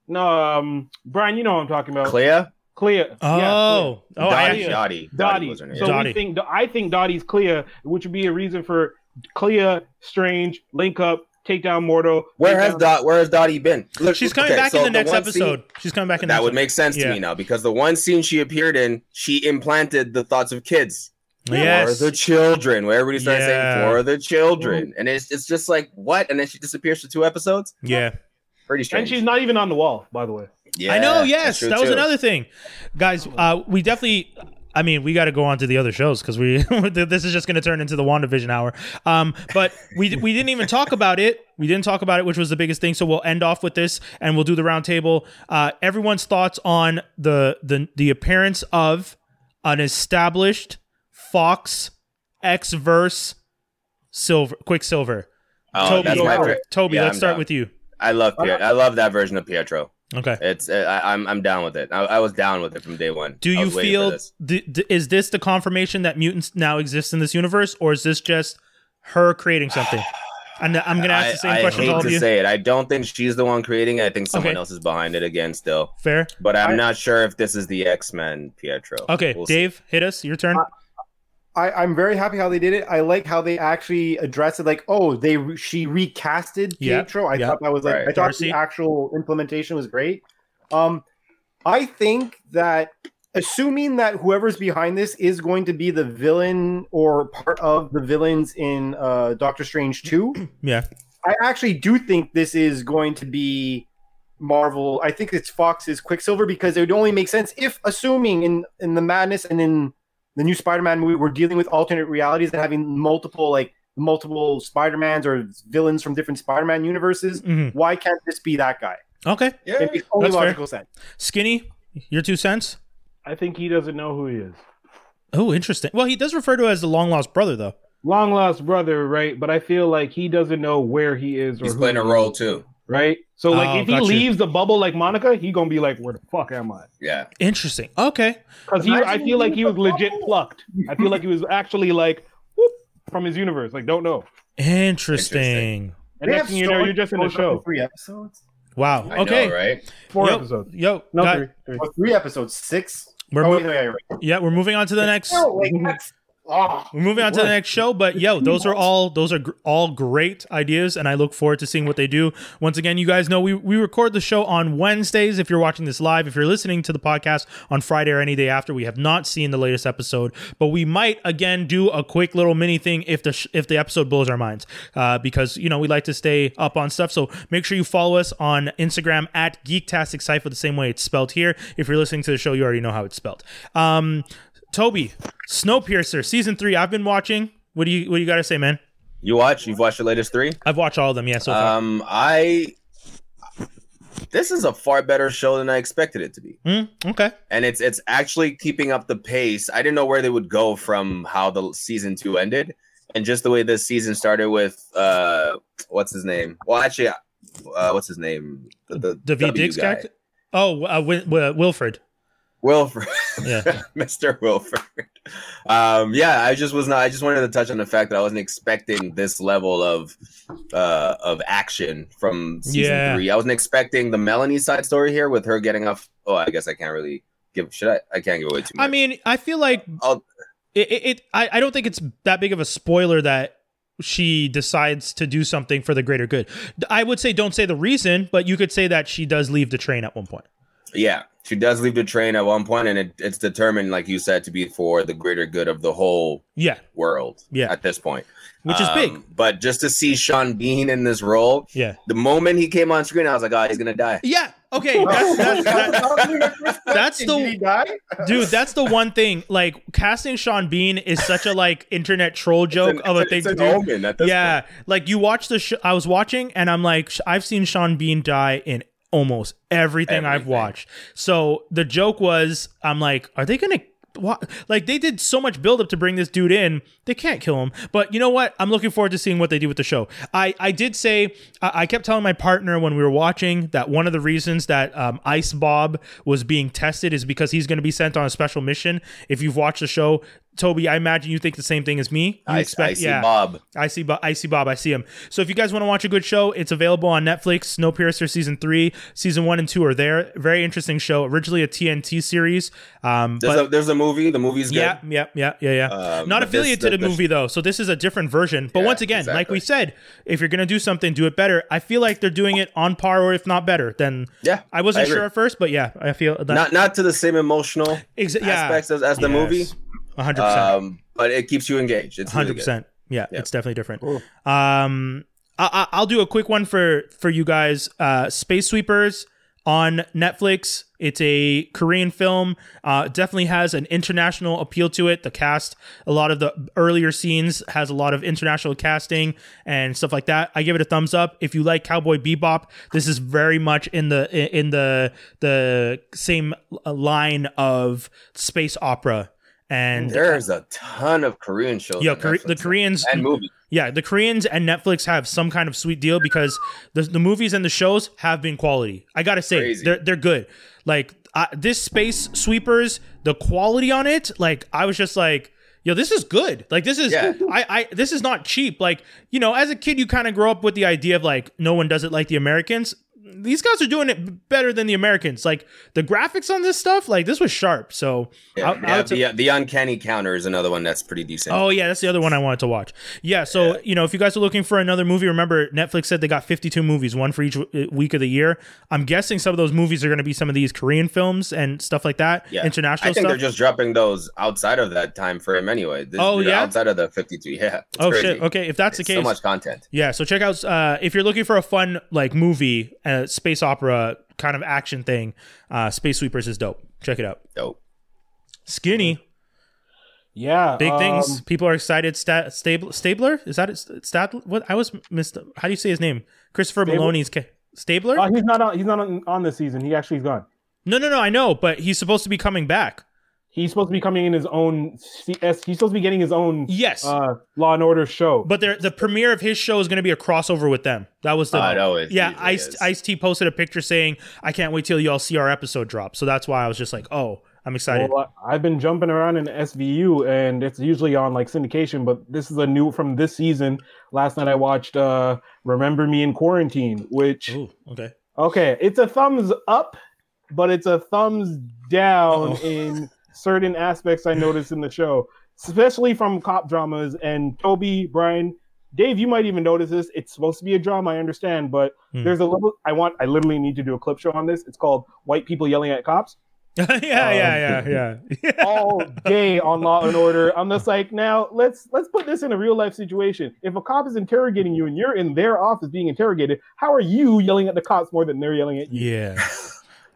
Speaker 4: No, um, Brian, you know what I'm talking
Speaker 1: uh,
Speaker 4: about.
Speaker 2: Clea.
Speaker 4: Clea. Yeah, Clea.
Speaker 1: Oh, oh, I
Speaker 2: Dottie.
Speaker 1: actually,
Speaker 2: Dottie.
Speaker 4: Dottie.
Speaker 2: was her name.
Speaker 4: So
Speaker 1: Dottie.
Speaker 4: we think I think Dottie's Clea, which would be a reason for Clea, Strange, link up, take down Mordo.
Speaker 2: where
Speaker 4: take
Speaker 2: has
Speaker 4: down-
Speaker 2: Dot? Where has Dottie been? Look,
Speaker 1: she's coming
Speaker 2: uh, okay,
Speaker 1: back
Speaker 2: so
Speaker 1: in the next
Speaker 2: one
Speaker 1: episode. she's coming back in
Speaker 2: Scene,
Speaker 1: the
Speaker 2: that
Speaker 1: next
Speaker 2: would make sense
Speaker 1: Yeah.
Speaker 2: to me now because the one scene she appeared in, she implanted the thoughts of kids.
Speaker 1: episode. Yes.
Speaker 2: For the children, where everybody started
Speaker 1: Yeah.
Speaker 2: saying for the children, and it's it's just like what, and then she disappears for two episodes.
Speaker 1: Yeah.
Speaker 2: Pretty
Speaker 4: And
Speaker 2: strange.
Speaker 4: she's not even on the wall, by the way.
Speaker 2: Yeah,
Speaker 1: I know.
Speaker 2: that's
Speaker 1: Yes,
Speaker 2: true
Speaker 1: that was
Speaker 2: too.
Speaker 1: another thing, guys. Uh, we definitely. I mean, we got to go on to the other shows because we this is just going to turn into the Wandavision hour. Um, but we we didn't even talk about it. We didn't talk about it, which was the biggest thing. So we'll end off with this, and we'll do the roundtable. Uh, everyone's thoughts on the the the appearance of an established Fox X verse Silver Quicksilver.
Speaker 2: Oh,
Speaker 1: Toby,
Speaker 2: that's my favorite.
Speaker 1: Toby,
Speaker 2: Yeah,
Speaker 1: let's
Speaker 2: I'm
Speaker 1: start
Speaker 2: down.
Speaker 1: with you.
Speaker 2: I love Pietro. I love that version of Pietro.
Speaker 1: Okay.
Speaker 2: It's uh, I, I'm I'm down with it. I, I was down with it from day one.
Speaker 1: Do
Speaker 2: I
Speaker 1: you
Speaker 2: was waiting for
Speaker 1: feel
Speaker 2: this.
Speaker 1: th- th- is this the confirmation that mutants now exist in this universe, or is this just her creating something? And I'm gonna ask the same
Speaker 2: I,
Speaker 1: question
Speaker 2: I
Speaker 1: to
Speaker 2: hate
Speaker 1: all of
Speaker 2: to
Speaker 1: you.
Speaker 2: say it. I don't think she's the one creating it. I think someone
Speaker 1: Okay.
Speaker 2: else is behind it again still.
Speaker 1: Fair.
Speaker 2: But I'm
Speaker 3: I-
Speaker 2: not sure if this is the X Men Pietro.
Speaker 1: Okay,
Speaker 2: We'll see.
Speaker 1: Dave, hit us. Your turn.
Speaker 3: I, I'm very happy how they did it. I like how they actually addressed it. Like, oh, they re- she recasted
Speaker 1: Yeah,
Speaker 3: Pietro. I
Speaker 1: yeah.
Speaker 3: thought that was like
Speaker 2: Right.
Speaker 3: I thought
Speaker 1: Darcy.
Speaker 3: the actual implementation was great. Um, I think that assuming that whoever's behind this is going to be the villain or part of the villains in uh, Doctor Strange Two,
Speaker 1: Yeah.
Speaker 3: I actually do think this is going to be Marvel. I think it's Fox's Quicksilver because it would only make sense if, assuming in in the madness and in the new Spider-Man movie, we're dealing with alternate realities and having multiple like multiple Spider-Mans or villains from different Spider-Man universes.
Speaker 1: hmm
Speaker 3: Why can't this be that guy?
Speaker 1: Okay,
Speaker 2: Yeah.
Speaker 3: It makes only
Speaker 1: That's fair.
Speaker 3: logical sense.
Speaker 1: Skinny, your two cents.
Speaker 4: I think he doesn't know who he is.
Speaker 1: Oh, interesting. Well, he does refer to it as the long lost brother, though.
Speaker 4: Long lost brother, right? But I feel like he doesn't know where he is or
Speaker 2: He's
Speaker 4: who
Speaker 2: playing
Speaker 4: he
Speaker 2: a role
Speaker 4: is,
Speaker 2: too.
Speaker 4: right? So like,
Speaker 1: Oh,
Speaker 4: if he
Speaker 1: got you.
Speaker 4: leaves the bubble like Monica, he gonna be like, "Where the fuck am I?"
Speaker 2: Yeah.
Speaker 1: Interesting. Okay.
Speaker 4: Because he, I
Speaker 3: Imagine
Speaker 4: feel like
Speaker 3: leaving
Speaker 4: he was
Speaker 3: the
Speaker 4: legit
Speaker 3: bubble.
Speaker 4: plucked. I feel like he was actually like whoop from his universe. Like, don't know.
Speaker 1: Interesting.
Speaker 2: Interesting.
Speaker 4: And
Speaker 3: They
Speaker 4: next
Speaker 3: have
Speaker 4: thing you
Speaker 3: so
Speaker 4: know,
Speaker 3: much
Speaker 4: you're just in the
Speaker 3: going on in
Speaker 4: show.
Speaker 3: Three episodes.
Speaker 1: Wow.
Speaker 2: I
Speaker 1: okay.
Speaker 2: know, right?
Speaker 4: Four
Speaker 1: Yo,
Speaker 4: episodes.
Speaker 1: Yo,
Speaker 4: No,
Speaker 1: guy-
Speaker 4: three, three.
Speaker 3: Or three episodes. Six.
Speaker 1: we're
Speaker 3: Oh,
Speaker 1: mo-
Speaker 3: wait, no, yeah, you're right.
Speaker 1: yeah, we're moving on to the next.
Speaker 3: No, like, that's- oh.
Speaker 1: We're moving on to the next show, but yo, those are all those are gr- all great ideas, and I look forward to seeing what they do. Once again, you guys know we we record the show on Wednesdays. If you're watching this live, if you're listening to the podcast on Friday or any day after, we have not seen the latest episode, but we might again do a quick little mini thing if the sh- if the episode blows our minds, uh, because you know we like to stay up on stuff. So make sure you follow us on Instagram at Geektastic Cipher the same way it's spelled here. If you're listening to the show, you already know how it's spelled. Um, Toby, Snowpiercer season three. I've been watching. What do you What do you got to say, man?
Speaker 2: You watch? You've watched the latest three?
Speaker 1: I've watched all of them. Yeah, so far.
Speaker 2: Um, I. This is a far better show than I expected it to be,
Speaker 1: Mm, okay.
Speaker 2: and it's it's actually keeping up the pace. I didn't know where they would go from how the season two ended, and just the way this season started with uh, what's his name? Well, actually, uh, what's his name? The the
Speaker 1: The V
Speaker 2: W
Speaker 1: Diggs
Speaker 2: guy.
Speaker 1: character. Oh, uh, Win- Wi- Wilfred.
Speaker 2: Wilford.
Speaker 1: Yeah.
Speaker 2: Mr. Wilford. Um, yeah, I just was not. I just wanted to touch on the fact that I wasn't expecting this level of uh, of action from season
Speaker 1: Yeah.
Speaker 2: three. I wasn't expecting the Melanie side story here with her getting off. Oh, I guess I can't really give. Should I? I can't give away too much.
Speaker 1: I mean, I feel like
Speaker 2: I'll-
Speaker 1: it. it, it I, I don't think it's that big of a spoiler that she decides to do something for the greater good. I would say don't say the reason, but you could say that she does leave the train at one point.
Speaker 2: yeah, she does leave the train at one point, and it, it's determined, like you said, to be for the greater good of the whole
Speaker 1: Yeah,
Speaker 2: world.
Speaker 1: Yeah.
Speaker 2: at this point,
Speaker 1: which is big.
Speaker 2: Um, But just to see Sean Bean in this role,
Speaker 1: Yeah.
Speaker 2: the moment he came on screen, I was like, oh, he's gonna die.
Speaker 1: Yeah. Okay. That's, that's, that, that's the-
Speaker 3: Did he die?
Speaker 1: dude that's the one thing like casting sean bean is such a like internet troll joke
Speaker 2: It's an-
Speaker 1: of a
Speaker 2: it's
Speaker 1: thing to
Speaker 2: an
Speaker 1: oh, do
Speaker 2: omen at this
Speaker 1: yeah like you watch the show i was watching and i'm like sh- i've seen sean bean die in almost everything, i've
Speaker 2: Everything.
Speaker 1: watched so the joke was i'm like are they gonna wha- like they did so much build up to bring this dude in they can't kill him but you know what i'm looking forward to seeing what they do with the show i i did say i, I kept telling my partner when we were watching that one of the reasons that um, ice bob was being tested is because he's going to be sent on a special mission if you've watched the show toby i imagine you think the same thing as me you
Speaker 2: I, I see Bob.
Speaker 1: I see, Bo- I see Bob. I see him. So if you guys want to watch a good show, it's available on Netflix. Snowpiercer season three, season one and two are there. Very interesting show. Originally a TNT series, um,
Speaker 2: There's,
Speaker 1: but
Speaker 2: a, there's a movie. The movie's good.
Speaker 1: yeah, yeah, yeah, yeah, yeah.
Speaker 2: Um,
Speaker 1: Not
Speaker 2: but this-
Speaker 1: affiliated to the,
Speaker 2: the- the-
Speaker 1: movie though, so this is a different version. But
Speaker 2: Yeah,
Speaker 1: once again, like we said, if you're gonna do something, do it better. I feel like they're doing it on par, or if not better, than
Speaker 2: Yeah,
Speaker 1: I wasn't
Speaker 2: I agree.
Speaker 1: sure at first, but yeah, I feel that
Speaker 2: Not not to the same emotional
Speaker 1: exa-
Speaker 2: aspects as, as the movie,
Speaker 1: one hundred percent.
Speaker 2: um, but it keeps you engaged. It's really
Speaker 1: hundred
Speaker 2: good.
Speaker 1: percent. Yeah,
Speaker 2: Yeah.
Speaker 1: it's definitely different.
Speaker 4: Cool.
Speaker 1: Um, I, I, I'll do a quick one for for you guys. Uh, Space Sweepers on Netflix. It's a Korean film. Uh, definitely has an international appeal to it. The cast, a lot of the earlier scenes has a lot of international casting and stuff like that. I give it a thumbs up. If you like Cowboy Bebop, this is very much in the in the the same line of space opera. And
Speaker 2: There's a ton of Korean shows.
Speaker 1: Yo,
Speaker 2: on
Speaker 1: Kore- the
Speaker 2: Netflix
Speaker 1: Koreans
Speaker 2: and movies.
Speaker 1: yeah, the Koreans and Netflix have some kind of sweet deal because the, the movies and the shows have been quality. I gotta say,
Speaker 2: Crazy.
Speaker 1: they're they're good. Like I, this Space Sweepers, the quality on it, like I was just like, yo, this is good. Like this is,
Speaker 2: Yeah.
Speaker 1: I, I this is not cheap. Like you know, as a kid, you kind of grow up with the idea of like no one does it like the Americans. These guys are doing it better than the Americans. Like the graphics on this stuff, like this was sharp. So
Speaker 2: Yeah,
Speaker 1: I- I
Speaker 2: yeah,
Speaker 1: would say-
Speaker 2: the, uh, the Uncanny Counter is another one that's pretty decent.
Speaker 1: Oh yeah, that's the other one I wanted to watch. Yeah, so you know, if you guys are looking for another movie, remember Netflix said they got 52 movies, one for each uh, week of the year. I'm guessing some of those movies are going to be some of these Korean films and stuff like that,
Speaker 2: Yeah.
Speaker 1: international
Speaker 2: I think they're
Speaker 1: stuff.
Speaker 2: just dropping those outside of that time frame anyway. This,
Speaker 1: Oh,
Speaker 2: they're
Speaker 1: yeah?
Speaker 2: outside of the fifty-two. Yeah. it's
Speaker 1: Oh
Speaker 2: crazy.
Speaker 1: shit! Okay, if that's
Speaker 2: It's
Speaker 1: the case,
Speaker 2: so much content.
Speaker 1: Yeah, so check out uh, if you're looking for a fun like movie, uh, space opera kind of action thing. Uh, space Sweepers is dope. Check it out.
Speaker 2: Dope.
Speaker 1: Skinny,
Speaker 2: Mm.
Speaker 4: Yeah,
Speaker 1: big
Speaker 4: um,
Speaker 1: things. People are excited. Sta- Stab- Stabler is that it? Stab- what I was missed. How do you say his name? Christopher
Speaker 4: Stabler?
Speaker 1: Maloney's ca- Stabler.
Speaker 4: Oh, he's not on. He's not on, on this season. He actually is gone.
Speaker 1: No, no, no. I know, but he's supposed to be coming back.
Speaker 4: He's supposed to be coming in his own. CS, he's supposed to be getting his own
Speaker 1: Yes,
Speaker 4: uh, Law and Order show.
Speaker 1: but they're- the premiere of his show is going to be a crossover with them. That was the.
Speaker 2: I know it
Speaker 1: yeah,
Speaker 2: usually
Speaker 1: Ice
Speaker 2: is.
Speaker 1: Ice T posted a picture saying, "I can't wait till y'all see our episode drop." So that's why I was just like, "Oh, I'm excited."
Speaker 4: Well, I- I've been jumping around in SVU, and it's usually on like syndication. But this is a new from this season. Last night I watched uh, "Remember Me in Quarantine," which
Speaker 2: uh,
Speaker 1: Ooh, okay.
Speaker 4: okay, it's a thumbs up, but it's a thumbs down
Speaker 1: Uh-oh.
Speaker 4: in certain aspects I noticed in the show, especially from cop dramas. And Toby, Brian, Dave, you might even notice this. It's supposed to be a drama, I understand, but
Speaker 1: Hmm.
Speaker 4: there's a little. I want. I literally need to do a clip show on this. It's called "White People Yelling at Cops."
Speaker 1: yeah, yeah,
Speaker 4: Um,
Speaker 1: yeah, yeah.
Speaker 4: all
Speaker 2: Oh,
Speaker 4: day on Law and Order. I'm just like, now let's let's put this in a real life situation. If a cop is interrogating you and you're in their office being interrogated, how are you yelling at the cops more than they're yelling at you?
Speaker 1: yeah.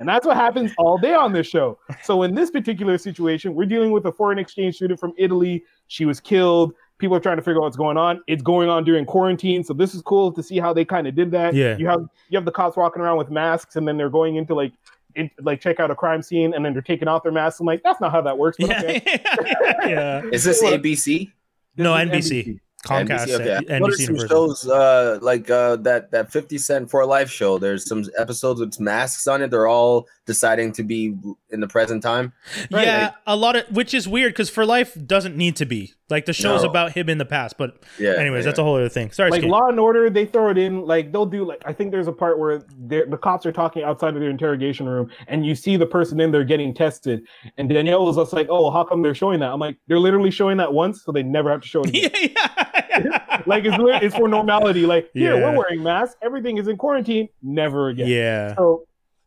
Speaker 4: And that's what happens all day on this show. So in this particular situation, we're dealing with a foreign exchange student from Italy. She was killed. People are trying to figure out what's going on. It's going on during quarantine, so this is cool to see how they kind of did that.
Speaker 1: Yeah.
Speaker 4: you have you have the cops walking around with masks, and then they're going into like in, like check out a crime scene, and then they're taking off their masks. I'm like, that's not how that works. But
Speaker 1: Yeah.
Speaker 4: okay.
Speaker 1: yeah.
Speaker 2: Is this
Speaker 4: Sure.
Speaker 2: ABC?
Speaker 4: This
Speaker 1: No,
Speaker 4: is
Speaker 1: NBC. Comcast,
Speaker 2: NBC, okay.
Speaker 1: NBC,
Speaker 2: what are some
Speaker 1: Universal.
Speaker 2: shows uh, like uh, that that Fifty Cent for Life show? There's some episodes with masks on it. They're all deciding to be in the present time. Right,
Speaker 1: Yeah,
Speaker 2: like-
Speaker 1: a lot of which is weird because for life doesn't need to be like the show's
Speaker 2: No.
Speaker 1: about him in the past. But
Speaker 2: Yeah.
Speaker 1: anyways, that's a
Speaker 2: anyway.
Speaker 1: whole other thing. Sorry,
Speaker 4: Like
Speaker 1: Skate.
Speaker 4: Law and Order, they throw it in. Like they'll do. Like I think there's a part where they're- the cops are talking outside of their interrogation room, and you see the person in there getting tested. And Danielle was just like, "Oh, how come they're showing that?" I'm like, "They're literally showing that once, so they never have to show it."
Speaker 1: yeah,
Speaker 4: Again.
Speaker 1: yeah.
Speaker 4: like it's lit- it's for normality. Like here,
Speaker 1: Yeah.
Speaker 4: we're wearing masks. Everything is in quarantine. Never again.
Speaker 1: yeah.
Speaker 4: So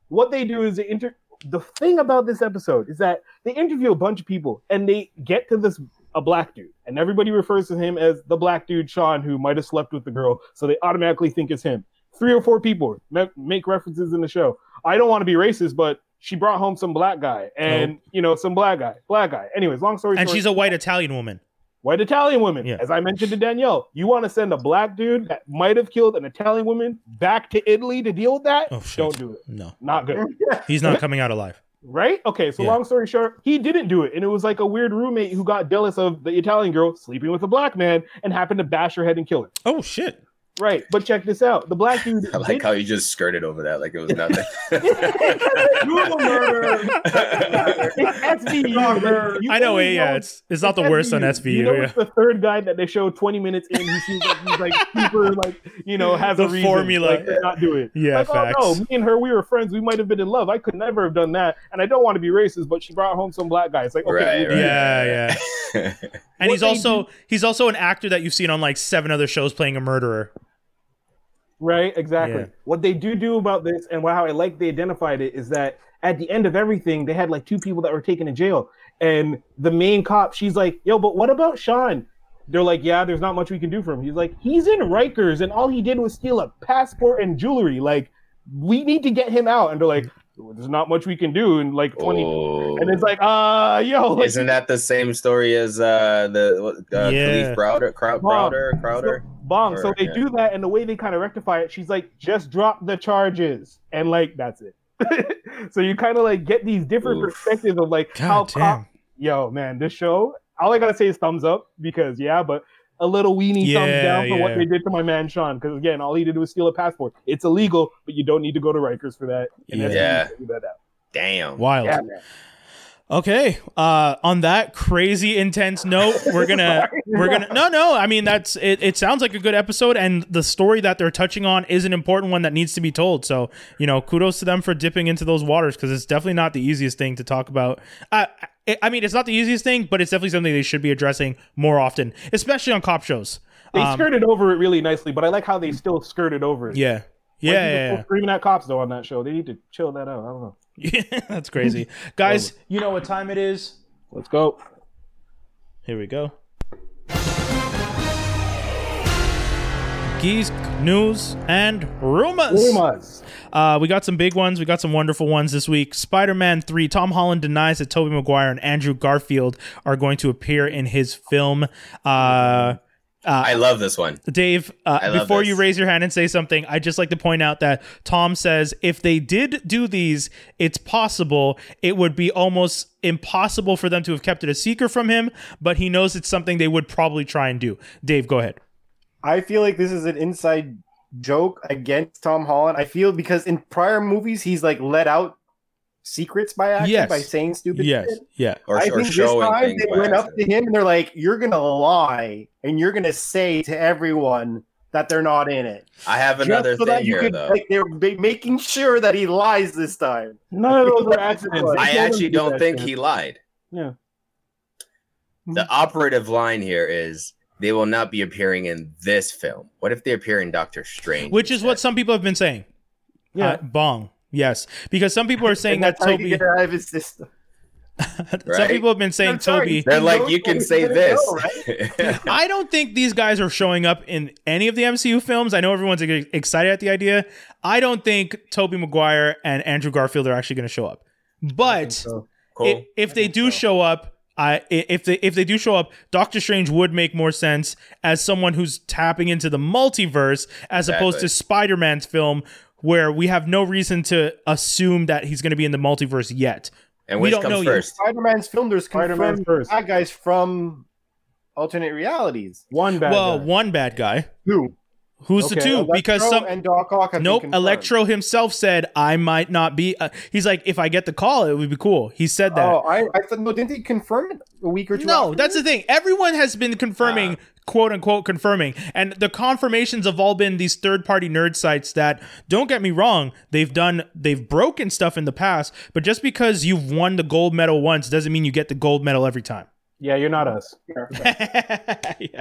Speaker 4: what they do is they inter. The thing about this episode is that they interview a bunch of people and they get to this a black dude, and everybody refers to him as the black dude Sean who might have slept with the girl, so they automatically think it's him. Three or four people ma- make references in the show. I don't want to be racist, but she brought home some black guy, and you know some black guy, black guy. Anyways, long story
Speaker 1: And
Speaker 4: short,
Speaker 1: she's a white Italian woman.
Speaker 4: white Italian woman.
Speaker 1: Yeah.
Speaker 4: As I mentioned to Danielle, you want to send a black dude that might have killed an Italian woman back to Italy to deal with that?
Speaker 1: Oh, shit.
Speaker 4: Don't do it.
Speaker 1: No,
Speaker 4: Not good.
Speaker 1: he's not coming out alive.
Speaker 4: Right? Okay, so
Speaker 1: Yeah.
Speaker 4: long story short, he didn't do it. And it was like a weird roommate who got jealous of the Italian girl sleeping with a black man and happened to bash her head and kill her.
Speaker 1: Oh shit.
Speaker 4: Right. But check this out. The black dude
Speaker 2: I like
Speaker 4: did-
Speaker 2: how you just skirted over that like it was nothing.
Speaker 3: You're the murderer.
Speaker 4: it's SVU. You
Speaker 1: I know.
Speaker 4: only
Speaker 1: Yeah,
Speaker 4: know-
Speaker 1: it's it's not the worst on SVU.
Speaker 4: You know
Speaker 1: yeah.
Speaker 4: it's the third guy that they show 20 minutes in who seems like he's like super like, you know, has
Speaker 1: The
Speaker 4: a reason,
Speaker 1: formula.
Speaker 4: like, to not do it.
Speaker 1: Yeah,
Speaker 4: like,
Speaker 1: facts.
Speaker 4: oh no, me and her, we were friends. We might have been in love. I could never have done that. And I don't want to be racist, but she brought home some black guy. It's like, okay,
Speaker 2: Right,
Speaker 4: we-
Speaker 2: right.
Speaker 1: yeah, yeah. And
Speaker 4: What
Speaker 1: he's
Speaker 4: they
Speaker 1: also he's also an actor that you've seen on like seven other shows playing a murderer.
Speaker 4: Right, exactly.
Speaker 1: Yeah.
Speaker 4: What they do do about this, and how I like they identified it, is that at the end of everything, they had like two people that were taken to jail, and the main cop, she's like, "Yo, but what about Sean?" They're like, "Yeah, there's not much we can do for him." He's like, "He's in Rikers, and all he did was steal a passport and jewelry. Like, we need to get him out. And they're like, there's not much we can do in like 20.
Speaker 2: Oh.
Speaker 4: And it's like, uh, yo, like,
Speaker 2: Isn't that the same story as uh, the uh,
Speaker 1: Yeah.
Speaker 2: Khalif Browder, Crow,
Speaker 4: Mom,
Speaker 2: Browder, Crowder?
Speaker 4: So, bomb. so
Speaker 2: Or-
Speaker 4: they
Speaker 2: yeah.
Speaker 4: do that, and the way they kind of rectify it, she's like, just drop the charges, and like that's it. so you kind of like get these different
Speaker 2: Oof.
Speaker 4: perspectives of like how
Speaker 1: God
Speaker 4: cop.
Speaker 1: damn.
Speaker 4: Yo, man, this show. All I gotta say is thumbs up because yeah, but a little weenie thumbs
Speaker 1: Yeah,
Speaker 4: down for what
Speaker 1: yeah.
Speaker 4: they did to my man Sean. Because again, all he did was steal a passport. It's illegal, but you don't need to go to Rikers for that. And that's
Speaker 2: Yeah.
Speaker 4: how you figure that out.
Speaker 2: Damn.
Speaker 1: Wild.
Speaker 4: Yeah, man.
Speaker 1: Okay. Uh, on that crazy intense note, we're gonna we're gonna no no. I mean that's it. It sounds like a good episode, and the story that they're touching on is an important one that needs to be told. So you know, kudos to them for dipping into those waters because it's definitely not the easiest thing to talk about. I, I I mean, it's not the easiest thing, but it's definitely something they should be addressing more often, especially on cop shows.
Speaker 4: They
Speaker 1: Um,
Speaker 4: skirted over it really nicely, but I like how they still skirted over it.
Speaker 1: yeah. Yeah,
Speaker 4: Why
Speaker 1: yeah,
Speaker 4: people
Speaker 1: yeah.
Speaker 4: still screaming at cops though on that show. They need to chill that out. I don't know.
Speaker 1: Yeah, that's crazy. Guys, you know what time it is.
Speaker 4: Let's go.
Speaker 1: Here we go. Geese news and rumors.
Speaker 4: Rumors.
Speaker 1: Uh, we got some big ones. We got some wonderful ones this week. Spider Man 3. Tom Holland denies that Tobey Maguire and Andrew Garfield are going to appear in his film. Uh,
Speaker 2: I love this one.
Speaker 1: Dave, uh,
Speaker 2: love
Speaker 1: before
Speaker 2: this.
Speaker 1: you raise your hand and say something, I just like to point out that Tom says if they did do these, it's possible it would be almost impossible for them to have kept it a secret from him, but he knows it's something they would probably try and do. Dave, go ahead.
Speaker 3: I feel like this is an inside joke against Tom Holland. I feel because in prior movies he's like let out secrets by accident
Speaker 1: Yes.
Speaker 3: by saying stupid shit.
Speaker 1: yeah.
Speaker 2: Or, or
Speaker 3: I think this
Speaker 2: showing
Speaker 3: time
Speaker 2: things
Speaker 3: they
Speaker 2: by
Speaker 3: went up to
Speaker 2: accident.
Speaker 3: him and they're like, "You're gonna lie and you're gonna say to everyone that they're not in it."
Speaker 2: I have another
Speaker 3: Just so
Speaker 2: thing
Speaker 3: that you
Speaker 2: here,
Speaker 3: could-
Speaker 2: though.
Speaker 3: Like they're ba- making sure that he lies this time.
Speaker 4: None of those were accidents. They
Speaker 2: I
Speaker 4: told him
Speaker 2: actually
Speaker 4: to do
Speaker 2: don't
Speaker 4: that
Speaker 2: think
Speaker 4: shit.
Speaker 2: he lied.
Speaker 4: Yeah.
Speaker 3: Mm-hmm.
Speaker 2: The operative line here is they will not be appearing in this film. What if they appear in Doctor Strange?
Speaker 1: Which is what
Speaker 2: instead?
Speaker 1: some people have been saying.
Speaker 4: Yeah.
Speaker 1: Uh, bong. Yes. Because some people are saying
Speaker 3: And
Speaker 1: that
Speaker 3: that's how you
Speaker 1: Toby.
Speaker 3: get it out of his system.
Speaker 1: Some
Speaker 2: Right?
Speaker 1: people have been saying
Speaker 3: I'm sorry.
Speaker 1: Toby.
Speaker 2: They're
Speaker 3: he
Speaker 2: like,
Speaker 3: knows
Speaker 2: you
Speaker 3: where
Speaker 2: can
Speaker 3: he's
Speaker 2: say
Speaker 3: gonna
Speaker 2: this.
Speaker 3: go,
Speaker 1: I don't think these guys are showing up in any of the MCU films. I know everyone's ex- excited at the idea. I don't think Toby Maguire and Andrew Garfield are actually going to show up. But
Speaker 2: cool.
Speaker 1: i- if they do show up, I, i- if they if they do show up, Doctor Strange would make more sense as someone who's tapping into the multiverse as opposed to
Speaker 2: Exactly.
Speaker 1: Spider Man's film, where we have no reason to assume that he's going to be in the multiverse yet.
Speaker 2: and
Speaker 1: we
Speaker 2: which
Speaker 1: don't
Speaker 2: comes
Speaker 1: know yet.
Speaker 2: first?
Speaker 3: Spider-Man's film. There's
Speaker 4: Spider-Man
Speaker 3: confirmed
Speaker 4: first.
Speaker 3: bad guys from alternate realities.
Speaker 4: One bad.
Speaker 1: well,
Speaker 4: guy.
Speaker 1: one bad guy.
Speaker 3: Who?
Speaker 1: Who's the
Speaker 3: Okay,
Speaker 1: two? because
Speaker 3: Electro
Speaker 1: some
Speaker 3: and Doc Ock have
Speaker 1: Nope.
Speaker 3: been confirmed.
Speaker 1: Electro himself said, I might not be. Uh, he's like, if I get the call, it would be cool. He said that.
Speaker 3: Oh, I, I thought no. Didn't they confirm it a week or two?
Speaker 1: no,
Speaker 3: after?
Speaker 1: that's the thing. Everyone has been confirming,
Speaker 2: Ah.
Speaker 1: quote unquote, confirming. And the confirmations have all been these third party nerd sites that, don't get me wrong, they've done, they've broken stuff in the past. But just because you've won the gold medal once doesn't mean you get the gold medal every time.
Speaker 4: yeah, you're not us.
Speaker 1: yes.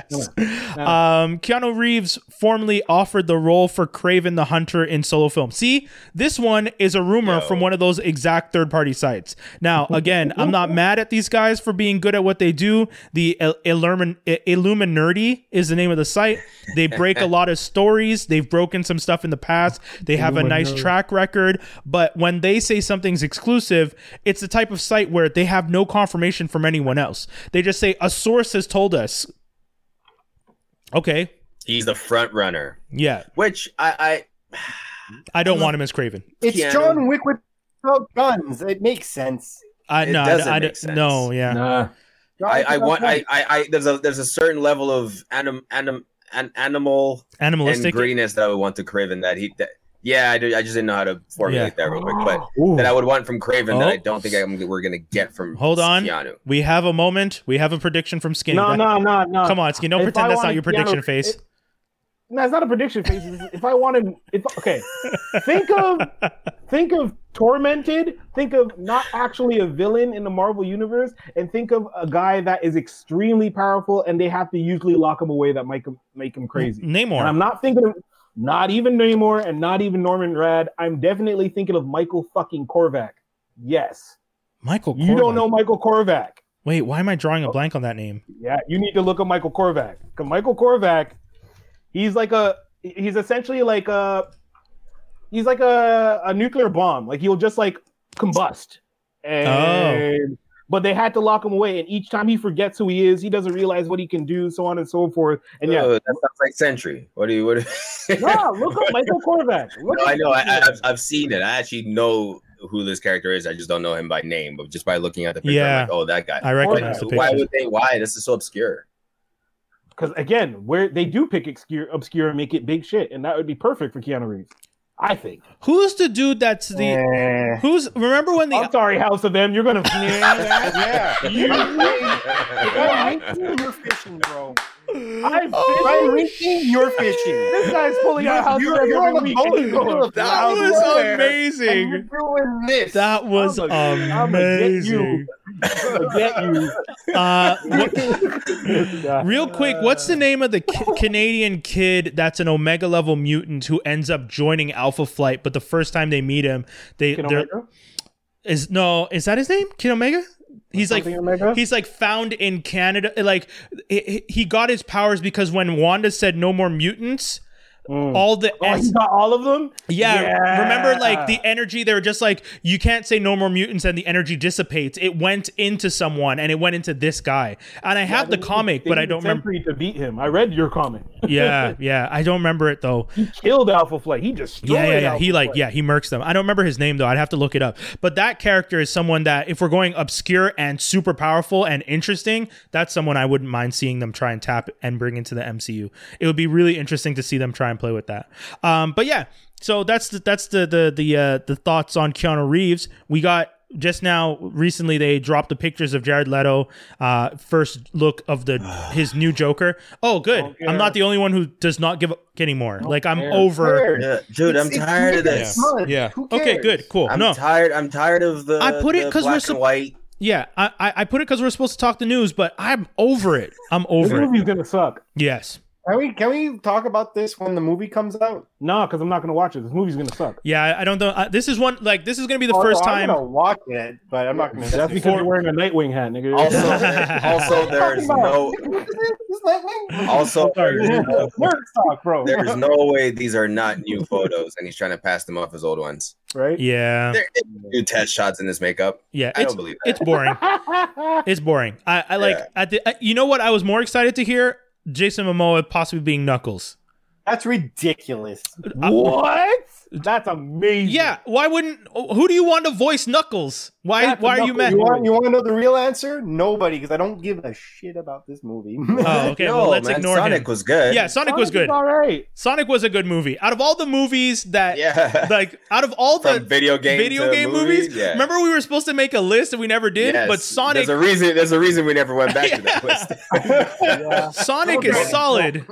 Speaker 4: no.
Speaker 1: Um, Keanu Reeves formally offered the role for Craven the Hunter in solo film. See, this one is a rumor
Speaker 2: Yo.
Speaker 1: from one of those exact third party sites. Now, again, I'm not mad at these guys for being good at what they do. The Il- Illumin- I- Illuminati is the name of the site. They break a lot of stories. They've broken some stuff in the past. They have a nice track record. But when they say something's exclusive, it's the type of site where they have no confirmation from anyone else. They just say, a source has told us. Okay.
Speaker 2: He's the front runner.
Speaker 1: Yeah.
Speaker 2: Which I,
Speaker 1: I don't want him as Craven.
Speaker 3: It's
Speaker 2: Keanu.
Speaker 3: John Wick without guns. It makes sense.
Speaker 1: I
Speaker 2: It
Speaker 1: no, I-
Speaker 2: doesn't
Speaker 1: I,
Speaker 2: make sense.
Speaker 1: no, yeah.
Speaker 4: Nah.
Speaker 2: I, I, I
Speaker 3: John Wick
Speaker 2: want.
Speaker 3: without
Speaker 2: I, I, I, there's a, there's a certain level of anim, anim, an animal and
Speaker 1: Animalistic.
Speaker 2: grittiness that I would want to Craven. That he, that, yeah, I, do, I just didn't know how to formulate that real quick, but that I would want from Craven that I
Speaker 1: Oh.
Speaker 2: don't think I'm, we're gonna get from.
Speaker 1: Hold on.
Speaker 2: Keanu.
Speaker 1: We have a moment. We have a prediction from Skin.
Speaker 4: No,
Speaker 1: That-
Speaker 4: no, no, no.
Speaker 1: Come on, Skin. Don't
Speaker 4: If I
Speaker 1: pretend that's not
Speaker 4: wanted
Speaker 1: your prediction
Speaker 4: Keanu-
Speaker 1: face.
Speaker 4: it- No, it's not a prediction face. It's- if I wanted, if okay, think of think of tormented. Think of not actually a villain in the Marvel universe, and think of a guy that is extremely powerful, and they have to usually lock him away. That might com- make him crazy.
Speaker 1: Namor.
Speaker 4: And I'm not thinking of not even Namor and not even Norman Rad. I'm definitely thinking of Michael fucking Korvac. Yes.
Speaker 1: Michael.
Speaker 4: You don't
Speaker 1: Corleone.
Speaker 4: know Michael Korvac.
Speaker 1: Wait, why am I drawing a blank on that name?
Speaker 4: Yeah, you need to look at Michael Korvac. Because Michael Korvac, he's like a he's essentially like a he's like a, a nuclear bomb. Like he'll just like combust. And but they had to lock him away, and each time he forgets who he is, he doesn't realize what he can do, so on and so forth. And yeah,
Speaker 2: Oh, that sounds like Sentry. What do you? What? do-
Speaker 4: nah, look up Michael Korvac. Look
Speaker 2: No,
Speaker 4: up
Speaker 2: I know. I, I-
Speaker 4: Michael
Speaker 2: I've, I've seen it. I actually know who this character is. I just don't know him by name, but just by looking at the picture,
Speaker 1: Yeah.
Speaker 2: I'm like, oh, that guy.
Speaker 1: I recognize the
Speaker 2: Like,
Speaker 1: picture.
Speaker 2: why would they? Why this is so obscure?
Speaker 4: Because again, where they do pick obscure, obscure and make it big shit, and that would be perfect for Keanu Reeves, I think.
Speaker 1: Who's the dude that's the who's remember when the
Speaker 4: I'm sorry, House of M, you're gonna. yeah,
Speaker 3: Ryan
Speaker 2: yeah.
Speaker 3: Rinking, you're fishing, bro.
Speaker 4: I'm
Speaker 1: Oh,
Speaker 3: Ryan Rinking, you're fishing.
Speaker 4: This guy's pulling out House
Speaker 3: You're-
Speaker 4: of M
Speaker 3: you're on
Speaker 4: every
Speaker 3: the
Speaker 4: week.
Speaker 3: boat in the middle of
Speaker 1: That
Speaker 3: Out of
Speaker 1: was
Speaker 3: nowhere.
Speaker 1: amazing.
Speaker 3: And you're doing this.
Speaker 1: That was
Speaker 4: I'ma- I'ma get
Speaker 1: amazing.
Speaker 4: you. Forget you.
Speaker 1: Uh, what-
Speaker 4: This guy.
Speaker 1: real quick, what's the name of the ki- Canadian kid that's an Omega level mutant who ends up joining Alpha Flight? But the first time they meet him, they
Speaker 4: Kid
Speaker 1: there
Speaker 4: Omega?
Speaker 1: is no is that his name? Kid Omega? He's like
Speaker 4: Something Omega?
Speaker 1: he's like found in Canada. Like he he got his powers because when Wanda said no more mutants,
Speaker 4: Mm.
Speaker 1: all the
Speaker 4: Oh,
Speaker 1: S-
Speaker 4: he got all of them.
Speaker 1: Yeah,
Speaker 4: Yeah.
Speaker 1: remember like the energy they were just like you can't say no more mutants and the energy dissipates. It went into someone and it went into this guy. And I have
Speaker 4: They
Speaker 1: the
Speaker 4: need-
Speaker 1: comic,
Speaker 4: they
Speaker 1: but I
Speaker 4: need
Speaker 1: don't remember
Speaker 4: Sentry to beat him. I read your comment.
Speaker 1: Yeah, yeah, I don't remember it though.
Speaker 4: He killed Alpha Flight. He destroyed.
Speaker 1: Yeah, yeah, yeah.
Speaker 4: Alpha
Speaker 1: He like
Speaker 4: Flight.
Speaker 1: yeah, he murks them. I don't remember his name though. I'd have to look it up. But that character is someone that if we're going obscure and super powerful and interesting, that's someone I wouldn't mind seeing them try and tap and bring into the MCU. It would be really interesting to see them try and play with that. Um, but yeah, so that's the, that's the the the uh, the thoughts on Keanu Reeves. We got just now recently they dropped the pictures of Jared Leto uh first look of the his new Joker. Oh good.
Speaker 4: Don't
Speaker 1: I'm not
Speaker 4: care.
Speaker 1: the only one who does not give up anymore. like I'm
Speaker 4: care.
Speaker 1: over
Speaker 2: Yeah, dude, I'm
Speaker 3: It's- it's
Speaker 2: tired of
Speaker 3: Nick
Speaker 2: this.
Speaker 3: Hunt.
Speaker 7: Yeah.
Speaker 3: Who
Speaker 1: Okay,
Speaker 3: cares?
Speaker 1: good, cool.
Speaker 2: I'm
Speaker 1: no,
Speaker 2: tired. I'm tired of the.
Speaker 1: I put it
Speaker 2: the
Speaker 1: 'cause we're
Speaker 2: black
Speaker 1: sup-
Speaker 2: and white.
Speaker 1: yeah, I, I I put it because we're supposed to talk the news, but I'm over it. I'm
Speaker 4: This
Speaker 1: over it.
Speaker 4: movie's gonna suck.
Speaker 1: Yes,
Speaker 3: Can we can we talk about this when the movie comes out?
Speaker 4: Nah, because I'm not gonna watch it. This movie's gonna suck.
Speaker 1: yeah, I- I don't know. Uh, this is one like this is gonna be the
Speaker 3: Oh,
Speaker 1: first
Speaker 3: no,
Speaker 1: time.
Speaker 3: I'm gonna watch it, but I'm not gonna.
Speaker 4: That's because you're wearing a Nightwing hat, nigga.
Speaker 2: Also, also there's no. Also, there's no,
Speaker 4: Nerd talk, bro.
Speaker 2: there's no way these are not new photos, and he's trying to pass them off as old ones.
Speaker 4: Right?
Speaker 1: Yeah,
Speaker 2: There is new test shots in this makeup.
Speaker 1: yeah,
Speaker 2: I
Speaker 1: Um, it's
Speaker 2: don't believe that.
Speaker 1: it's boring. It's boring. I, I like
Speaker 2: Yeah.
Speaker 1: at the. I, you know what? I was more excited to hear Jason Momoa possibly being Knuckles.
Speaker 3: That's ridiculous.
Speaker 1: I-
Speaker 4: what? That's amazing.
Speaker 1: Uh, yeah, why wouldn't? Who do you want to voice Knuckles? Why
Speaker 4: That's
Speaker 1: Why are you
Speaker 4: Knuckles.
Speaker 1: mad?
Speaker 3: You want you want to know the real answer? Nobody, because I don't give a shit about this movie.
Speaker 1: Oh, okay.
Speaker 2: No,
Speaker 1: well, let's
Speaker 2: man,
Speaker 1: ignore
Speaker 2: Sonic
Speaker 1: him.
Speaker 2: was good.
Speaker 1: yeah, Sonic, was good.
Speaker 4: All right.
Speaker 1: Sonic was a good movie. Out of all the movies that,
Speaker 2: Yeah.
Speaker 1: like, out of all the
Speaker 2: From video game
Speaker 1: video
Speaker 2: to
Speaker 1: game
Speaker 2: movie,
Speaker 1: movies.
Speaker 2: yeah.
Speaker 1: Remember, we were supposed to make a list and we never did.
Speaker 2: Yes.
Speaker 1: But Sonic,
Speaker 2: There's a reason. There's a reason we never went back to that list.
Speaker 1: Sonic is solid.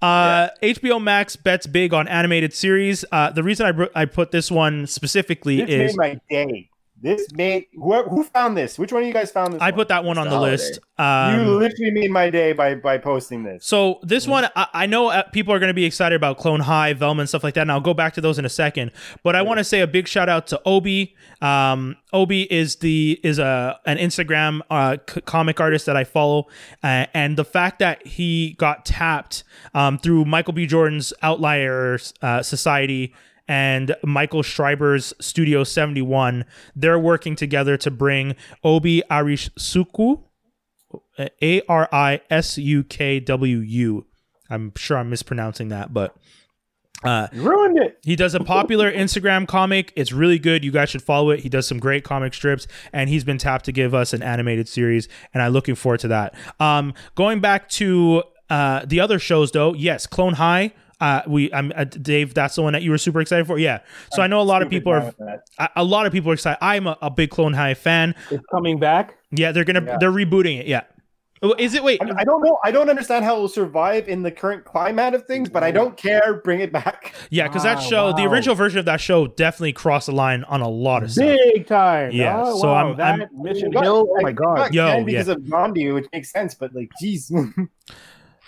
Speaker 1: Uh, HBO Max bets big on animated series. Uh, the reason I br- I put this one specifically
Speaker 3: this
Speaker 1: is
Speaker 3: made my day. This made whoever who found this. Which one of you guys found this?
Speaker 1: I
Speaker 3: one?
Speaker 1: put that one on the
Speaker 2: Holiday.
Speaker 1: list. Um,
Speaker 3: you literally made my day by by posting this.
Speaker 1: So this one, I, I know uh, people are going to be excited about Clone High, Velma, and stuff like that, and I'll go back to those in a second. But I want to say a big shout out to Obi. Um, Obi is the is a an Instagram uh, c- comic artist that I follow, uh, and the fact that he got tapped um, through Michael B. Jordan's Outliers uh, Society and Michael Schreiber's Studio 71, they're working together to bring Obi Arisuku. A R I S U K W U. I'm sure I'm mispronouncing that, but
Speaker 4: You ruined it.
Speaker 1: he does a popular Instagram comic. It's really good. You guys should follow it. He does some great comic strips, and he's been tapped to give us an animated series, and I'm looking forward to that. Um, going back to uh, the other shows, though, yes, Clone High. Uh, we, I'm uh, Dave. That's the one that you were super excited for. Yeah. So i know a lot of people are, a a lot of people are excited. I'm a, a big Clone High fan.
Speaker 4: It's coming back.
Speaker 1: Yeah, they're gonna,
Speaker 3: Yeah.
Speaker 1: they're rebooting it. Yeah. Oh, Is it? Wait,
Speaker 3: I I don't know. I don't understand how it will survive in the current climate of things, but I don't care. Bring it back.
Speaker 1: Yeah, because that
Speaker 4: Wow,
Speaker 1: show, the
Speaker 4: wow.
Speaker 1: original version of that show, definitely crossed the line on a lot of stuff.
Speaker 4: Big time.
Speaker 1: Yeah,
Speaker 4: Oh,
Speaker 1: so
Speaker 4: wow,
Speaker 1: I'm-
Speaker 4: that
Speaker 1: I'm-
Speaker 4: Mission
Speaker 3: Got-
Speaker 4: Hill. Oh my
Speaker 3: I
Speaker 4: god.
Speaker 3: got
Speaker 1: Yo,
Speaker 3: Ken because of Zombie, which makes sense, but like, geez,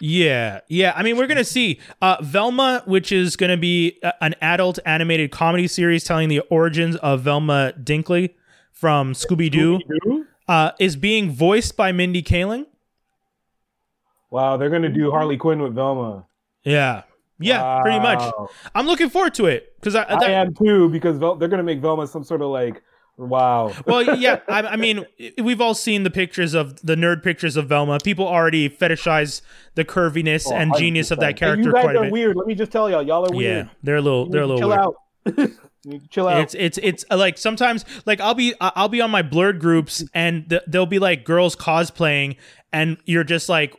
Speaker 1: Yeah, yeah. I mean, we're gonna see uh, Velma, which is gonna be a- an adult animated comedy series telling the origins of Velma Dinkley from Scooby Doo,
Speaker 4: Scooby-Doo?
Speaker 1: uh, is being voiced by Mindy Kaling.
Speaker 4: Wow, they're gonna do Harley Quinn with Velma.
Speaker 1: Yeah, Yeah, pretty much.
Speaker 4: Wow.
Speaker 1: I'm looking forward to it because I, that-
Speaker 4: I am too because Vel- they're gonna make Velma some sort of like wow.
Speaker 1: well, yeah. I, I mean, i- we've all seen the pictures of the nerd pictures of Velma. People already fetishize the curviness
Speaker 4: Oh,
Speaker 1: and genius of that
Speaker 4: 100%.
Speaker 1: character
Speaker 4: You guys
Speaker 1: quite a
Speaker 4: are
Speaker 1: bit.
Speaker 4: weird. Let me just tell y'all, y'all are
Speaker 1: Yeah,
Speaker 4: weird.
Speaker 1: they're a little,
Speaker 4: You
Speaker 1: they're a
Speaker 4: need to
Speaker 1: little
Speaker 4: chill
Speaker 1: weird.
Speaker 4: out. You need to chill out.
Speaker 1: It's it's it's uh, like sometimes like I'll be I- I'll be on my blurred groups and th- there'll be like girls cosplaying and you're just like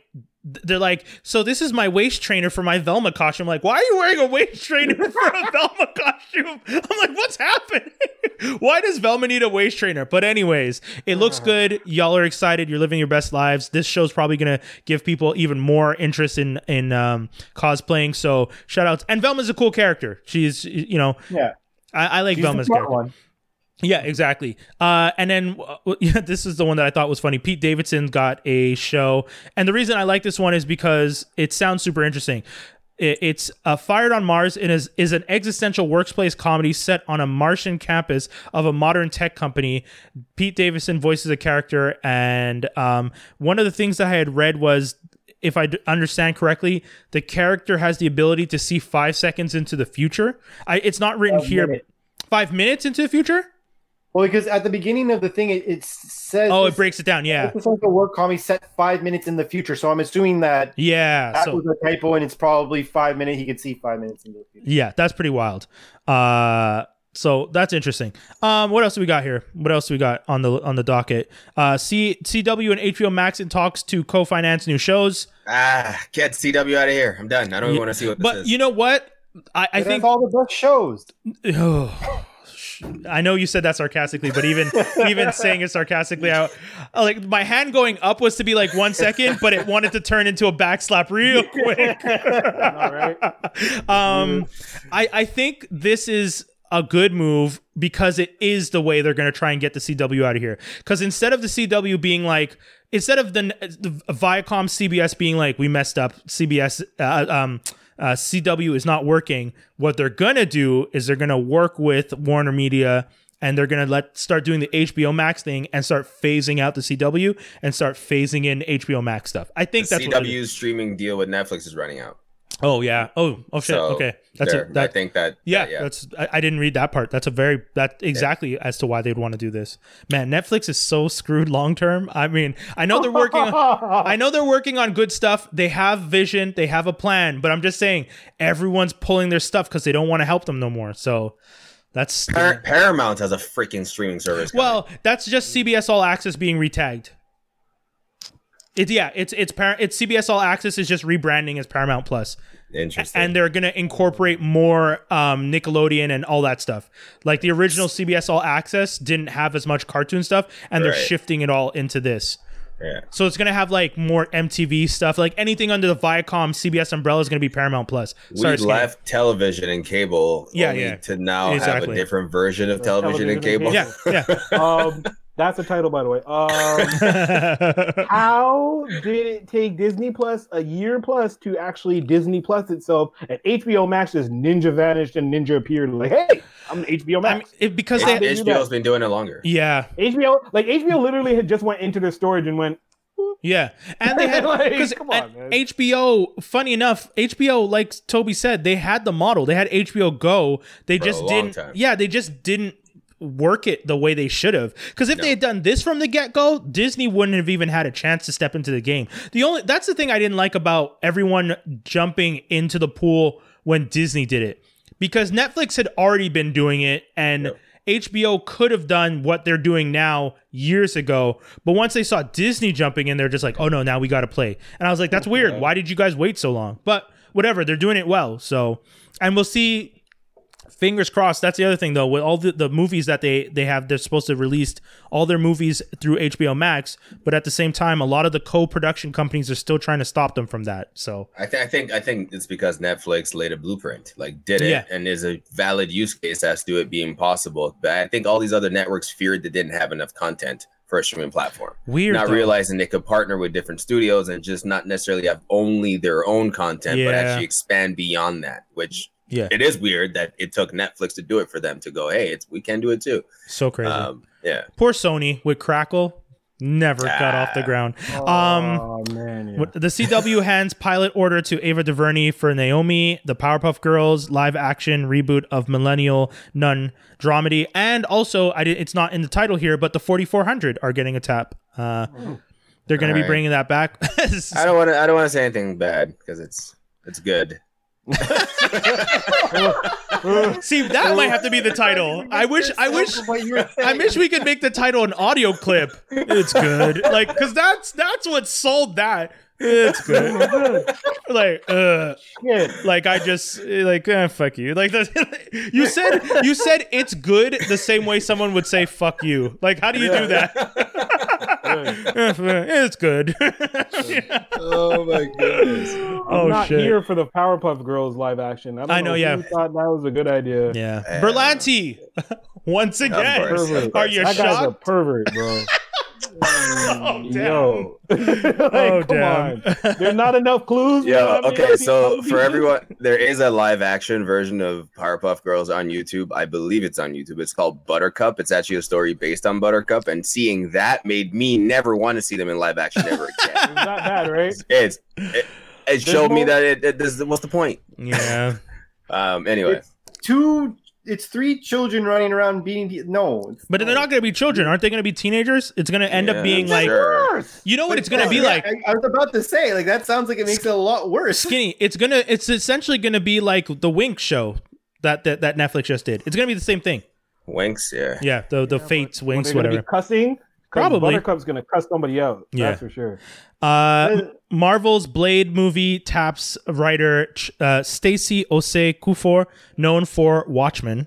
Speaker 1: they're like so this is my waist trainer for my Velma costume. I'm like why are you wearing a waist trainer for a Velma costume? I'm like what's happening? why does Velma need a waist trainer? But anyways, it looks
Speaker 4: Uh-huh.
Speaker 1: good. Y'all are excited. You're living your best lives. This show's probably gonna give people even more interest in in um, cosplaying. So shout outs and Velma's a cool character. She's you know
Speaker 3: Yeah.
Speaker 1: I, I like
Speaker 4: She's the
Speaker 1: Velma's
Speaker 4: smart
Speaker 1: character.
Speaker 4: one.
Speaker 1: Yeah, exactly. Uh, and then uh, yeah, this is the one that I thought was funny. Pete Davidson got a show, and the reason I like this one is because it sounds super interesting. I- It's uh, Fired on Mars. It is is an existential workplace comedy set on a Martian campus of a modern tech company. Pete Davidson voices a character, and um, one of the things that I had read was, if I d- understand correctly, the character has the ability to see five seconds into the future. I, it's not written
Speaker 3: Five
Speaker 1: here.
Speaker 3: minutes.
Speaker 1: but- Five minutes into the future?
Speaker 3: Well, because at the beginning of the thing, it, it says
Speaker 1: Oh, it breaks it down. Yeah.
Speaker 3: It's like a work comedy set five minutes in the future, so I'm assuming that
Speaker 1: Yeah.
Speaker 3: that
Speaker 1: So
Speaker 3: was a typo, and it's probably five minutes. He could see five minutes in the future.
Speaker 1: yeah, that's pretty wild. Uh so that's interesting. Um what else do we got here? What else do we got on the on the docket? Uh C CW and HBO Max in talks to co-finance new shows.
Speaker 2: Ah, get CW out of here. I'm done. I don't
Speaker 1: Yeah,
Speaker 2: even want to see what this
Speaker 1: But
Speaker 2: is.
Speaker 1: you know what? I, I
Speaker 3: It has
Speaker 1: think
Speaker 3: all the best shows.
Speaker 1: oh, sh- I know you said that sarcastically, but even even saying it sarcastically, I, I like my hand going up was to be like one second, but it wanted to turn into a backslap real quick. Um, I I think this is a good move because it is the way they're going to try and get the CW out of here. Because instead of the CW being like, instead of the, the Viacom CBS being like, we messed up, CBS, uh, um, uh, CW is not working. What they're gonna do is they're gonna work with Warner Media and they're gonna let start doing the HBO Max thing and start phasing out the CW and start phasing in HBO Max stuff. I
Speaker 2: the
Speaker 1: think that's what. they're-
Speaker 2: CW's streaming deal with Netflix is running out.
Speaker 1: Oh yeah. Oh oh shit.
Speaker 2: So,
Speaker 1: okay. That's
Speaker 2: there.
Speaker 1: it. That,
Speaker 2: I think that
Speaker 1: yeah,
Speaker 2: yeah.
Speaker 1: that's I, I didn't read that part. That's a very that exactly as to why they'd want to do this. Man, Netflix is so screwed long term. I mean, I know they're working. on, I know they're working on good stuff. They have vision. They have a plan. But I'm just saying, everyone's pulling their stuff because they don't want to help them no more. So that's
Speaker 2: Par- Paramount has a freaking streaming service.
Speaker 1: well, that's just CBS All Access being retagged. It's yeah, it's it's parent. It's CBS All Access is just rebranding as Paramount Plus.
Speaker 2: interesting.
Speaker 1: and they're gonna incorporate more um, Nickelodeon and all that stuff. Like the original CBS All Access didn't have as much cartoon stuff, and they're
Speaker 2: Right.
Speaker 1: shifting it all into this.
Speaker 2: yeah.
Speaker 1: So it's gonna have like more MTV stuff, like anything under the Viacom CBS umbrella is gonna be Paramount Plus. Sorry,
Speaker 2: we
Speaker 1: Skinner.
Speaker 2: left television and cable
Speaker 1: Yeah,
Speaker 2: only
Speaker 1: yeah.
Speaker 2: to now
Speaker 1: Exactly.
Speaker 2: have a different version of television, and
Speaker 4: television
Speaker 2: cable.
Speaker 4: and
Speaker 1: Yeah,
Speaker 4: um, that's a title, by the way. Um,
Speaker 1: yeah.
Speaker 4: how did it take Disney Plus a year plus to actually Disney Plus itself? And HBO Max just ninja vanished and ninja appeared. Like, hey, I'm HBO
Speaker 1: I mean,
Speaker 4: Max.
Speaker 1: it, because
Speaker 4: Yeah.
Speaker 1: they,
Speaker 4: they do
Speaker 2: HBO's
Speaker 4: that.
Speaker 2: been doing it longer.
Speaker 1: yeah,
Speaker 4: HBO, like HBO, literally had just went into their storage and went.
Speaker 1: yeah, and they had
Speaker 4: Like,
Speaker 1: because
Speaker 4: come on, man.
Speaker 1: HBO. Funny enough, HBO, like Toby said, they had the model. They had HBO Go. They
Speaker 2: For a
Speaker 1: just
Speaker 2: long
Speaker 1: didn't.
Speaker 2: time.
Speaker 1: Yeah, they just didn't work it the way they should have. Because if they had done this from the get go, Disney wouldn't have even had a chance to step into the game. The only that's the thing I didn't like about everyone jumping into the pool when Disney did it, because Netflix had already been doing it and.
Speaker 2: Yep.
Speaker 1: HBO could have done what they're doing now years ago, but once they saw Disney jumping in, they're just like, "Oh no, now we got to play." And I was like, "That's weird. Why did you guys wait so long?" But whatever, they're doing it well. So, and we'll see fingers crossed that's the other thing though with all the, the movies that they they have they're supposed to release all their movies through hbo max but at the same time a lot of the co-production companies are still trying to stop them from that so
Speaker 2: I, th- I think I think it's because Netflix laid a blueprint, like did it,
Speaker 1: Yeah.
Speaker 2: and is a valid use case as to it being possible. But I think all these other networks feared they didn't have enough content for a streaming platform,
Speaker 1: weird
Speaker 2: not
Speaker 1: though.
Speaker 2: realizing they could partner with different studios and just not necessarily have only their own content,
Speaker 1: Yeah.
Speaker 2: but actually expand beyond that. Which
Speaker 1: Yeah.
Speaker 2: it is weird that it took Netflix to do it for them to go, hey, it's we can do it too.
Speaker 1: so crazy
Speaker 2: Um, yeah,
Speaker 1: poor sony with crackle Never got off the ground. Um,
Speaker 3: oh man, yeah.
Speaker 1: What- The CW hands pilot order to Ava DuVernay for Naomi, the Powerpuff Girls live action reboot of Millennial Nun dramedy, and also I did, it's not in the title here, but the 4400 are getting a tap. Uh, they're going to be
Speaker 2: Alright.
Speaker 1: bringing that back. This is-
Speaker 2: I don't want to. I don't want to say anything bad because it's it's good.
Speaker 1: See, that might have to be the title. I wish. I wish. I wish we could make the title an audio clip. It's good, like because that's that's what sold that. It's good, like uh,
Speaker 4: Shit.
Speaker 1: like I just like eh, fuck you. Like the, you said, you said it's good the same way someone would say fuck you. Like how do you do that? Eh, it's good.
Speaker 2: oh my goodness.
Speaker 1: Oh,
Speaker 4: I'm not
Speaker 1: shit.
Speaker 4: here for the Powerpuff Girls live action. I, don't
Speaker 1: I know, yeah.
Speaker 4: Who thought that was a good idea.
Speaker 1: yeah,
Speaker 2: Yeah.
Speaker 1: Berlanti. Once again,
Speaker 2: course.
Speaker 4: Pervert.
Speaker 1: are you
Speaker 4: that guy's a
Speaker 1: shocked?
Speaker 4: pervert, bro.
Speaker 1: Oh, damn.
Speaker 4: Yo. Like,
Speaker 1: oh
Speaker 4: come
Speaker 1: damn.
Speaker 4: on. There's not enough clues.
Speaker 2: Yeah.
Speaker 4: bro. I mean,
Speaker 2: Okay.
Speaker 4: like,
Speaker 2: So
Speaker 4: people-
Speaker 2: for everyone, there is a live action version of Powerpuff Girls on YouTube. I believe it's on YouTube. It's called Buttercup. It's actually a story based on Buttercup, and seeing that made me never want to see them in live action ever again.
Speaker 4: It's not bad, right?
Speaker 2: it's it, it showed me
Speaker 4: more-
Speaker 2: that it, it this, what's the point?
Speaker 1: yeah.
Speaker 2: Um. Anyway.
Speaker 3: It's two. It's three children running around beating. pe- No, it's-
Speaker 1: But they're not going to be children, aren't they? Going to be teenagers? It's going to end
Speaker 2: Yeah,
Speaker 1: up being like,
Speaker 2: sure.
Speaker 1: you know what? It's going to be
Speaker 3: Yeah,
Speaker 1: like
Speaker 3: I, I was about to say, like that sounds like it makes it a lot worse.
Speaker 1: skinny. It's gonna. It's essentially going to be like the Wink show that that, that Netflix just did. It's going to be the same thing.
Speaker 2: Winks. Yeah.
Speaker 1: Yeah, the the Fates
Speaker 4: Are
Speaker 1: Winks
Speaker 4: they gonna
Speaker 1: whatever.
Speaker 4: be cussing? 'Cause
Speaker 1: Probably.
Speaker 4: Buttercup's gonna cuss somebody out.
Speaker 1: Yeah.
Speaker 4: That's for sure.
Speaker 1: Uh, M- Marvel's Blade movie taps writer Ch- uh, Stacy Ose Kufor, known for Watchmen,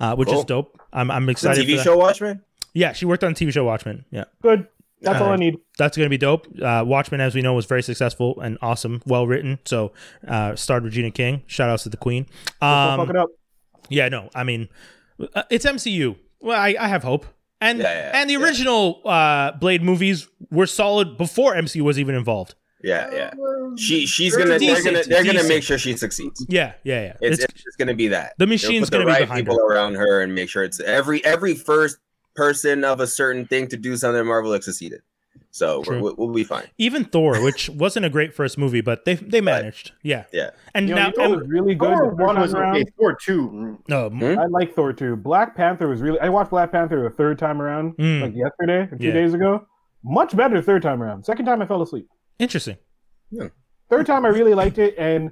Speaker 1: uh, which is
Speaker 2: Cool.
Speaker 1: dope. I'm I'm
Speaker 2: The
Speaker 1: excited. for
Speaker 2: TV
Speaker 1: that.
Speaker 2: show Watchmen.
Speaker 1: Yeah, she worked on the TV show Watchmen. Yeah.
Speaker 4: Good. That's all I
Speaker 1: Alright.
Speaker 4: need.
Speaker 1: that's going to be dope. Uh, Watchmen, as we know, was very successful and awesome, well written. So, uh, starred Regina King. Shout outs to the Queen.
Speaker 4: Don't fuck
Speaker 1: Um,
Speaker 4: it up.
Speaker 1: yeah, no, I mean, uh, it's MCU. Well, I, I have hope. And
Speaker 2: Yeah, yeah,
Speaker 1: and the
Speaker 2: yeah.
Speaker 1: original uh, Blade movies were solid before MCU was even involved.
Speaker 2: Yeah. Yeah. She she's gonna
Speaker 1: Decent,
Speaker 2: they're gonna they're gonna
Speaker 1: decent.
Speaker 2: make sure she succeeds.
Speaker 1: Yeah, yeah, yeah.
Speaker 2: It's,
Speaker 1: It's-
Speaker 2: it's just gonna be that
Speaker 1: the
Speaker 2: They'll
Speaker 1: machine's
Speaker 2: put
Speaker 1: going
Speaker 2: the
Speaker 1: to be
Speaker 2: right
Speaker 1: behind
Speaker 2: people
Speaker 1: her.
Speaker 2: around her and make sure it's every every first person of a certain thing to do something Marvel has succeeded. So
Speaker 1: True.
Speaker 2: we're, we'll, we'll be fine.
Speaker 1: Even Thor, which wasn't a great first movie, but they they managed. Yeah,
Speaker 2: Yeah.
Speaker 1: And
Speaker 4: You know,
Speaker 1: now,
Speaker 4: you thought it was really good.
Speaker 3: Thor
Speaker 4: the first
Speaker 3: one was
Speaker 4: time around.
Speaker 3: Oh, okay. Thor two.
Speaker 1: no,
Speaker 2: Hmm?
Speaker 4: I like Thor 2. Black Panther was really. I watched Black Panther the third time around,
Speaker 1: Mm.
Speaker 4: like yesterday or two
Speaker 1: Yeah.
Speaker 4: days ago. Much better third time around. Second time I fell asleep.
Speaker 1: interesting.
Speaker 4: Third time I really liked it, and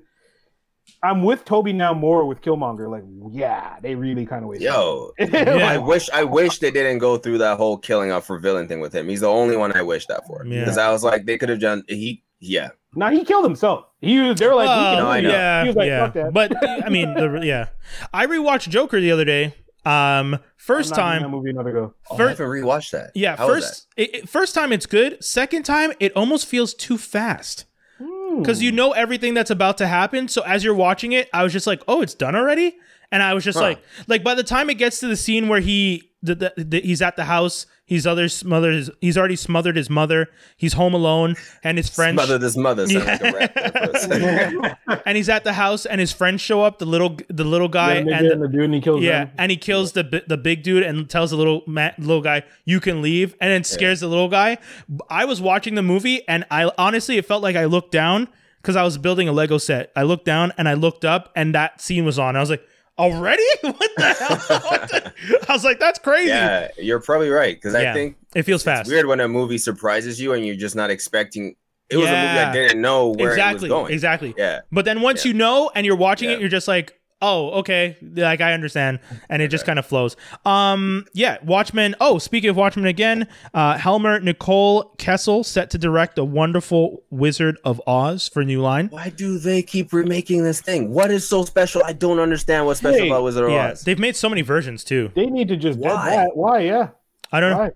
Speaker 4: I'm with Toby now more with Killmonger. Like, yeah, they really kind of wasted.
Speaker 2: Yo,
Speaker 4: it.
Speaker 2: I
Speaker 1: Yeah.
Speaker 2: wish I wish they didn't go through that whole killing off for villain thing with him. He's the only one I wish that for.
Speaker 1: Yeah.
Speaker 2: Because I was like, they could have done he yeah.
Speaker 4: Now he killed himself. He was- they were like, we
Speaker 1: Well,
Speaker 4: can
Speaker 2: Oh, I
Speaker 4: do
Speaker 2: know.
Speaker 4: this.
Speaker 1: yeah,
Speaker 4: He was like,
Speaker 1: yeah.
Speaker 4: fuck that.
Speaker 1: But I mean, the, yeah, I rewatched Joker the other day. Um,
Speaker 4: I'm
Speaker 1: first
Speaker 4: not giving that
Speaker 1: time,
Speaker 4: movie another go.
Speaker 2: Oh, I
Speaker 1: First-
Speaker 2: haven't rewatched that.
Speaker 1: yeah,
Speaker 2: How was
Speaker 1: first it, it- first time it's good. Second time it almost feels too fast
Speaker 4: Hmm.
Speaker 1: because you know everything that's about to happen. So as you're watching it, I was just like, oh, it's done already, and I was just
Speaker 2: Huh.
Speaker 1: like, like by the time it gets to the scene where he. The, the, the, he's at the house. He's other smothers. He's already smothered his mother. He's home alone, and his
Speaker 2: that?
Speaker 1: friends.
Speaker 2: Mother this mother sounds like
Speaker 1: Yeah.
Speaker 2: a rap there for a second.
Speaker 1: and he's at the house, and his friends show up. The little the little guy
Speaker 4: and,
Speaker 1: and the,
Speaker 4: the dude and he kills
Speaker 1: Yeah,
Speaker 4: them.
Speaker 1: and he kills the bi- the big dude and tells the little ma- little guy, "You can leave," and then scares the little guy. B- I was watching the movie, and I honestly, it felt like I looked down because I was building a Lego set. I looked down and I looked up, and that scene was on. I was like, "Already? What the hell?" What the- I was like, "That's crazy."
Speaker 2: Yeah, you're probably right. Because
Speaker 1: Yeah.
Speaker 2: I think
Speaker 1: It feels
Speaker 2: It's
Speaker 1: fast.
Speaker 2: weird when a movie surprises you and you're just not expecting. It was a
Speaker 1: Yeah.
Speaker 2: movie I didn't know where
Speaker 1: Exactly,
Speaker 2: it was going.
Speaker 1: exactly.
Speaker 2: Yeah.
Speaker 1: But then once
Speaker 2: Yeah.
Speaker 1: you know and you're watching
Speaker 2: Yeah.
Speaker 1: it, you're just like, oh, okay, like I understand, and it just kind of flows. Um, yeah, Watchmen. Oh, speaking of Watchmen again, uh, Helmer Nicole Kessel set to direct the wonderful Wizard of Oz for New Line.
Speaker 2: Why do they keep remaking this thing? What is so special? I don't understand what's special
Speaker 4: Hey.
Speaker 2: about Wizard of
Speaker 1: Yeah,
Speaker 2: Oz.
Speaker 1: they've made so many versions too.
Speaker 4: They need to just dead
Speaker 2: Why?
Speaker 4: that. Why? Yeah.
Speaker 1: I don't.
Speaker 4: Why?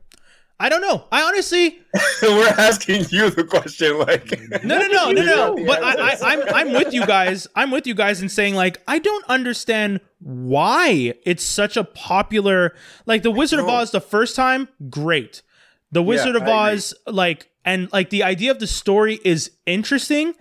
Speaker 1: I don't know. I honestly,
Speaker 2: We're asking you the question, like.
Speaker 1: no, no, no, no, no.
Speaker 2: Yeah,
Speaker 1: But I, I, I'm, I'm with you guys. I'm with you guys in saying like I don't understand why it's such a popular. Like the Wizard of
Speaker 2: know.
Speaker 1: Oz, the first time, great. The Wizard of
Speaker 2: I agree.
Speaker 1: Oz, like, and like the idea of the story is interesting.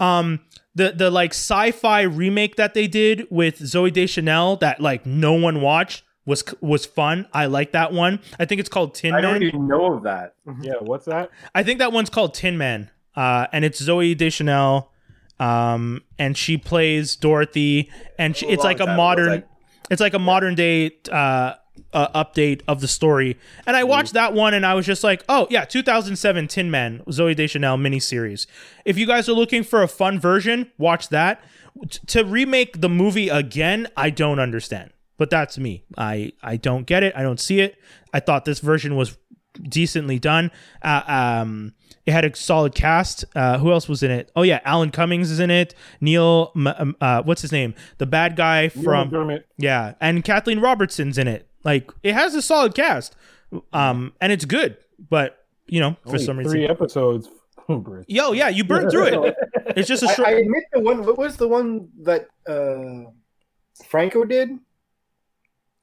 Speaker 1: Um, the the like sci-fi remake that they did with Zoe Deschanel that like no one watched was was fun. I like that one. I think it's called Tin
Speaker 3: I don't
Speaker 1: Man.
Speaker 3: even know of that.
Speaker 4: Yeah, what's that?
Speaker 1: I think that one's called Tin Man, uh, and it's Zoe Deschanel, um, and she plays Dorothy, and she,
Speaker 2: A
Speaker 1: it's
Speaker 2: long
Speaker 1: like a
Speaker 2: time ago, it's
Speaker 1: modern,
Speaker 2: like-
Speaker 1: it's like a modern day uh, uh, update of the story. And I watched that one, and I was just like, oh yeah, 2007 Tin Man, Zoe Deschanel miniseries. If you guys are looking for a fun version, watch that. T- to remake the movie again, I don't understand. But that's me. I I don't get it. I don't see it. I thought this version was decently done. Uh, um, it had a solid cast. Uh, who else was in it? Oh yeah, Alan Cummings is in it. Neil, M- um, uh, what's his name? The bad guy from
Speaker 4: McDermott.
Speaker 1: yeah, and Kathleen Robertson's in it. Like it has a solid cast, um, and it's good. But you know, for
Speaker 4: Only
Speaker 1: some
Speaker 4: three
Speaker 1: reason,
Speaker 4: episodes. Bruce.
Speaker 1: yo, yeah, you burned through it. It's just a
Speaker 3: I,
Speaker 1: short.
Speaker 3: I admit the one. What was the one that uh, Franco did?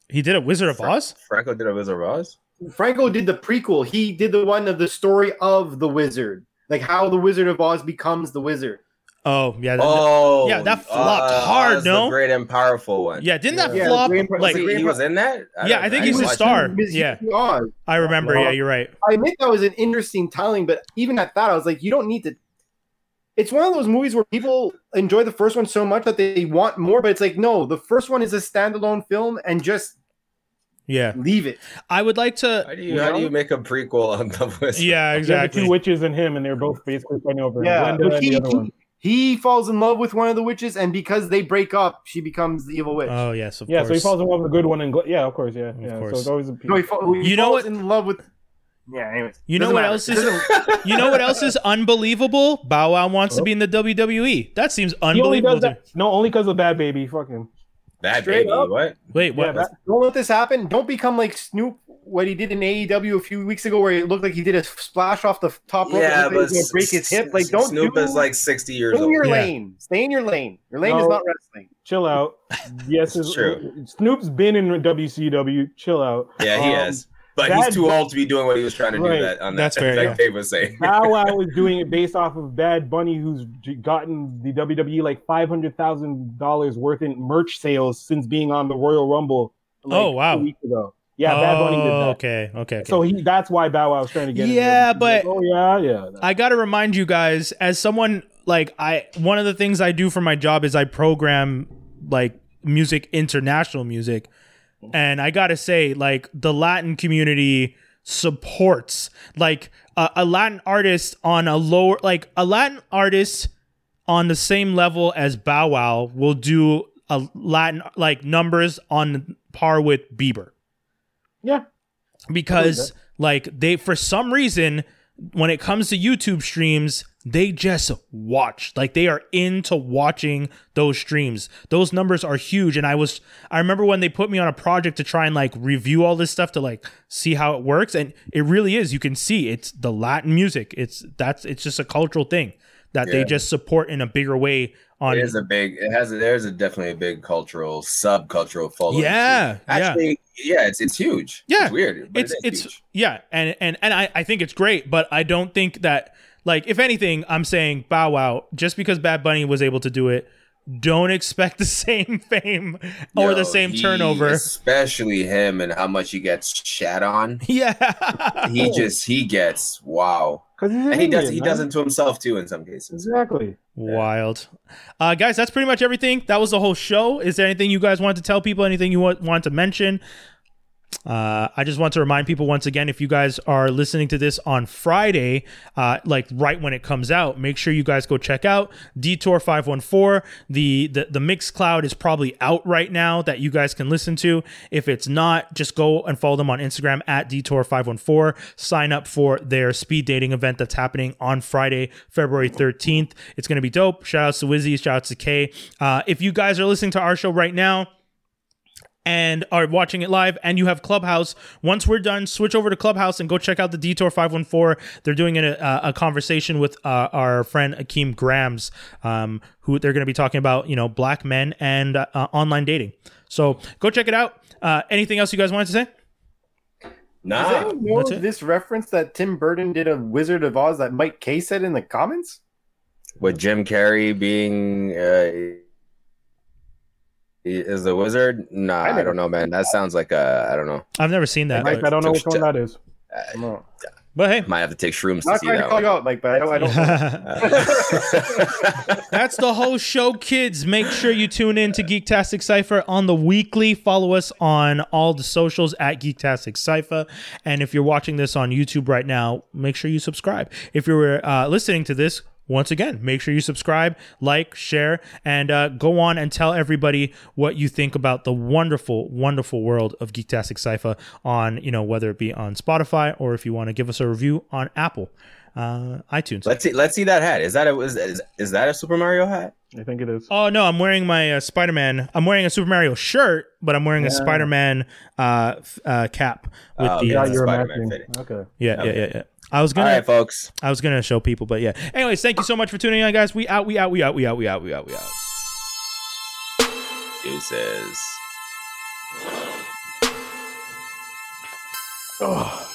Speaker 1: he did a Wizard of Oz.
Speaker 2: Franco did a Wizard of Oz.
Speaker 3: Franco did the prequel. He did the one of the story of the wizard, like how the Wizard of Oz becomes the wizard.
Speaker 1: Oh yeah, that-
Speaker 2: Oh,
Speaker 1: yeah, that flopped hard,
Speaker 2: Oz the
Speaker 1: no?
Speaker 2: great and powerful one.
Speaker 1: yeah. Didn't that
Speaker 3: Yeah,
Speaker 1: flop?
Speaker 3: Green-
Speaker 1: like
Speaker 2: he, he was in that.
Speaker 1: Yeah,
Speaker 2: don't-
Speaker 1: I think
Speaker 2: didn't
Speaker 1: he's a
Speaker 2: watch
Speaker 1: star.
Speaker 2: it.
Speaker 3: Wizard
Speaker 1: yeah.
Speaker 3: of Oz.
Speaker 1: I remember. Yeah, you're right.
Speaker 3: I admit that was an interesting telling, but even at that, I was like, you don't need to. It's one of those movies where people enjoy the first one so much that they want more, but it's like, no, the first one is a standalone film and just
Speaker 1: Yeah,
Speaker 3: leave it.
Speaker 1: I would like to.
Speaker 2: How do you how do you make a prequel on the Wizard?
Speaker 1: Yeah,
Speaker 4: Yeah, the
Speaker 1: exactly.
Speaker 4: two witches and him, and they're both basically fighting over
Speaker 3: Yeah,
Speaker 4: Glenda
Speaker 3: but
Speaker 4: and
Speaker 3: he,
Speaker 4: the other one.
Speaker 3: he, he falls in love with one of the witches, and because they break up, she becomes the evil witch.
Speaker 1: Oh yes, of
Speaker 4: Yeah,
Speaker 1: course.
Speaker 4: so he falls in love with a good one, and Gl- yeah, of course, yeah, yeah.
Speaker 1: course.
Speaker 4: So it's always a
Speaker 3: no, he, fa- he
Speaker 1: You know
Speaker 3: falls
Speaker 1: what-
Speaker 3: in love with. Yeah, anyways.
Speaker 1: You know
Speaker 3: Doesn't
Speaker 1: what
Speaker 3: matter.
Speaker 1: else is-
Speaker 3: Doesn't-
Speaker 1: you know what else is unbelievable? Bow Wow wants to be in the WWE. That seems
Speaker 4: He only
Speaker 1: unbelievable.
Speaker 4: does
Speaker 1: to-
Speaker 4: that. No, only because of Bad Baby. Fuck him.
Speaker 2: That
Speaker 3: Straight
Speaker 2: baby,
Speaker 3: up.
Speaker 2: what?
Speaker 1: Wait, what?
Speaker 4: Yeah, that-
Speaker 3: Don't let this happen. Don't become like Snoop, what he did in AEW a few weeks ago, where it looked like he did a splash off the top rope.
Speaker 2: Yeah,
Speaker 3: and he
Speaker 2: but
Speaker 3: was gonna break his hip. Like, don't
Speaker 2: Snoop
Speaker 3: do
Speaker 2: is like sixty years
Speaker 3: Stay in
Speaker 2: old.
Speaker 3: your
Speaker 1: Yeah.
Speaker 3: lane. Stay in your lane. Your lane
Speaker 4: No.
Speaker 3: is not wrestling.
Speaker 4: chill out. Yes,
Speaker 2: It's
Speaker 4: is-
Speaker 2: true.
Speaker 4: Snoop's been in WCW. Chill out.
Speaker 2: Yeah, he
Speaker 4: Um,
Speaker 2: has, but
Speaker 4: that-
Speaker 2: he's too old to be doing what he was trying to
Speaker 4: Right.
Speaker 2: do that on
Speaker 1: That's
Speaker 2: that.
Speaker 1: fair,
Speaker 2: like
Speaker 1: yeah.
Speaker 2: Dave was saying.
Speaker 4: Bow Wow was doing it based off of Bad Bunny, who's j- gotten the WWE like five hundred thousand dollars worth in merch sales since being on the Royal Rumble. like,
Speaker 1: Oh, wow.
Speaker 4: two weeks ago. Yeah, Bad Bunny did
Speaker 1: Oh,
Speaker 4: that.
Speaker 1: Okay, okay. okay.
Speaker 4: So he, that's why Bow Wow was trying to get. in
Speaker 1: Yeah,
Speaker 4: there. He's like,
Speaker 1: but-
Speaker 4: oh yeah, yeah.
Speaker 1: I got to remind you guys, as someone like I, one of the things I do for my job is I program like music, international music, and I gotta say, like the Latin community supports like a, a Latin artist on a lower, like a Latin artist on the same level as Bow Wow will do a Latin like numbers on par with Bieber
Speaker 4: yeah.
Speaker 1: because like they for some reason when it comes to YouTube streams they just watch like they are into watching those streams those numbers are huge and i was i remember when they put me on a project to try and like review all this stuff to like see how it works and it really is you can see it's the latin music it's that's it's just a cultural thing that they
Speaker 2: Yeah.
Speaker 1: just support in a bigger way on
Speaker 2: It is a big. It has. There's a definitely a big cultural subcultural following.
Speaker 1: yeah yeah
Speaker 2: actually, yeah, it's it's huge.
Speaker 1: Yeah.
Speaker 2: it's weird. But
Speaker 1: it's
Speaker 2: it
Speaker 1: it's
Speaker 2: is huge.
Speaker 1: yeah and and and I, I think it's great but i don't think that like if anything i'm saying bow wow just because bad bunny was able to do it don't expect the same fame or
Speaker 2: Yo,
Speaker 1: the same
Speaker 2: he-
Speaker 1: turnover
Speaker 2: especially him and how much he gets shat on.
Speaker 1: yeah
Speaker 2: He just he gets wow,
Speaker 4: Because
Speaker 2: and he does he doesn't to himself too in some cases.
Speaker 4: exactly.
Speaker 1: wild uh guys that's pretty much everything that was the whole show is there anything you guys want to tell people anything you want, want to mention uh, I just want to remind people once again if you guys are listening to this on Friday, uh, like right when it comes out, make sure you guys go check out Detour 514. The, the the Mixed Cloud is probably out right now that you guys can listen to. If it's not, just go and follow them on Instagram at Detour 514. Sign up for their speed dating event that's happening on Friday, February 13th. It's going to be dope. Shout outs to Wizzy, shout outs to Kay. Uh, if you guys are listening to our show right now, and are watching it live and you have clubhouse once we're done switch over to clubhouse and go check out the detour 514 they're doing a, a, a conversation with uh, our friend akeem grams um, who they're going to be talking about you know black men and uh, uh, online dating so go check it out uh, anything else you guys wanted to say
Speaker 3: Does
Speaker 2: Nah,
Speaker 3: anyone know
Speaker 1: Ah, That's it.
Speaker 3: this reference that Tim Burton did of Wizard of Oz that Mike K said in the comments?
Speaker 2: with Jim Carrey being uh, He is the wizard? Nah,
Speaker 4: I
Speaker 2: I,
Speaker 4: never-
Speaker 2: don't know, man. That sounds like uh, I don't know.
Speaker 1: I've never seen that.
Speaker 4: Like, I
Speaker 1: but,
Speaker 4: don't know which one that is.
Speaker 2: Uh,
Speaker 4: No.
Speaker 1: but hey,
Speaker 2: might have to take shrooms to
Speaker 4: I'm not
Speaker 2: see
Speaker 4: trying to
Speaker 2: that
Speaker 4: call
Speaker 2: one.
Speaker 4: you out like that. I don't. I
Speaker 2: Uh,
Speaker 4: don't
Speaker 1: That's the whole show, kids. Make sure you tune in to Geektastic Cypher on the weekly. Follow us on all the socials at Geektastic Cypher. And if you're watching this on YouTube right now, make sure you subscribe. If you were uh, listening to this, once again, make sure you subscribe, like, share, and uh, go on and tell everybody what you think about the wonderful, wonderful world of Geektastic Cypher on, you know, whether it be on Spotify or if you want to give us a review on Apple, uh, iTunes.
Speaker 2: let's see. Let's see that hat. Is that a is, is, is that a Super Mario hat?
Speaker 4: I think it is.
Speaker 1: Oh no, I'm wearing my uh, Spider Man. I'm wearing a Super Mario shirt, but I'm wearing a
Speaker 4: Yeah.
Speaker 1: Spider Man uh, f- uh, cap with
Speaker 2: Oh,
Speaker 1: the
Speaker 2: yeah,
Speaker 1: uh,
Speaker 4: yeah,
Speaker 2: it's
Speaker 4: you're
Speaker 2: Spider-Man
Speaker 4: imagining.
Speaker 2: fitting.
Speaker 4: Okay.
Speaker 1: yeah, yeah, yeah, yeah. I was
Speaker 2: All
Speaker 1: gonna,
Speaker 2: right, folks.
Speaker 1: I was gonna show people, but yeah. Anyways, thank you so much for tuning in, guys. We out, we out, we out, we out, we out, we out, we out.
Speaker 2: Deuces.
Speaker 4: Oh.